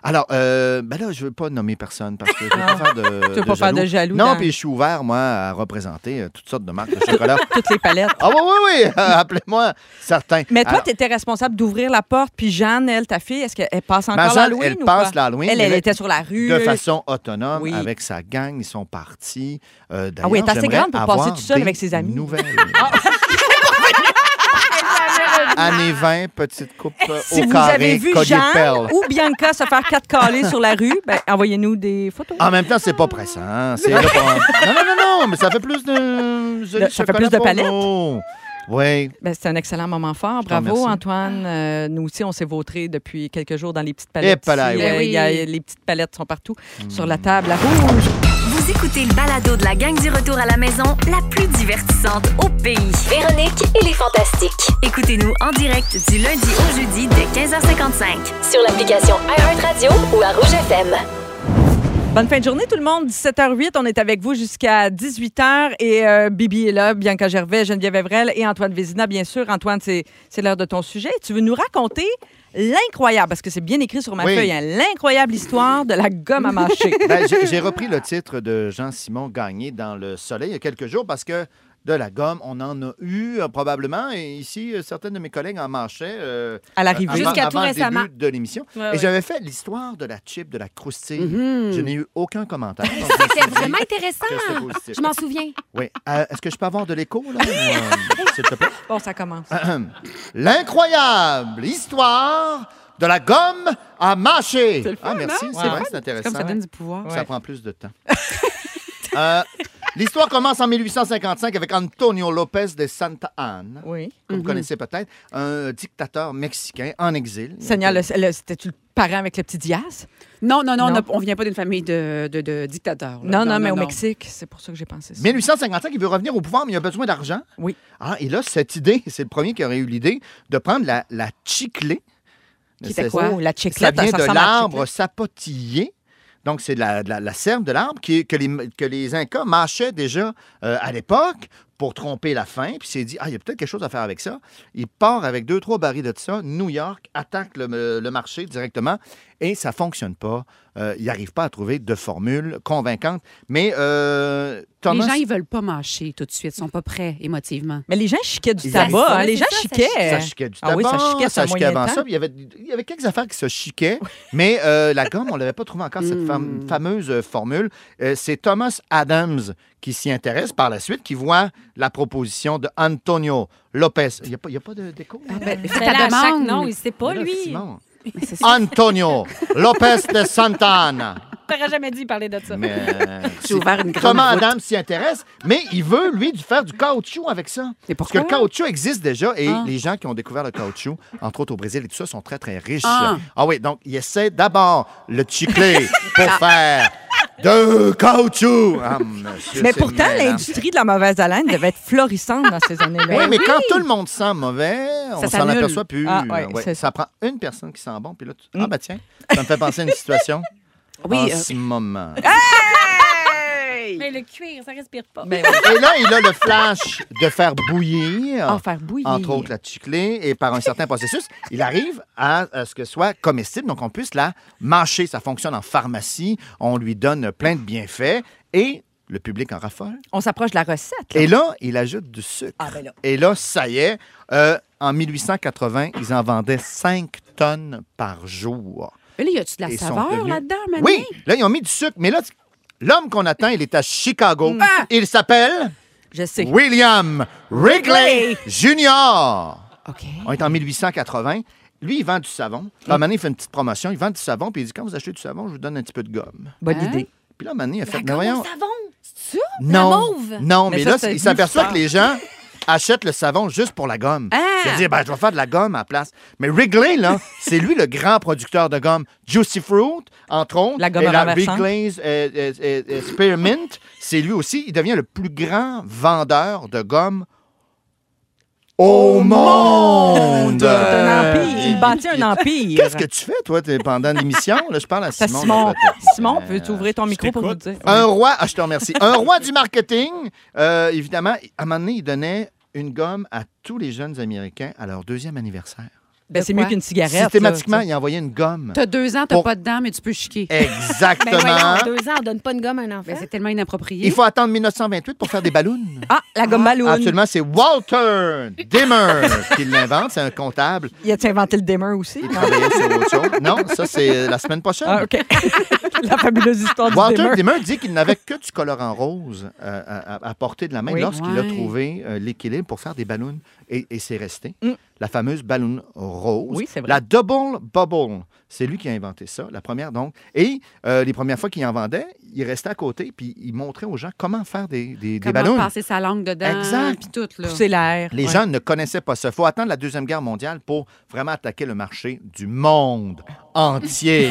Speaker 3: alors, euh, ben là, je veux pas nommer personne parce que je veux pas faire de,
Speaker 1: Ah. veux pas faire de jaloux
Speaker 3: Non,
Speaker 1: dans-
Speaker 3: puis je suis ouvert, moi, à représenter euh, toutes sortes de marques de chocolat. *laughs*
Speaker 1: Toutes les palettes.
Speaker 3: Ah oui, oui, oui, *laughs* euh, appelez-moi certains.
Speaker 1: Mais toi,
Speaker 3: Alors,
Speaker 1: tu étais responsable d'ouvrir la porte. Puis Jeanne, elle, ta fille, est-ce qu'elle passe encore
Speaker 3: ma Jeanne,
Speaker 1: l'Halloween
Speaker 3: elle
Speaker 1: ou
Speaker 3: passe
Speaker 1: pas?
Speaker 3: l'Halloween.
Speaker 1: Elle,
Speaker 3: mais
Speaker 1: elle
Speaker 3: là,
Speaker 1: était sur la rue.
Speaker 3: De façon autonome,
Speaker 1: Oui.
Speaker 3: avec sa gang, ils sont partis. Euh,
Speaker 1: Ah oui, elle est assez
Speaker 3: j'aimerais
Speaker 1: grande pour passer
Speaker 3: avoir
Speaker 1: toute seule
Speaker 3: des
Speaker 1: avec ses amis. *laughs* Ah,
Speaker 3: Nouvelles. Années 20, petite coupe euh,
Speaker 1: si
Speaker 3: au
Speaker 1: vous
Speaker 3: carré,
Speaker 1: avez vu
Speaker 3: collier de
Speaker 1: Jeanne
Speaker 3: perles.
Speaker 1: *laughs* ou Bianca se faire quatre calés sur la rue, ben, envoyez-nous des photos.
Speaker 3: En même temps, c'est pas pressant. hein. C'est là pour- Non, non, non, non, mais ça fait plus de.
Speaker 1: Ça fait plus de palettes.
Speaker 3: Oui.
Speaker 1: Ben, c'est un excellent moment fort.
Speaker 3: te remercie.
Speaker 1: Bravo, Antoine. Euh, nous aussi, on s'est vautré depuis quelques jours dans les petites palettes.
Speaker 3: Eh, palais,
Speaker 1: ici.
Speaker 3: ouais.
Speaker 1: Euh, il y a- les petites palettes sont partout
Speaker 3: Hmm.
Speaker 1: sur la table à rouge.
Speaker 8: Vous écoutez le balado de la gang du retour à la maison, la plus divertissante au pays. Véronique et les Fantastiques. Écoutez-nous en direct du lundi au jeudi dès 15h55 sur l'application iHeartRadio ou à Rouge FM.
Speaker 1: Bonne fin de journée tout le monde, 17h08, on est avec vous jusqu'à 18h et euh, Bibi est là, Bianca Gervais, Geneviève Evrel et Antoine Vézina bien sûr. Antoine, c'est c'est l'heure de ton sujet. Tu veux nous raconter l'incroyable, parce que c'est bien écrit sur ma
Speaker 3: Oui.
Speaker 1: feuille, hein, l'incroyable histoire de la gomme
Speaker 3: *laughs*
Speaker 1: à mâcher.
Speaker 3: Ben, j'ai j'ai repris le titre de Jean-Simon Gagné dans Le Soleil il y a quelques jours parce que de la gomme, on en a eu euh, probablement. Et ici, euh, certaines de mes collègues en marchaient. euh,
Speaker 1: à l'arrivée.
Speaker 3: avant-
Speaker 2: Jusqu'à tout
Speaker 3: avant le
Speaker 2: récemment.
Speaker 3: début de l'émission.
Speaker 2: Ouais,
Speaker 3: et
Speaker 2: ouais.
Speaker 3: j'avais fait l'histoire de la chip, de la croustille.
Speaker 1: Mm-hmm.
Speaker 3: Je n'ai eu aucun commentaire. Donc, je me suis
Speaker 2: C'était
Speaker 3: dit
Speaker 2: vraiment
Speaker 3: que c'était
Speaker 2: intéressant.
Speaker 3: positif.
Speaker 2: Je m'en souviens.
Speaker 3: Oui. Euh, Est-ce que je peux avoir de l'écho, là?
Speaker 2: *laughs*
Speaker 3: euh, S'il te plaît.
Speaker 1: Bon, ça commence.
Speaker 3: Ah. *clears throat* L'incroyable histoire de la gomme à mâcher.
Speaker 1: C'est le fun,
Speaker 3: ah, merci,
Speaker 1: hein?
Speaker 3: c'est
Speaker 1: Ouais.
Speaker 3: vrai, c'est
Speaker 1: C'est
Speaker 3: intéressant.
Speaker 1: comme ça donne du pouvoir.
Speaker 3: Ça prend plus de temps. *laughs* Euh, L'histoire commence en 1855 avec Antonio López de Santa Ana, que
Speaker 1: Oui.
Speaker 3: vous connaissez peut-être, un dictateur mexicain en exil. Euh,
Speaker 1: Seigneur, le- le- c'était-tu le parent avec le petit Diaz?
Speaker 4: Non, non, non, on
Speaker 1: Non.
Speaker 4: a- on vient pas d'une famille de, de- de dictateurs. là.
Speaker 1: Non, non, mais au Mexique, c'est pour ça que j'ai pensé ça.
Speaker 3: 1855, il veut revenir au pouvoir, mais il a besoin d'argent.
Speaker 1: Oui.
Speaker 3: Ah, et là, cette idée, c'est le premier qui aurait eu l'idée de prendre la, la chiclée.
Speaker 4: Qui était quoi?
Speaker 1: Oh, la
Speaker 3: Ça
Speaker 1: chiclette,
Speaker 3: vient de
Speaker 1: ressemble à la
Speaker 3: l'arbre sapotillé. Donc, c'est de la, de la, la serre de l'arbre qui- que, les, que les Incas mâchaient déjà euh, à l'époque pour tromper la faim. Puis, il s'est dit, ah, il y a peut-être quelque chose à faire avec ça. Il part avec deux, trois barils de ça. New York attaque le, le marché directement et ça fonctionne pas. Euh, il n'arrive pas à trouver de formule convaincante. Mais euh, Thomas?
Speaker 4: Les gens, ils veulent pas mâcher tout de suite. Ils sont pas prêts émotivement.
Speaker 1: Mais les gens chiquaient du
Speaker 3: Ils
Speaker 1: tabac.
Speaker 4: avaient-
Speaker 1: hein, Les
Speaker 4: c'est
Speaker 1: gens
Speaker 4: ça, ça
Speaker 1: chiquaient.
Speaker 3: Ça chiquait du
Speaker 1: Ah
Speaker 3: tabac,
Speaker 1: oui, ça chiquait, ça,
Speaker 3: ça
Speaker 1: au
Speaker 3: chiquait
Speaker 1: moyen
Speaker 3: avant
Speaker 1: temps.
Speaker 3: ça. puis Il y, avait, il y avait quelques affaires qui se chiquaient, mais euh, la gomme, on l'avait pas trouvée encore, cette fam- fameuse euh, formule. Euh, c'est Thomas Adams qui s'y intéresse par la suite, qui voit la proposition de Antonio Lopez. Il n'y a, pas- il y a pas de déco? là?
Speaker 2: Là,
Speaker 4: Fais ta
Speaker 2: à chaque
Speaker 4: ben, demande.
Speaker 2: nom, il sait pas,
Speaker 3: Ben Là,
Speaker 2: lui.
Speaker 3: Simon.
Speaker 4: Mais c'est ça.
Speaker 3: Antonio Lopez de Santana.
Speaker 2: T'aurais jamais dû parler de ça.
Speaker 3: Mais,
Speaker 4: *laughs*
Speaker 3: euh,
Speaker 4: J'ai ouvert une grande
Speaker 3: Thomas
Speaker 4: voûte.
Speaker 3: Adams s'y intéresse, mais il veut, lui, du- faire du caoutchouc avec ça.
Speaker 4: Mais
Speaker 3: Parce que
Speaker 4: pourquoi?
Speaker 3: le caoutchouc existe déjà et
Speaker 4: Ah.
Speaker 3: les gens qui ont découvert le caoutchouc, entre autres au Brésil et tout ça, sont très, très riches.
Speaker 4: Ah.
Speaker 3: Ah, oui, donc il essaie d'abord le
Speaker 4: *laughs*
Speaker 3: chicler pour
Speaker 4: Ah.
Speaker 3: faire de caoutchouc. Ah, monsieur,
Speaker 1: Mais
Speaker 3: c'est
Speaker 1: pourtant,
Speaker 3: mêlant.
Speaker 1: l'industrie de la mauvaise haleine devait être florissante dans ces années-là.
Speaker 3: Oui, mais quand tout le monde sent mauvais, on
Speaker 4: Ben Ça
Speaker 3: s'en
Speaker 4: s'annule.
Speaker 3: aperçoit plus.
Speaker 1: Ah, ouais,
Speaker 3: Ouais,
Speaker 1: c'est
Speaker 3: Ça prend une personne qui sent bon, puis là, tu- ah bah tiens, ça me fait penser à une situation en
Speaker 4: Mm. Oui, euh,
Speaker 3: ce
Speaker 4: *laughs*
Speaker 3: moment.
Speaker 2: Mais le cuir, ça respire pas.
Speaker 1: Mais
Speaker 3: Et là, il a le flash de faire bouillir.
Speaker 1: en Ah, faire bouillir.
Speaker 3: entre autres la chiclée, et par un certain processus, il arrive à, à ce que soit comestible, donc on puisse la mâcher. Ça fonctionne en pharmacie, on lui donne plein de bienfaits, et le public en raffole.
Speaker 1: On s'approche de la recette. là.
Speaker 3: Et là, il ajoute du sucre.
Speaker 1: Ah, ben là.
Speaker 3: Et là, ça y est, euh, en 1880, ils en vendaient 5 tonnes par jour.
Speaker 1: Ah,
Speaker 4: Mais là, euh, y a-tu de la
Speaker 3: Ils sont
Speaker 4: saveur
Speaker 3: devenus-
Speaker 4: là-dedans, Mané?
Speaker 3: Oui, là, ils ont mis du sucre, mais là, l'homme qu'on attend, il est à Chicago.
Speaker 1: Ah!
Speaker 3: Il s'appelle
Speaker 1: Je sais.
Speaker 3: William Wrigley Jr.
Speaker 4: OK.
Speaker 3: On est en 1880. Lui, il vend du savon. Puis, à un moment donné, il fait une petite promotion. Il vend du savon, puis il dit Quand vous achetez du savon, je vous donne un petit peu de gomme.
Speaker 1: Bonne
Speaker 4: Hein?
Speaker 1: idée.
Speaker 3: Puis là, à un moment donné, il a fait Mais
Speaker 2: Comme
Speaker 3: voyons.
Speaker 2: un savon. C'est ça?
Speaker 3: Non.
Speaker 2: mauve.
Speaker 3: Non,
Speaker 1: Mais
Speaker 3: mais,
Speaker 1: ça,
Speaker 3: là,
Speaker 1: c'est
Speaker 3: il s'aperçoit
Speaker 1: plus
Speaker 3: que les gens *laughs* achètent le savon juste pour la gomme.
Speaker 4: Ah!
Speaker 3: Il a dit ben, Je vais faire de la gomme à la place. Mais Wrigley, là, *laughs* c'est lui le grand producteur de gomme. Juicy Fruit, entre autres.
Speaker 1: La gomme
Speaker 3: et la
Speaker 1: renversante.
Speaker 3: Wrigley's euh, euh, euh, euh, Spearmint, c'est lui aussi. Il devient le plus grand vendeur de gomme. Au monde!
Speaker 1: un empire.
Speaker 3: Euh, Il-
Speaker 1: Il bâtit
Speaker 3: il-
Speaker 1: un empire.
Speaker 3: Qu'est-ce que tu fais, toi, t'es- pendant l'émission? Là, je parle à
Speaker 1: Ça,
Speaker 3: Simon.
Speaker 1: Simon,
Speaker 3: là, peut-être.
Speaker 1: Simon,
Speaker 3: Euh,
Speaker 1: peux-tu ouvrir ton micro pour nous
Speaker 9: t'écoute.
Speaker 1: dire?
Speaker 3: Un roi, ah, je te remercie. Un roi du marketing, euh, évidemment, à un moment donné, il donnait une gomme à tous les jeunes Américains à leur deuxième anniversaire.
Speaker 1: Ben, c'est
Speaker 4: De quoi?
Speaker 1: mieux qu'une cigarette.
Speaker 3: Systématiquement,
Speaker 1: là,
Speaker 3: il envoyait une gomme.
Speaker 4: T'as deux ans, t'as
Speaker 3: Pour- Eh,
Speaker 4: pas de dents, mais tu peux chiquer.
Speaker 2: Ben voyons,
Speaker 3: *laughs* Exactement.
Speaker 2: deux ans, on donne pas une gomme à un enfant.
Speaker 4: Ben, c'est tellement inapproprié.
Speaker 3: Il faut attendre 1928 pour faire des ballons.
Speaker 1: tu sais. ah, la gomme ballon.
Speaker 3: Absolument, c'est Walter Dimmer qui l'invente. C'est un comptable.
Speaker 1: Il a-tu inventé le dimmer aussi?
Speaker 3: Il travaillait sur autre chose. Non, ça, c'est la semaine prochaine.
Speaker 1: Ah, OK. *laughs* la fabuleuse histoire du
Speaker 3: Walter
Speaker 1: dimmer.
Speaker 3: Dimmer dit qu'il n'avait que du colorant rose euh, à, à- à portée de la main
Speaker 1: Oui.
Speaker 3: lorsqu'il a
Speaker 4: Ouais.
Speaker 3: trouvé euh, l'équilibre pour faire des ballons. Et, et c'est resté.
Speaker 1: Mm.
Speaker 3: La fameuse ballon rose.
Speaker 1: Oui, c'est vrai.
Speaker 3: La double bubble. C'est lui qui a inventé ça, la première donc. Et euh, les premières fois qu'il en vendait, il restait à côté puis il montrait aux gens comment faire des, des, des
Speaker 4: Comment
Speaker 3: ballons.
Speaker 4: passer sa langue dedans.
Speaker 3: Exact.
Speaker 4: Puis tout, là.
Speaker 1: Pousser l'air.
Speaker 3: Les
Speaker 1: Ouais.
Speaker 3: gens ne connaissaient pas ça. Il faut attendre la Deuxième Guerre mondiale pour vraiment attaquer le marché du monde
Speaker 1: *laughs*
Speaker 3: entier.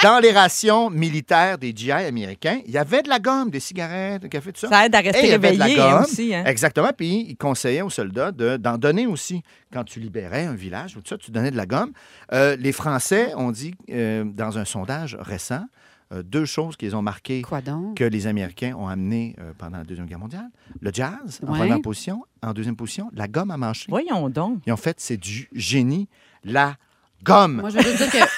Speaker 3: Dans les rations militaires des GI américains, il y avait de la gomme, des cigarettes, du café, tout ça.
Speaker 1: Ça aide à rester
Speaker 3: Et il y avait de la
Speaker 1: réveillé
Speaker 3: gomme.
Speaker 1: aussi. hein.
Speaker 3: Exactement. Puis il conseillait aux soldats de- d'en donner aussi. Quand tu libérais un village ou tout ça, tu donnais de la gomme. Euh, les Français ont dit, euh, dans un sondage récent, euh, deux choses qu'ils ont marquées
Speaker 4: Quoi donc?
Speaker 3: que les Américains ont amené euh, pendant la Deuxième Guerre mondiale. Le jazz, en
Speaker 4: Ouais.
Speaker 3: première position. En deuxième position, la gomme à mâcher.
Speaker 1: Voyons donc.
Speaker 3: Et en fait, c'est du génie, la gomme.
Speaker 4: Moi, je veux juste *laughs* dire que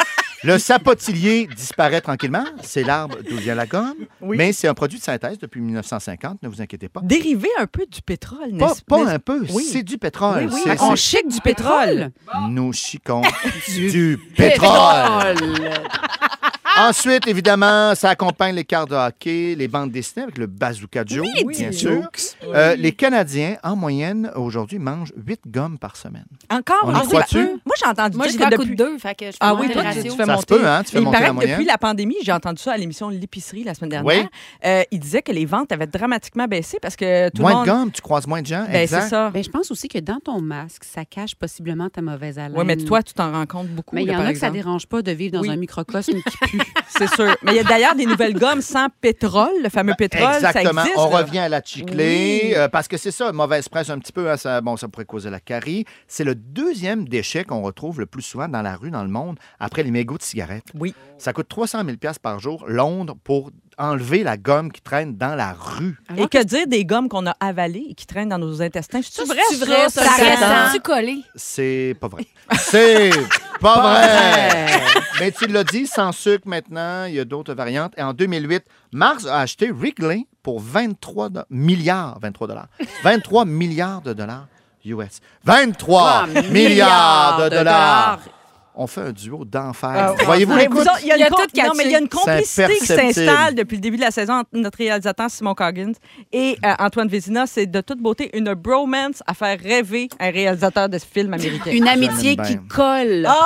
Speaker 3: Le sapotillier *laughs* disparaît tranquillement. C'est l'arbre d'où vient la gomme.
Speaker 1: Oui.
Speaker 3: Mais c'est un produit de synthèse depuis 1950, ne vous inquiétez pas.
Speaker 1: Dérivé un peu du pétrole,
Speaker 3: Ah. Pas,
Speaker 1: n'est-ce
Speaker 3: pas un peu,
Speaker 1: Oui.
Speaker 3: c'est du pétrole.
Speaker 1: Oui, oui.
Speaker 3: C'est-
Speaker 4: on
Speaker 3: c'est-
Speaker 4: chic du pétrole.
Speaker 3: Nous
Speaker 1: *laughs*
Speaker 3: chicons du pétrole. Ah! Ensuite, évidemment, ça accompagne les quarts de hockey, les bandes dessinées avec le Bazooka Joe, bien sûr. Euh, les Canadiens, en moyenne, aujourd'hui, mangent 8 gommes par semaine.
Speaker 1: Encore?
Speaker 3: On y
Speaker 1: Ah, c'est
Speaker 3: croit-tu?
Speaker 1: peu. Moi, j'ai entendu
Speaker 2: Moi, j'ai
Speaker 1: dire que
Speaker 2: un coup
Speaker 1: depuis...
Speaker 2: de deux, fait que je
Speaker 1: Ah
Speaker 2: fais
Speaker 1: oui,
Speaker 2: mon
Speaker 1: toi, tu,
Speaker 2: ratio.
Speaker 1: tu fais
Speaker 3: Ça se
Speaker 1: monter.
Speaker 3: peut, hein, tu fais
Speaker 1: Il
Speaker 3: monter
Speaker 1: paraît
Speaker 3: la
Speaker 1: que
Speaker 3: moyenne.
Speaker 1: depuis la pandémie, j'ai entendu ça à l'émission L'épicerie la semaine dernière.
Speaker 3: Oui.
Speaker 1: euh, il disait que les ventes avaient dramatiquement baissé parce que tout
Speaker 3: moins
Speaker 1: le monde.
Speaker 3: de gommes, tu croises moins de gens.
Speaker 1: Ben, c'est
Speaker 3: exact.
Speaker 1: ça.
Speaker 4: Ben, je pense aussi que dans ton masque, ça cache possiblement ta mauvaise haleine.
Speaker 1: Oui, mais toi, tu t'en rends compte beaucoup.
Speaker 4: Mais il y
Speaker 1: là,
Speaker 4: en
Speaker 1: par
Speaker 4: a que ça
Speaker 1: exemple.
Speaker 4: dérange pas de vivre dans
Speaker 1: Oui.
Speaker 4: un microcosme *laughs* qui pue.
Speaker 1: C'est sûr. Mais il y a d'ailleurs des nouvelles gommes sans pétrole, le fameux pétrole.
Speaker 3: Ben, Exactement.
Speaker 1: Ça existe,
Speaker 3: On
Speaker 1: là.
Speaker 3: revient à la chiclée,
Speaker 1: Oui.
Speaker 3: euh, parce que c'est ça, mauvaise presse un petit peu, hein, ça, bon, ça pourrait causer la carie. C'est le deuxième déchet qu'on retrouve le plus souvent dans la rue, dans le monde, après les mégots de cigarettes.
Speaker 1: Oui.
Speaker 3: Ça coûte 300 000 piastres par jour, Londres, pour enlever la gomme qui traîne dans la rue.
Speaker 1: Et que dire des gommes qu'on a avalées et qui traînent dans nos intestins? C'est vrai,
Speaker 4: c'est vrai, ça,
Speaker 2: Ça
Speaker 4: c'est
Speaker 2: reste
Speaker 4: vrai.
Speaker 2: tu collé.
Speaker 3: C'est pas vrai. C'est pas vrai. Mais tu l'as dit, sans sucre maintenant, il y a d'autres variantes. Et en 2008, Mars a acheté Wrigley pour 23 do- milliards, 23 dollars, 23 milliards de dollars US. 23 milliards de dollars. On fait un duo d'enfer. Voyez-vous,
Speaker 1: Ah, Mais
Speaker 3: l'écoute?
Speaker 1: vous autres, Il y a une
Speaker 4: Il y a
Speaker 1: com-
Speaker 4: tout
Speaker 1: non,
Speaker 4: catché.
Speaker 1: mais il y a une complicité qui
Speaker 3: imperceptible.
Speaker 1: s'installe depuis le début de la saison entre notre réalisateur Simon Coggins et euh, Antoine Vézina. C'est de toute beauté une bromance à faire rêver un réalisateur de ce film américain.
Speaker 4: Une amitié
Speaker 3: bien.
Speaker 4: qui colle.
Speaker 1: Oh!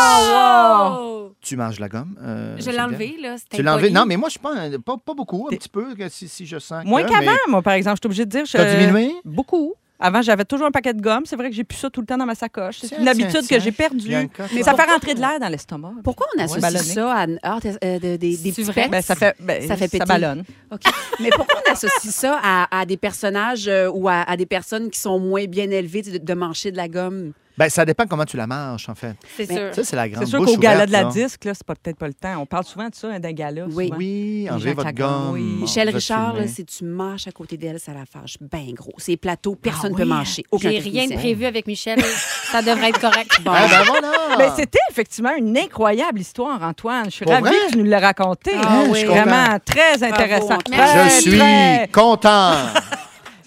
Speaker 4: Pedal
Speaker 3: Tu manges la gomme? euh,
Speaker 2: Je l'ai
Speaker 3: Sylvia?
Speaker 2: enlevé, là. c'était
Speaker 3: Tu l'as enlevée?
Speaker 2: impoli.
Speaker 3: Non, mais moi, je suis pas, un- pas, pas beaucoup, un petit peu, que si, si je sens. que,
Speaker 1: Moins qu'avant, euh,
Speaker 3: mais-
Speaker 1: moi, par exemple. Je suis obligée de dire. Je...
Speaker 3: T'as diminué?
Speaker 1: Beaucoup. Avant, j'avais toujours un paquet de gomme. C'est vrai que j'ai plus ça tout le temps dans ma sacoche. C'est
Speaker 3: Tiens,
Speaker 1: une
Speaker 3: tiens,
Speaker 1: habitude
Speaker 3: tiens.
Speaker 1: que j'ai perdue.
Speaker 3: Bianca,
Speaker 1: Mais ça fait rentrer de l'air dans l'estomac.
Speaker 4: Pourquoi on associe
Speaker 1: ballonné.
Speaker 4: ça à ah, t'as- euh, de- des, des
Speaker 2: C'est
Speaker 4: petits
Speaker 2: vrai.
Speaker 4: pets?
Speaker 1: Ben, ça fait, ben,
Speaker 4: Ça fait péter.
Speaker 1: ballonne.
Speaker 4: OK. Mais pourquoi on associe ça à, à des personnages euh, ou à, à des personnes qui sont moins bien élevées de, de mancher de la gomme?
Speaker 3: Ben, ça dépend comment tu la manges, en fait.
Speaker 2: C'est
Speaker 4: Mais-
Speaker 2: sûr.
Speaker 3: Ça, c'est la grande
Speaker 1: C'est sûr
Speaker 3: bouche
Speaker 1: qu'au gala
Speaker 3: ouverte,
Speaker 1: de la
Speaker 3: là.
Speaker 1: disque, là, c'est pas- peut-être pas le temps. On parle souvent de ça, hein, d'un gala.
Speaker 4: Oui.
Speaker 1: souvent.
Speaker 3: Oui,
Speaker 1: Les
Speaker 3: enlevez
Speaker 1: gens
Speaker 3: votre
Speaker 1: qui la gomme,
Speaker 3: gomme.
Speaker 1: oui.
Speaker 3: on
Speaker 4: Michel
Speaker 3: va
Speaker 4: Richard, là,
Speaker 3: filmer.
Speaker 4: si tu marches à côté d'elle, ça la fâche bien gros. C'est plateau, personne ne peut
Speaker 1: oui, hein?
Speaker 4: marcher. Aucun
Speaker 2: J'ai rien de
Speaker 4: technicien.
Speaker 2: prévu avec Michel. Ça devrait être correct.
Speaker 4: Bon.
Speaker 3: Ah, ben
Speaker 1: *laughs*
Speaker 3: voilà!
Speaker 1: Mais c'était effectivement une incroyable histoire, Antoine. Je suis
Speaker 3: Pour
Speaker 1: ravie
Speaker 3: vrai?
Speaker 1: que tu nous l'aies racontée.
Speaker 3: Ah oui. Je suis content.
Speaker 1: Vraiment très intéressant.
Speaker 4: Antoine.
Speaker 1: Très,
Speaker 3: Je suis
Speaker 1: très, *laughs*
Speaker 3: content!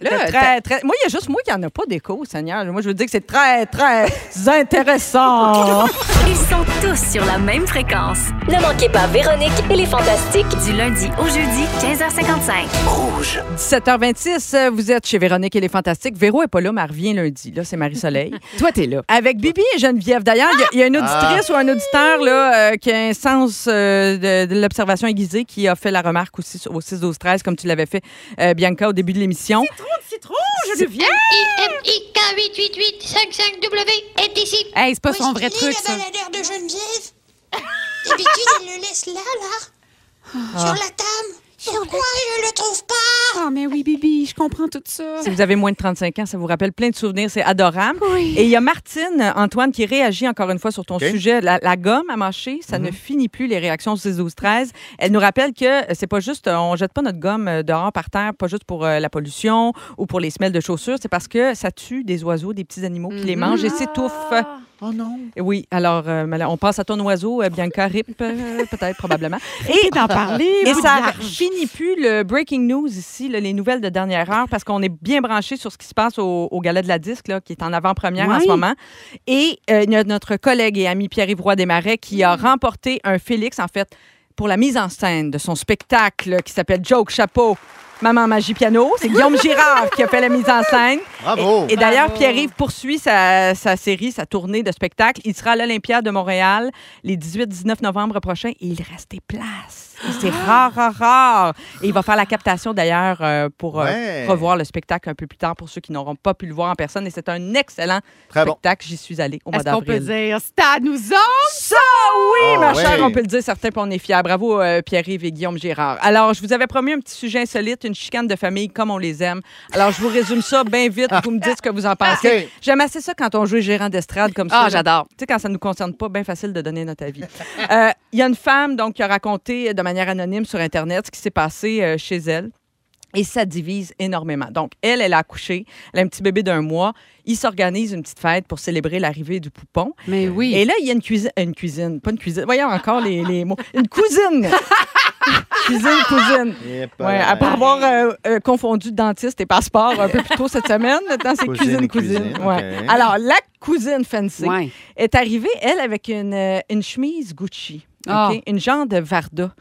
Speaker 4: Là,
Speaker 1: très, très- Moi, il y a juste moi qui en a pas d'écho, Seigneur. Moi, je veux dire que c'est très, très *laughs* intéressant.
Speaker 8: Ils sont tous sur la même fréquence. Ne manquez pas Véronique et les Fantastiques du lundi au jeudi 15h55.
Speaker 1: 17h26, euh, vous êtes chez Véronique et les Fantastiques. Véro est pas là, mais elle revient lundi. Là, c'est Marie-Soleil. *laughs* Toi, t'es là. Avec Bibi et Geneviève. D'ailleurs, il y a- il y, a une auditrice ou un auditeur là, euh, qui a un sens euh, de, de l'observation aiguisée qui a fait la remarque aussi sur- au 6 12 13 comme tu l'avais fait, euh, Bianca, au début de l'émission.
Speaker 9: IMIK888-55W est ici.
Speaker 4: Hey, Ah, c'est pas son vrai
Speaker 9: Où est-ce qu'il
Speaker 4: truc,
Speaker 9: est,
Speaker 4: ça.
Speaker 9: le baladeur de Geneviève D'habitude, elle le laisse là, là. Sur la table. Pourquoi je le trouve pas
Speaker 4: Ah, mais oui, Bibi, je comprends tout ça.
Speaker 1: Si vous avez moins de 35 ans, ça vous rappelle plein de souvenirs, c'est adorable. Et il y a Martine, euh, Antoine, qui réagit encore une fois sur ton
Speaker 3: OK.
Speaker 1: sujet. La, la gomme à mâcher, ça ne finit plus les réactions 6 12 13 Elle nous rappelle que euh, c'est pas juste, euh, on jette pas notre gomme euh, dehors par terre, pas juste pour euh, la pollution ou pour les semelles de chaussures, c'est parce que ça tue des oiseaux, des petits animaux qui les mangent et s'étouffent.
Speaker 3: Oh non!
Speaker 1: Et Oui, alors euh, mal- on passe à ton oiseau, euh, Bianca Rip, euh, peut-être, probablement. Et d'en parler. *laughs* Et ça finit plus le breaking news ici, là, les nouvelles de dernière heure, parce qu'on est bien branché sur ce qui se passe au, au gala de la disque, là, qui est en avant-première en
Speaker 4: Oui.
Speaker 1: ce moment. Et euh, il y a notre collègue et ami Pierre-Yves Roy Desmarais qui a remporté un Félix, en fait, pour la mise en scène de son spectacle qui s'appelle Joke Chapeau. Maman Magie Piano, c'est Guillaume Girard qui a fait la mise en scène.
Speaker 3: Bravo!
Speaker 1: Et d'ailleurs, Pierre-Yves poursuit sa, sa série, sa tournée de spectacle. Il sera à l'Olympia de Montréal les 18-19 novembre prochains et il reste des places. Et C'est
Speaker 4: Ah!
Speaker 1: rare, rare, rare. Et il va faire la captation d'ailleurs euh, pour euh,
Speaker 3: Ouais.
Speaker 1: revoir le spectacle un peu plus tard pour ceux qui n'auront pas pu le voir en personne. Et c'est un excellent
Speaker 3: Très Ah bon.
Speaker 1: spectacle. J'y suis allée au mois
Speaker 4: Est-ce qu'on peut
Speaker 1: d'avril.
Speaker 4: dire c'est à nous autres?
Speaker 1: Ça, oui,
Speaker 3: Ah
Speaker 1: ma chère,
Speaker 3: ouais.
Speaker 1: on peut le dire, certains, puis on est fiers. Bravo, euh, Pierre-Yves et Guillaume Gérard. Alors, je vous avais promis un petit sujet insolite, une chicane de famille comme on les aime. Alors, je vous résume ça bien vite, vous me dites ce que vous en pensez.
Speaker 3: OK.
Speaker 1: J'aime assez ça quand on joue gérant d'estrade comme ça.
Speaker 4: Ah,
Speaker 1: là.
Speaker 4: j'adore.
Speaker 1: Tu sais, quand ça ne nous concerne pas, bien facile de donner notre avis. *laughs* Euh, Il y a une femme, donc, qui a raconté de manière anonyme sur Internet ce qui s'est passé euh, chez elle. Et ça divise énormément. Donc, elle, elle a accouché, elle a un petit bébé d'un mois. Ils s'organisent une petite fête pour célébrer l'arrivée du poupon.
Speaker 4: Mais oui.
Speaker 1: Et là, il y a une cuisine. Une cuisine, pas une cuisine. Voyons encore les, les mots.
Speaker 4: *laughs*
Speaker 1: Une cousine. cuisine, cousine.
Speaker 3: Et pas
Speaker 1: Ouais,
Speaker 3: la
Speaker 1: après
Speaker 3: même.
Speaker 1: avoir euh, euh, confondu dentiste et passeport un peu plus tôt cette semaine, maintenant c'est
Speaker 3: Cousine,
Speaker 1: cuisine, cousine.
Speaker 3: cuisine,
Speaker 1: Ouais.
Speaker 3: ok.
Speaker 1: Alors, la cousine fancy
Speaker 4: Ouais.
Speaker 1: est arrivée, elle, avec une, euh, une chemise Gucci. ok?
Speaker 4: Ah.
Speaker 1: Une genre de Varda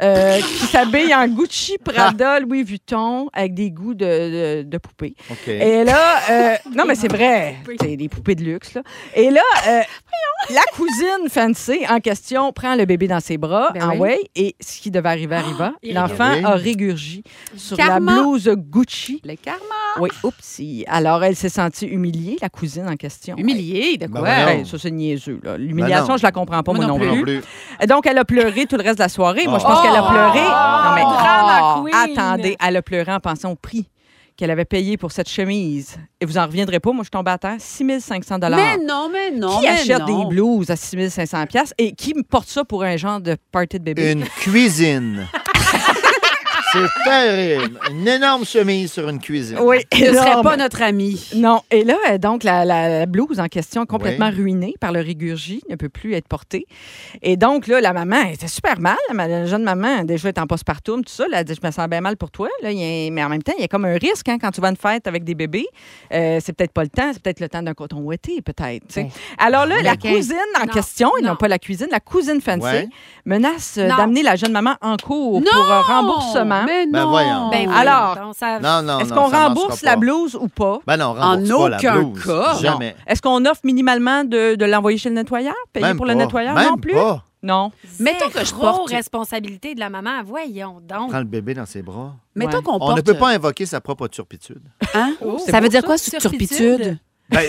Speaker 1: euh, qui s'habille en Gucci,
Speaker 4: Ah.
Speaker 1: Prada, Louis Vuitton avec des goûts de, de, de poupée.
Speaker 3: OK.
Speaker 1: Et là, euh, non, mais c'est vrai, c'est des poupées de luxe. Là. Et là, euh, la cousine fancy en question prend le bébé dans ses bras,
Speaker 4: Ben
Speaker 1: en
Speaker 4: oui.
Speaker 1: way, et ce qui devait arriver arriva.
Speaker 2: il
Speaker 1: L'enfant
Speaker 3: rigole.
Speaker 1: a régurgi sur
Speaker 4: Karma.
Speaker 1: la blouse Gucci.
Speaker 4: Le karma.
Speaker 1: Oui, oupsie. Alors, elle s'est sentie humiliée, la cousine en question.
Speaker 4: Humilié, de quoi?
Speaker 3: Ben voyons.
Speaker 1: Ben, ça, c'est niaiseux. là. L'humiliation,
Speaker 3: Ben non.
Speaker 1: je la comprends pas, moi, non,
Speaker 3: Moi
Speaker 1: plus. Et Donc, elle a pleuré tout le reste de la soirée. Moi, je pense
Speaker 3: Oh.
Speaker 1: qu'elle a
Speaker 4: Ah!
Speaker 1: pleuré. Non, mais Ah!
Speaker 2: Drama queen.
Speaker 1: attendez, elle a pleuré en pensant au prix qu'elle avait payé pour cette chemise. Et vous en reviendrez pas, moi, je suis tombée à terre. 6 500
Speaker 4: Mais non, mais non.
Speaker 1: Qui
Speaker 4: mais
Speaker 1: achète
Speaker 4: non.
Speaker 1: des blouses à 6 500 et qui me porte ça pour un genre de party de bébé? *laughs*
Speaker 3: Une cuisine. C'est terrible. Une énorme chemise sur une cuisine.
Speaker 1: Oui,
Speaker 4: ne serait
Speaker 1: énorme.
Speaker 4: pas notre ami.
Speaker 1: Non. Et là, euh, donc, la, la- la blouse en question, complètement ruinée par le régurgie, ne peut plus être portée. Et donc, là, la maman elle était super mal. La, ma- la jeune maman, déjà, est en postpartum, tout ça. là, elle dit, je me sens bien mal pour toi. Là, il y a- mais en même temps, il y a comme un risque hein, quand tu vas à une fête avec des bébés. Euh, c'est peut-être pas le temps. C'est peut-être le temps d'un coton ouetté, peut-être. tu sais.
Speaker 3: Oh.
Speaker 1: Alors
Speaker 3: Ah,
Speaker 1: là, la
Speaker 4: ok.
Speaker 1: cousine
Speaker 2: Non,
Speaker 1: en question, ils
Speaker 2: non.
Speaker 1: n'ont pas la cuisine, la cousine fancy,
Speaker 3: Ouais.
Speaker 1: menace euh,
Speaker 2: Non.
Speaker 1: d'amener la jeune maman en cours
Speaker 4: Non!
Speaker 1: pour un remboursement.
Speaker 4: Mais
Speaker 3: Ben
Speaker 4: non.
Speaker 3: voyons.
Speaker 2: Ben,
Speaker 1: Alors,
Speaker 2: voyons donc, ça-
Speaker 3: Non, non,
Speaker 1: Est-ce
Speaker 3: Ah non,
Speaker 1: qu'on
Speaker 3: ça marchera
Speaker 1: rembourse
Speaker 3: pas.
Speaker 1: la blouse ou pas?
Speaker 3: Ben non, rembourse
Speaker 4: En
Speaker 3: pas la
Speaker 4: aucun
Speaker 3: blouse.
Speaker 4: cas.
Speaker 3: Jamais.
Speaker 1: Oh, Est-ce qu'on offre minimalement de, de l'envoyer chez le nettoyeur? Payer
Speaker 3: Même
Speaker 1: pour
Speaker 3: pas.
Speaker 1: le nettoyeur
Speaker 3: Même
Speaker 1: non plus?
Speaker 3: pas.
Speaker 1: Non.
Speaker 4: Mettons que je
Speaker 2: Zéro
Speaker 4: porte-
Speaker 2: responsabilité de la maman, voyons donc.
Speaker 3: Prends le bébé dans ses bras.
Speaker 4: Mettons
Speaker 1: Ouais.
Speaker 4: qu'on
Speaker 3: On
Speaker 4: porte...
Speaker 3: ne peut pas invoquer sa propre turpitude.
Speaker 4: Hein?
Speaker 2: Oh, c'est
Speaker 4: ça veut
Speaker 2: beau,
Speaker 4: dire
Speaker 2: ça.
Speaker 4: quoi, sur turpitude?
Speaker 2: Turpitude.
Speaker 3: Ben,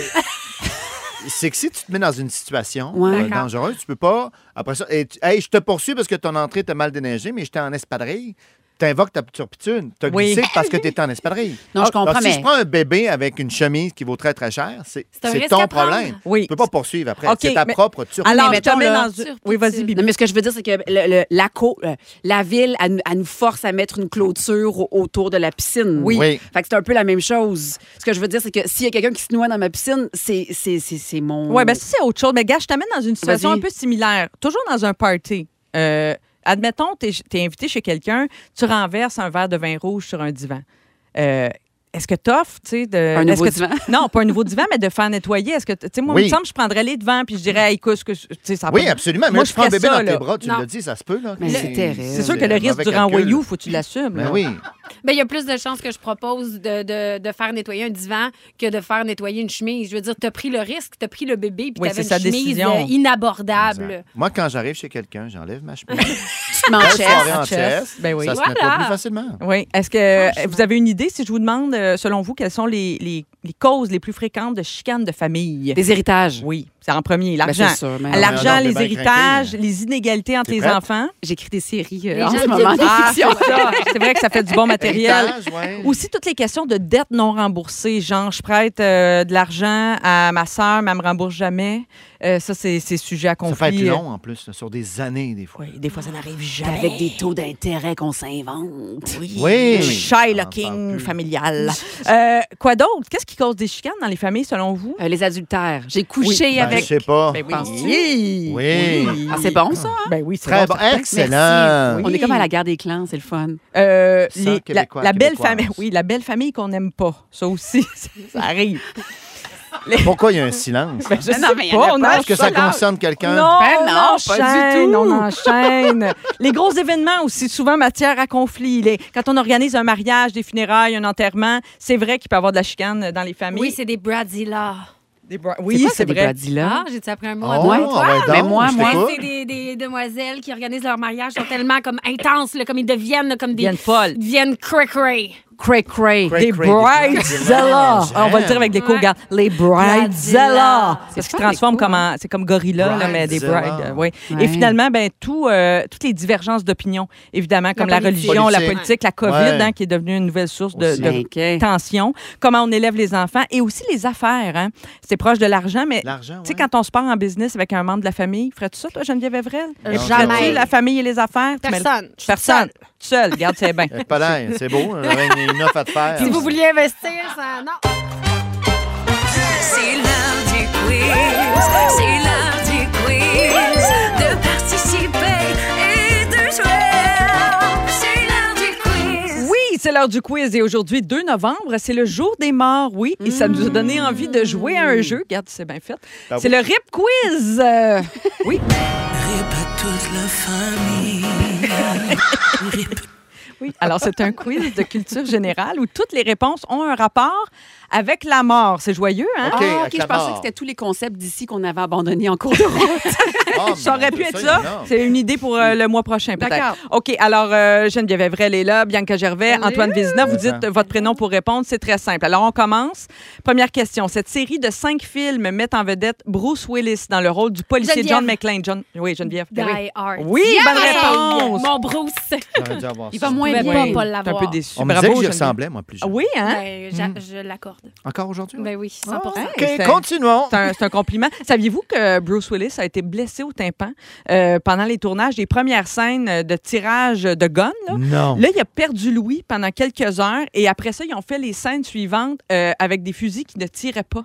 Speaker 3: c'est que si tu te mets dans une situation
Speaker 4: Ouais.
Speaker 3: euh, dangereuse, tu peux pas. Après ça, et tu- hey, je te poursuis parce que ton entrée t'a mal déneigée, mais j'étais en espadrille. T'invoques ta turpitude. T'as
Speaker 1: Oui.
Speaker 3: glissé parce que t'étais en
Speaker 1: *laughs*
Speaker 3: espadrille. Ah,
Speaker 4: Non, je comprends,
Speaker 3: Alors, si
Speaker 4: mais...
Speaker 3: je prends un bébé avec une chemise qui vaut très, très cher, c'est
Speaker 2: C'est un
Speaker 3: c'est
Speaker 2: risque
Speaker 3: ton
Speaker 2: à prendre.
Speaker 3: problème.
Speaker 1: Oui.
Speaker 3: Tu peux pas poursuivre après.
Speaker 1: OK,
Speaker 3: c'est ta
Speaker 1: mais-
Speaker 3: propre turpitude.
Speaker 1: Alors,
Speaker 4: mais
Speaker 1: je te
Speaker 4: mettons,
Speaker 1: mets
Speaker 4: là,
Speaker 1: dans une-
Speaker 2: sur-
Speaker 1: Oui, vas-y, Bibi.
Speaker 4: Non, mais ce que je veux dire, c'est que le- le- la, co- euh, la ville, elle, nous- elle nous force à mettre une clôture au- autour de la piscine.
Speaker 1: Oui.
Speaker 3: Oui.
Speaker 4: Fait que c'est un peu la même chose. Ce que je veux dire, c'est que s'il y a quelqu'un qui se noie dans ma piscine, c'est c'est- c'est- c'est mon...
Speaker 1: Oui, ben ça, c'est autre chose. Mais gars, je t'amène dans une situation
Speaker 4: Vas-y.
Speaker 1: un peu similaire. Toujours dans un party. Euh, admettons, tu es, invité chez quelqu'un, tu renverses un verre de vin rouge sur un divan. Euh, est-ce que t'offres, tu sais, de.
Speaker 4: Un nouveau
Speaker 1: est-ce que tu-
Speaker 4: divan? *laughs*
Speaker 1: Non, pas un nouveau divan, mais de faire nettoyer. Est-ce que, t- tu sais, moi,
Speaker 3: Oui.
Speaker 1: il me semble que je prendrais les devants puis je dirais, hey, écoute, ce que je- tu sais, ça a
Speaker 3: Oui,
Speaker 1: pas-
Speaker 3: absolument. Mais
Speaker 1: Moi,
Speaker 3: là,
Speaker 1: je
Speaker 3: tu prends un
Speaker 1: ferais
Speaker 3: bébé
Speaker 1: ça,
Speaker 3: dans tes
Speaker 1: là.
Speaker 3: bras, tu
Speaker 2: Non.
Speaker 3: l'as dit, ça se peut. là.
Speaker 4: Mais c'est terrible.
Speaker 1: C'est sûr que le risque
Speaker 3: mauvais
Speaker 1: du
Speaker 3: calcul.
Speaker 1: renvoyou, faut que tu l'assumes.
Speaker 3: Ben
Speaker 1: là.
Speaker 3: oui.
Speaker 2: Ben, il y a plus de chances que je propose de, de- de faire nettoyer un divan que de faire nettoyer une chemise. Je veux dire, t'as pris le risque, t'as pris le bébé, puis
Speaker 1: Oui,
Speaker 2: t'avais
Speaker 1: c'est sa
Speaker 2: une chemise
Speaker 1: décision.
Speaker 2: euh, inabordable.
Speaker 3: Exact. Moi, quand j'arrive chez quelqu'un, j'enlève ma chemise.
Speaker 4: Tu te mets en
Speaker 3: Belle
Speaker 4: chaise.
Speaker 3: soirée en
Speaker 1: chess.
Speaker 3: chess.
Speaker 1: Ben oui.
Speaker 3: Ça se met pas
Speaker 2: Voilà.
Speaker 3: plus facilement.
Speaker 1: Oui. Est-ce que
Speaker 4: Ah,
Speaker 1: euh, vous avez une idée si je vous demande, euh, selon vous, quelles sont les, les- les causes les plus fréquentes de chicanes de famille?
Speaker 4: Des héritages.
Speaker 1: Oui, c'est en premier,
Speaker 4: Ben,
Speaker 1: l'argent.
Speaker 4: c'est sûr, mais-
Speaker 3: la-
Speaker 1: L'argent,
Speaker 3: Ah, mais non, on est
Speaker 1: les
Speaker 3: bien
Speaker 1: héritages,
Speaker 3: craqués.
Speaker 1: les inégalités entre
Speaker 3: T'es
Speaker 1: les
Speaker 3: prête?
Speaker 4: *laughs*
Speaker 1: enfants.
Speaker 4: J'écris des séries euh,
Speaker 2: Les
Speaker 4: en
Speaker 2: gens
Speaker 4: ce moment.
Speaker 2: viennent-
Speaker 1: Ah, c'est ça. C'est vrai que ça fait du bon matériel.
Speaker 3: Héritage, ouais.
Speaker 1: Aussi, toutes les questions de dettes non remboursées, genre je prête euh, de l'argent à ma sœur, mais elle me rembourse jamais. Euh, ça, c'est c'est sujet à
Speaker 3: Ça
Speaker 1: conflit. euh,
Speaker 3: peut être long, en plus, là, sur des années, des fois.
Speaker 1: Oui, des fois, ça n'arrive jamais.
Speaker 4: Avec des taux d'intérêt qu'on s'invente. Oui.
Speaker 3: Oui.
Speaker 1: Shylocking familial. Euh, quoi d'autre? Qu'est-ce qui cause des chicanes dans les familles, selon vous?
Speaker 4: Euh, les adultères. J'ai couché
Speaker 3: Ben,
Speaker 4: avec...
Speaker 3: Je sais pas.
Speaker 1: Ben oui.
Speaker 4: Penses-tu?
Speaker 1: Oui.
Speaker 3: Oui.
Speaker 4: Ah, c'est bon, ça? hein?
Speaker 1: Ben oui, c'est
Speaker 3: Très
Speaker 1: bon,
Speaker 3: bon.
Speaker 1: certain.
Speaker 3: Excellent.
Speaker 1: Merci.
Speaker 4: On est
Speaker 1: Oui.
Speaker 4: comme à la guerre des clans, c'est le fun.
Speaker 1: Euh,
Speaker 3: Sans
Speaker 1: les- la,
Speaker 3: Québécois,
Speaker 1: la belle
Speaker 3: Québécoise.
Speaker 1: famille, oui, la belle famille qu'on n'aime pas, ça aussi, *laughs* ça arrive.
Speaker 3: Pourquoi il y a un silence?
Speaker 1: Ben, je
Speaker 4: Non,
Speaker 1: sais
Speaker 4: mais y en a
Speaker 1: pas, on
Speaker 4: pas.
Speaker 3: Est-ce que ça
Speaker 1: enchaîne.
Speaker 3: concerne quelqu'un? Ah,
Speaker 1: Non,
Speaker 4: Ben non,
Speaker 1: on
Speaker 4: pas du
Speaker 1: enchaîne,
Speaker 4: tout.
Speaker 1: on enchaîne. *laughs* les gros événements aussi, souvent matière à conflit. Les- quand on organise un mariage, des funérailles, un enterrement, c'est vrai qu'il peut y avoir de la chicane dans les familles.
Speaker 2: Oui, c'est des Brazilla.
Speaker 1: Des bra-
Speaker 4: C'est
Speaker 1: oui,
Speaker 4: quoi, ça,
Speaker 1: c'est
Speaker 4: des
Speaker 1: vrai.
Speaker 4: Brazilla?
Speaker 2: Ah, j'ai-tu appris un mot
Speaker 3: Oh,
Speaker 2: à
Speaker 4: Ouais.
Speaker 2: moi?
Speaker 3: ah ouais,
Speaker 4: Mais
Speaker 3: donc,
Speaker 4: moi,
Speaker 3: je
Speaker 4: moi,
Speaker 2: Ouais,
Speaker 3: t'écoute.
Speaker 2: c'est des, des demoiselles qui organisent leur mariage, sont tellement comme intenses, là, comme ils deviennent là, comme des...
Speaker 1: Vienne folle.
Speaker 2: deviennent cray-cray.
Speaker 4: Cray Cray.
Speaker 3: Cray.
Speaker 1: Des
Speaker 3: Cray, des Brazilla.
Speaker 1: bridezilla. Ah, on va le dire avec des coups,
Speaker 2: Ouais.
Speaker 1: regarde. Les bridezilla.
Speaker 4: C'est
Speaker 1: Parce
Speaker 4: pas
Speaker 1: qu'ils
Speaker 4: des
Speaker 1: transforment
Speaker 4: coups,
Speaker 1: comme en- c'est comme gorilla, là, mais des
Speaker 3: Bridezilla.
Speaker 1: brides. euh, oui.
Speaker 4: Ouais.
Speaker 1: Et finalement, ben, tout, euh, toutes les divergences d'opinion, évidemment, comme la,
Speaker 2: politique.
Speaker 1: religion, la
Speaker 3: Politique.
Speaker 1: politique, la COVID,
Speaker 3: Ouais.
Speaker 1: hein, qui est devenue une nouvelle source de,
Speaker 3: Aussi.
Speaker 1: de
Speaker 4: Ok.
Speaker 1: tension, comment on élève les enfants et aussi les affaires. hein. C'est proche de l'argent, mais
Speaker 3: L'argent,
Speaker 1: tu sais,
Speaker 3: ouais.
Speaker 1: quand on se part en business avec un membre de la famille, ferais-tu ça, toi, Geneviève Evrel?
Speaker 2: Euh,
Speaker 1: Ferais-tu
Speaker 2: jamais.
Speaker 1: la famille et les affaires? Tu mets-
Speaker 2: Personne. Je suis
Speaker 1: Personne.
Speaker 2: seule.
Speaker 1: Tout seul. Regarde, c'est
Speaker 3: *laughs*
Speaker 1: bien.
Speaker 3: Eh, Pas d'air, c'est beau. hein, j'aurais une une offre à te faire.
Speaker 2: Si vous vouliez investir,
Speaker 4: Ah.
Speaker 2: ça... Non.
Speaker 6: C'est l'heure du quiz, c'est l'heure du quiz, de participer et de jouer. C'est l'heure du quiz.
Speaker 1: Oui, c'est l'heure du quiz et aujourd'hui, 2 novembre, c'est le jour des morts, oui. Et ça nous a donné envie de jouer à un jeu. Regarde, c'est bien fait.
Speaker 3: Ah
Speaker 1: C'est le RIP Quiz. Euh, oui. *laughs* Oui, alors c'est un quiz de culture générale où toutes les réponses ont un rapport avec la mort. C'est joyeux, hein?
Speaker 3: OK,
Speaker 4: ah,
Speaker 3: avec
Speaker 4: OK, je
Speaker 3: la
Speaker 4: pensais que
Speaker 3: mort.
Speaker 4: c'était tous les concepts d'ici qu'on avait abandonnés en cours de route.
Speaker 3: Ah,
Speaker 1: Ça aurait
Speaker 3: mon
Speaker 1: pu
Speaker 3: Dieu,
Speaker 1: être
Speaker 3: il y en a.
Speaker 1: ça. C'est une idée pour euh, le mois prochain, peut-être.
Speaker 4: *laughs* D'accord.
Speaker 1: OK, alors euh, Geneviève Evrel est là, Bianca Gervais, Antoine Vézina, vous dites votre prénom pour répondre. C'est très simple. Alors, on commence. Première question. Cette série de cinq films met en vedette Bruce Willis dans le rôle du policier
Speaker 2: Geneviève.
Speaker 1: John McClane. John... Oui, Geneviève.
Speaker 2: Die
Speaker 1: Ben oui.
Speaker 2: Hard.
Speaker 1: Oui, bonne réponse. Hein?
Speaker 2: Mon Bruce.
Speaker 3: J'aurais dû avoir
Speaker 4: Il
Speaker 3: ça.
Speaker 4: va moins
Speaker 2: pouvais pas
Speaker 4: bien.
Speaker 2: pas
Speaker 1: T'es un
Speaker 2: l'avoir.
Speaker 1: peu déçu.
Speaker 3: On me
Speaker 1: Bravo,
Speaker 3: disait que j'y
Speaker 1: Geneviève.
Speaker 3: ressemblais, moi, plus
Speaker 1: Ah
Speaker 3: jeune.
Speaker 1: Oui, hein?
Speaker 2: Ben, j'a- je l'accorde. Ford.
Speaker 3: Encore aujourd'hui?
Speaker 4: Mm.
Speaker 3: ouais?
Speaker 2: Ben oui, 100
Speaker 3: OK,
Speaker 1: c'est-
Speaker 3: continuons.
Speaker 1: C'est un, c'est un compliment. Saviez-vous que Bruce Willis a été blessé au tympan euh, pendant les tournages des premières scènes de tirage de gun? Là,
Speaker 3: Non.
Speaker 1: Là, il a perdu Louis pendant quelques heures et après ça, ils ont fait les scènes suivantes euh, avec des fusils qui ne tiraient pas.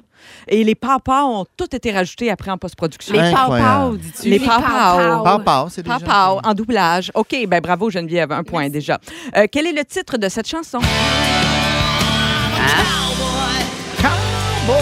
Speaker 1: Et les papas ont tout été rajoutés après en post-production.
Speaker 4: Les
Speaker 3: Incroyable.
Speaker 4: papas, dis-tu.
Speaker 1: Les pow-pow.
Speaker 3: Papa, c'est déjà...
Speaker 1: Papa en doublage. OK, ben bravo Geneviève, un point déjà. Euh, quel est le titre de cette chanson?
Speaker 3: Bon.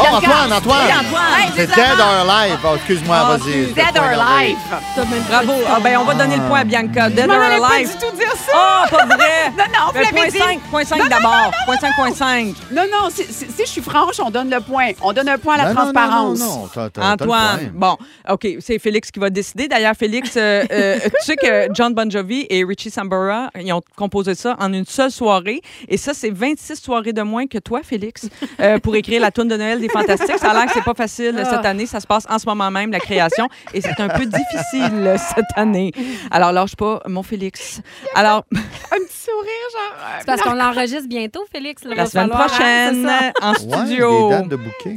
Speaker 3: Oh, Antoine, Antoine!
Speaker 4: Oui, Antoine.
Speaker 3: C'est Dead or Alive. Oh, excuse-moi, vas-y. je vais
Speaker 4: Dead
Speaker 3: pas
Speaker 4: or
Speaker 3: énerver.
Speaker 4: Life.
Speaker 1: Bravo. Ah, ben on va donner le point à Bianca. Dead
Speaker 4: Je m'en
Speaker 1: or
Speaker 4: allais pas
Speaker 1: Alive.
Speaker 4: du tout dire ça.
Speaker 1: Oh, pas *laughs* vrai!
Speaker 4: Non, non, vous
Speaker 1: Ben, point
Speaker 4: l'avez dit.
Speaker 1: 5, point 5 d'abord. Point 5, point 5.
Speaker 4: Non, non, si, si- si je suis franche, on donne le point. On donne un point à la
Speaker 3: Non, non, non,
Speaker 4: transparence.
Speaker 3: Non, non, t'as- t'as- t'as le
Speaker 1: Antoine.
Speaker 3: point.
Speaker 1: Bon, OK, c'est Félix qui va décider. D'ailleurs, Félix, euh,
Speaker 3: *laughs*
Speaker 1: euh, tu sais que John Bon Jovi et Richie Sambora, ils ont composé ça en une seule soirée. Et ça, c'est 26 soirées de moins que toi, Félix, euh, pour écrire la tourne de Noël des Fantastiques. Ça a l'air que c'est pas facile euh,
Speaker 2: Ah.
Speaker 1: cette année. Ça se passe en ce moment même, la création. Et c'est un peu difficile euh, cette année. Alors, lâche pas mon Félix. Alors,
Speaker 4: Un petit sourire, genre. euh,
Speaker 2: C'est parce qu'on l'enregistre bientôt, Félix. là,
Speaker 1: la
Speaker 2: va
Speaker 1: semaine
Speaker 2: falloir, hein, c'est
Speaker 1: prochaine,
Speaker 2: ça.
Speaker 1: en
Speaker 3: Ouais,
Speaker 1: studio.
Speaker 3: des dates de bouquet.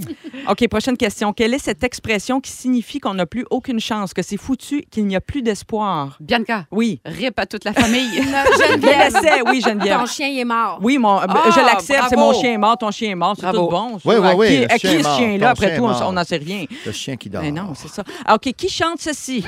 Speaker 1: OK, prochaine question. Quelle est cette expression qui signifie qu'on n'a plus aucune chance, que c'est foutu, qu'il n'y a plus d'espoir?
Speaker 4: Bianca,
Speaker 1: Oui.
Speaker 4: rip à toute la *laughs* famille.
Speaker 1: *laughs* Je
Speaker 4: Euh,
Speaker 1: l'essaie, oui, Geneviève.
Speaker 2: Ton chien il est mort.
Speaker 1: Oui, mon, euh, je l'accepte, c'est mon
Speaker 4: Ah, bravo.
Speaker 1: chien est mort, ton chien est mort, c'est
Speaker 4: Bravo.
Speaker 1: tout bon. ça.
Speaker 3: Oui, oui,
Speaker 1: À
Speaker 3: oui,
Speaker 1: Qui,
Speaker 3: le
Speaker 1: à qui
Speaker 3: chien est
Speaker 1: est ce
Speaker 3: mort,
Speaker 1: chien-là?
Speaker 3: ton
Speaker 1: Après
Speaker 3: chien
Speaker 1: tout,
Speaker 3: est mort.
Speaker 1: on n'en sait rien.
Speaker 3: Le chien qui dort.
Speaker 1: Mais non, c'est ça. Ah, OK, qui chante ceci?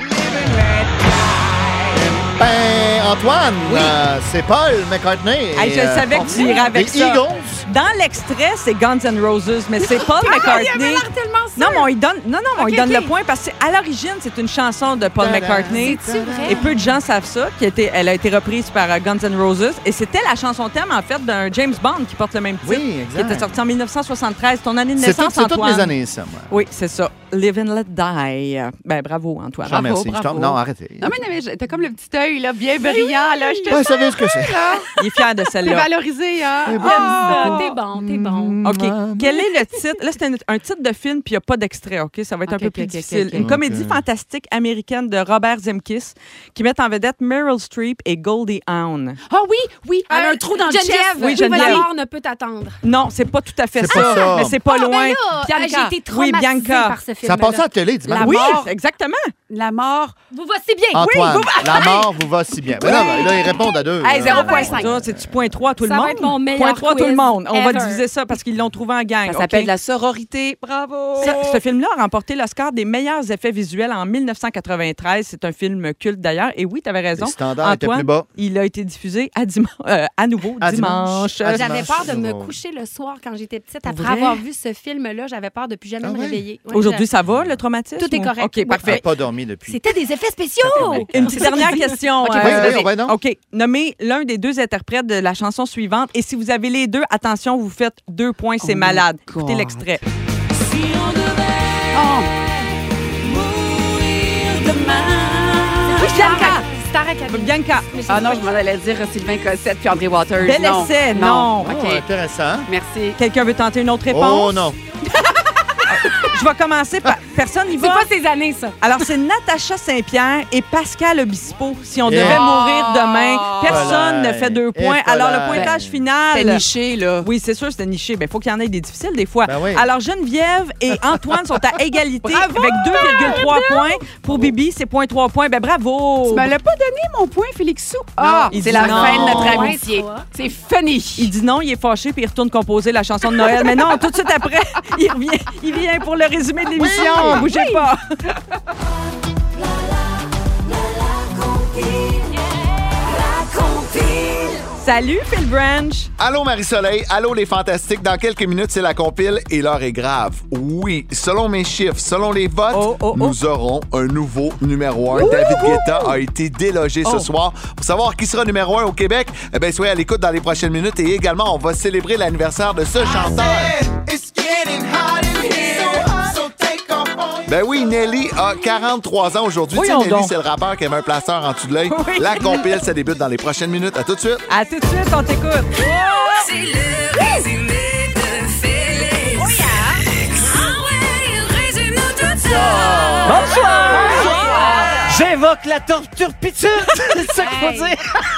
Speaker 3: Ben, Antoine, euh, c'est Paul McCartney. et,
Speaker 1: Hey, je
Speaker 3: euh,
Speaker 1: savais que tu irais avec
Speaker 3: les
Speaker 1: ça.
Speaker 3: Eagles.
Speaker 1: Dans l'extrait, c'est Guns N' Roses, mais c'est Paul
Speaker 4: Ah, Il avait
Speaker 1: McCartney.
Speaker 4: l'air tellement
Speaker 1: Non,
Speaker 4: sûr.
Speaker 1: mais on lui donne, non, non, mais on lui
Speaker 4: OK,
Speaker 1: donne
Speaker 4: OK.
Speaker 1: le point parce qu'à l'origine, c'est une chanson de Paul
Speaker 3: Ta-da.
Speaker 1: McCartney.
Speaker 3: C'est-tu vrai?
Speaker 1: Et peu de gens savent ça. Qui a été, elle a été reprise par euh, Guns N' Roses. Et c'était la chanson thème, en fait, d'un James Bond qui porte le même titre.
Speaker 3: Oui, exact.
Speaker 1: Qui était sorti en 1973. Ton année de
Speaker 3: C'est tout-
Speaker 1: naissance,
Speaker 3: c'est toutes
Speaker 1: Antoine.
Speaker 3: mes années, ça, moi.
Speaker 1: Oui, c'est ça. Live and let die. Ben, bravo, Antoine.
Speaker 3: Jean, merci. Je t'en-
Speaker 4: bravo.
Speaker 3: Non, arrêtez.
Speaker 4: Non, mais, non, mais je- t'as comme le petit œil, là, bien brillant, là. Je te
Speaker 3: Ouais, vous
Speaker 4: sens,
Speaker 3: savez ce que *laughs* c'est.
Speaker 4: là.
Speaker 1: Il est fier de
Speaker 4: T'es
Speaker 1: celle-là.
Speaker 4: valorisé, hein.
Speaker 2: J'aime ça. Ah, T'es bon, t'es
Speaker 1: Mm.
Speaker 2: bon.
Speaker 1: OK. Quel est le titre? Là, c'est un, un titre de film, puis il n'y a pas d'extrait, OK? Ça va être un
Speaker 4: OK,
Speaker 1: peu
Speaker 4: OK,
Speaker 1: plus
Speaker 4: OK,
Speaker 1: difficile.
Speaker 4: OK,
Speaker 1: Une
Speaker 3: OK.
Speaker 1: comédie
Speaker 3: OK.
Speaker 1: fantastique américaine de Robert Zemkis qui met en vedette Meryl Streep et Goldie Hawn.
Speaker 4: Ah oui, oui. Elle a
Speaker 2: Euh,
Speaker 4: un trou dans le
Speaker 2: Geneviève,
Speaker 4: chef.
Speaker 1: Oui,
Speaker 2: Oui,
Speaker 1: Geneviève.
Speaker 2: La mort ne peut attendre.
Speaker 1: Non, c'est pas tout à fait
Speaker 3: C'est pas
Speaker 1: ça,
Speaker 3: ça.
Speaker 1: mais c'est pas
Speaker 2: Ah, ben
Speaker 1: loin.
Speaker 2: là,
Speaker 1: Bianca.
Speaker 2: J'ai été traumatisée
Speaker 1: Oui, Bianca.
Speaker 2: par ce film.
Speaker 3: Ça passe à la télé, dis
Speaker 4: La
Speaker 1: oui,
Speaker 4: mort.
Speaker 1: exactement.
Speaker 4: La mort.
Speaker 2: Vous voici bien.
Speaker 3: Antoine, la mort vous va si bien. Mais non, mais là, ils répondent à deux.
Speaker 4: Hey,
Speaker 3: là.
Speaker 4: 0,5.
Speaker 1: Ça, C'est-tu point 3 à tout
Speaker 2: Ça
Speaker 1: le
Speaker 2: va
Speaker 1: monde?
Speaker 2: être mon meilleur
Speaker 1: point 3 à tout le
Speaker 2: quiz
Speaker 1: monde. On va
Speaker 2: ever.
Speaker 1: diviser ça parce qu'ils l'ont trouvé en gang.
Speaker 4: Ça s'appelle
Speaker 1: OK?
Speaker 4: la sororité. Bravo.
Speaker 1: Ça- ce film-là a remporté l'Oscar des meilleurs effets visuels en 1993. C'est un film culte d'ailleurs. Et oui, tu avais raison.
Speaker 3: Les standards étaient plus bas.
Speaker 1: il a été diffusé à, diman- euh, à nouveau
Speaker 3: À
Speaker 1: dimanche.
Speaker 3: dimanche. À dimanche.
Speaker 2: J'avais peur de me
Speaker 3: Bon.
Speaker 2: coucher le soir quand j'étais petite. Après
Speaker 1: Vrai?
Speaker 2: avoir vu ce film-là, j'avais peur de plus jamais
Speaker 3: Ah
Speaker 2: me
Speaker 3: ouais?
Speaker 2: réveiller. Ouais,
Speaker 1: Aujourd'hui,
Speaker 2: j'a-
Speaker 1: ça va, le traumatisme?
Speaker 2: Tout est
Speaker 1: ou-
Speaker 2: correct.
Speaker 1: OK,
Speaker 2: Oui.
Speaker 3: J'ai
Speaker 1: parfait.
Speaker 3: pas dormi depuis.
Speaker 2: c'était des effets spéciaux.
Speaker 1: Une petite dernière question. euh,
Speaker 3: oui, oui, oui, non.
Speaker 1: OK. Nommez l'un des deux interprètes de la chanson suivante. Et si vous avez les deux, attention, vous faites deux points, c'est
Speaker 4: Oh my
Speaker 1: malade. Écoutez
Speaker 4: God.
Speaker 1: l'extrait.
Speaker 4: Oh. Ah.
Speaker 2: Oui,
Speaker 4: Bianca.
Speaker 2: Star Academy.
Speaker 1: Bianca.
Speaker 4: Ah non, je m'en allais dire Sylvain Cossette puis André Waters.
Speaker 1: Bel
Speaker 4: Ben non.
Speaker 1: essai, non.
Speaker 3: Oh,
Speaker 4: OK.
Speaker 3: intéressant.
Speaker 4: Merci.
Speaker 1: Quelqu'un veut tenter une autre réponse?
Speaker 3: Oh non. Ah.
Speaker 1: Je vais commencer par... Personne n'y
Speaker 2: C'est
Speaker 1: va?
Speaker 2: pas ces années, ça.
Speaker 1: Alors, c'est Natacha Saint-Pierre et Pascal Obispo. Si on
Speaker 3: Eh.
Speaker 1: devait
Speaker 3: Oh.
Speaker 1: mourir demain, personne
Speaker 3: Voilà.
Speaker 1: ne fait deux
Speaker 3: Et
Speaker 1: points.
Speaker 3: voilà. Ben,
Speaker 1: Alors, le pointage
Speaker 4: T'es
Speaker 1: final...
Speaker 4: niché, là.
Speaker 1: Oui, c'est sûr, c'était niché. Mais il faut qu'il y en ait des difficiles des fois.
Speaker 3: Ben oui.
Speaker 1: Alors, Geneviève et Antoine
Speaker 3: *laughs*
Speaker 1: sont à égalité
Speaker 4: Bravo,
Speaker 1: avec 2,3 points. Pour Bibi, c'est 0,3 points. Ben bravo!
Speaker 4: Tu me l'as pas donné, mon point, Félixou.
Speaker 1: Ah,
Speaker 4: Ah,
Speaker 1: il
Speaker 4: c'est
Speaker 1: dit
Speaker 4: la
Speaker 1: non.
Speaker 4: fin de notre
Speaker 2: Point
Speaker 4: amitié.
Speaker 2: trois.
Speaker 4: C'est funny.
Speaker 1: Il dit non, il est fâché, puis il retourne composer la chanson de Noël. Mais non, tout de suite après, *laughs* il revient, il vient pour le résumé de l'émission. Bougez pas. Salut, Phil Branch.
Speaker 10: Allô Marie-Soleil, allô les fantastiques. Dans quelques minutes, c'est la compile et l'heure est grave. Oui, selon mes chiffres, selon les votes,
Speaker 1: Oh, oh, oh.
Speaker 10: nous aurons un nouveau numéro 1. David Guetta a été délogé
Speaker 1: Oh.
Speaker 10: ce soir. Pour savoir qui sera numéro 1 au Québec, eh bien, soyez à l'écoute dans les prochaines minutes et également, on va célébrer l'anniversaire de ce chanteur. Ben oui, Nelly a 43 ans aujourd'hui. Tu sais,
Speaker 1: Voyons donc.
Speaker 10: Nelly, c'est le rappeur qui avait un placeur en dessous de l'œil.
Speaker 1: *laughs* Oui.
Speaker 10: La compile, ça débute dans les prochaines minutes. À tout de suite.
Speaker 1: À tout de suite, on t'écoute.
Speaker 6: C'est le résumé de Félix. Oh yeah! Ah ouais, il résume nous tout ça!
Speaker 1: *laughs*
Speaker 11: J'invoque la torture pituite! C'est ça qu'il faut dire! *laughs*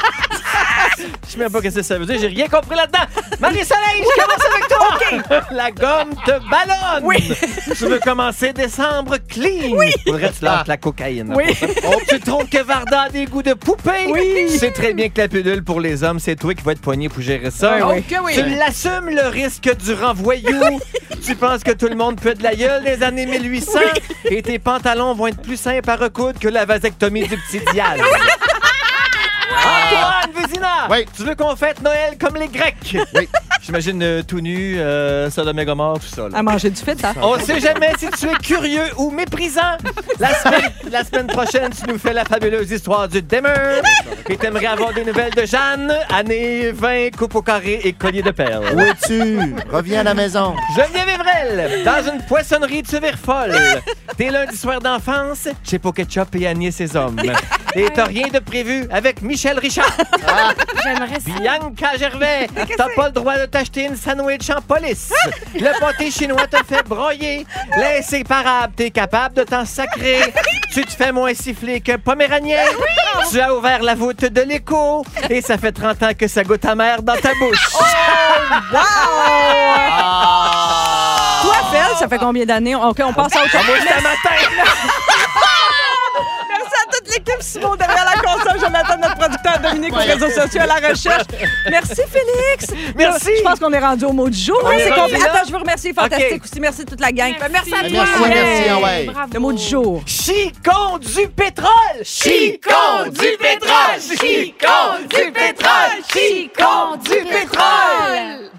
Speaker 11: Je sais même pas ce que ça veut dire. J'ai rien compris là-dedans. Marie-Soleil, je commence avec
Speaker 1: *laughs*
Speaker 11: toi. La gomme te ballonne. Oui. Tu veux commencer décembre clean. Oui. Faudrait que tu lâches la cocaïne.
Speaker 1: Ah. Oui.
Speaker 11: Oh, tu trouves que Varda a des goûts de poupée.
Speaker 1: Oui.
Speaker 11: Tu sais très bien que la pilule pour les hommes, c'est toi qui vas être poigné pour gérer ça.
Speaker 1: Ah oui.
Speaker 11: Donc, Tu l'assumes le risque du renvoyou.
Speaker 9: *laughs*
Speaker 11: tu penses que tout le monde peut être de la gueule des années 1800 et tes pantalons vont être plus simples à recoudre que la vasectomie du petit
Speaker 9: *laughs*
Speaker 11: diable. Antoine Vézina,
Speaker 3: Oui.
Speaker 11: tu veux qu'on fête Noël comme les Grecs?
Speaker 3: Oui.
Speaker 11: J'imagine euh, tout nu, euh, Sodome et Gomorre, tout ça. là.
Speaker 1: À manger du fait, ça.
Speaker 11: On sait jamais si tu es curieux ou méprisant. La semaine, la semaine prochaine, tu nous fais la fabuleuse histoire du Demeure. Et t'aimerais avoir des nouvelles de Jeanne, année 20, coupe au carré et collier de perles.
Speaker 3: Où es-tu? Reviens à la maison.
Speaker 11: Geneviève Evrel, dans une poissonnerie de folle. Dès lundi soir d'enfance, chez Poketchup et Agnès ses hommes. Et t'as rien de prévu avec Michel Richard.
Speaker 2: Ah. J'aimerais ça.
Speaker 11: Bianca Gervais, t'as pas le droit de t'acheter une sandwich en police. Le pâté chinois te fait broyer. L'inséparable, t'es capable de t'en sacrer. Tu te fais moins siffler qu'un poméranien.
Speaker 2: Ben
Speaker 11: Tu as ouvert la voûte de l'écho. Et ça fait 30 ans que ça goûte amer dans ta bouche.
Speaker 10: Ah!
Speaker 1: Toi, Fel, ça fait combien d'années? OK, on passe à autre chose.
Speaker 11: Ah. C'est matin, là.
Speaker 1: *laughs* Merci à toute l'équipe. Simon derrière la console, Jonathan, notre producteur, Dominique aux réseaux sociaux, à la recherche. Merci, Félix.
Speaker 11: Merci.
Speaker 1: Je pense qu'on est rendu au mot du jour.
Speaker 11: On
Speaker 1: hein,
Speaker 11: est
Speaker 1: c'est
Speaker 11: rendu
Speaker 1: complet.
Speaker 11: là.
Speaker 1: Attends, je veux remercier Fantastique
Speaker 11: OK.
Speaker 1: aussi. Merci à toute la gang. Ben, Merci, à toi.
Speaker 3: Merci, merci, ah ouais.
Speaker 2: Bravo.
Speaker 1: Le mot du jour.
Speaker 11: Chicon du pétrole! Chicon du pétrole! Chicon du pétrole! Chicon du pétrole!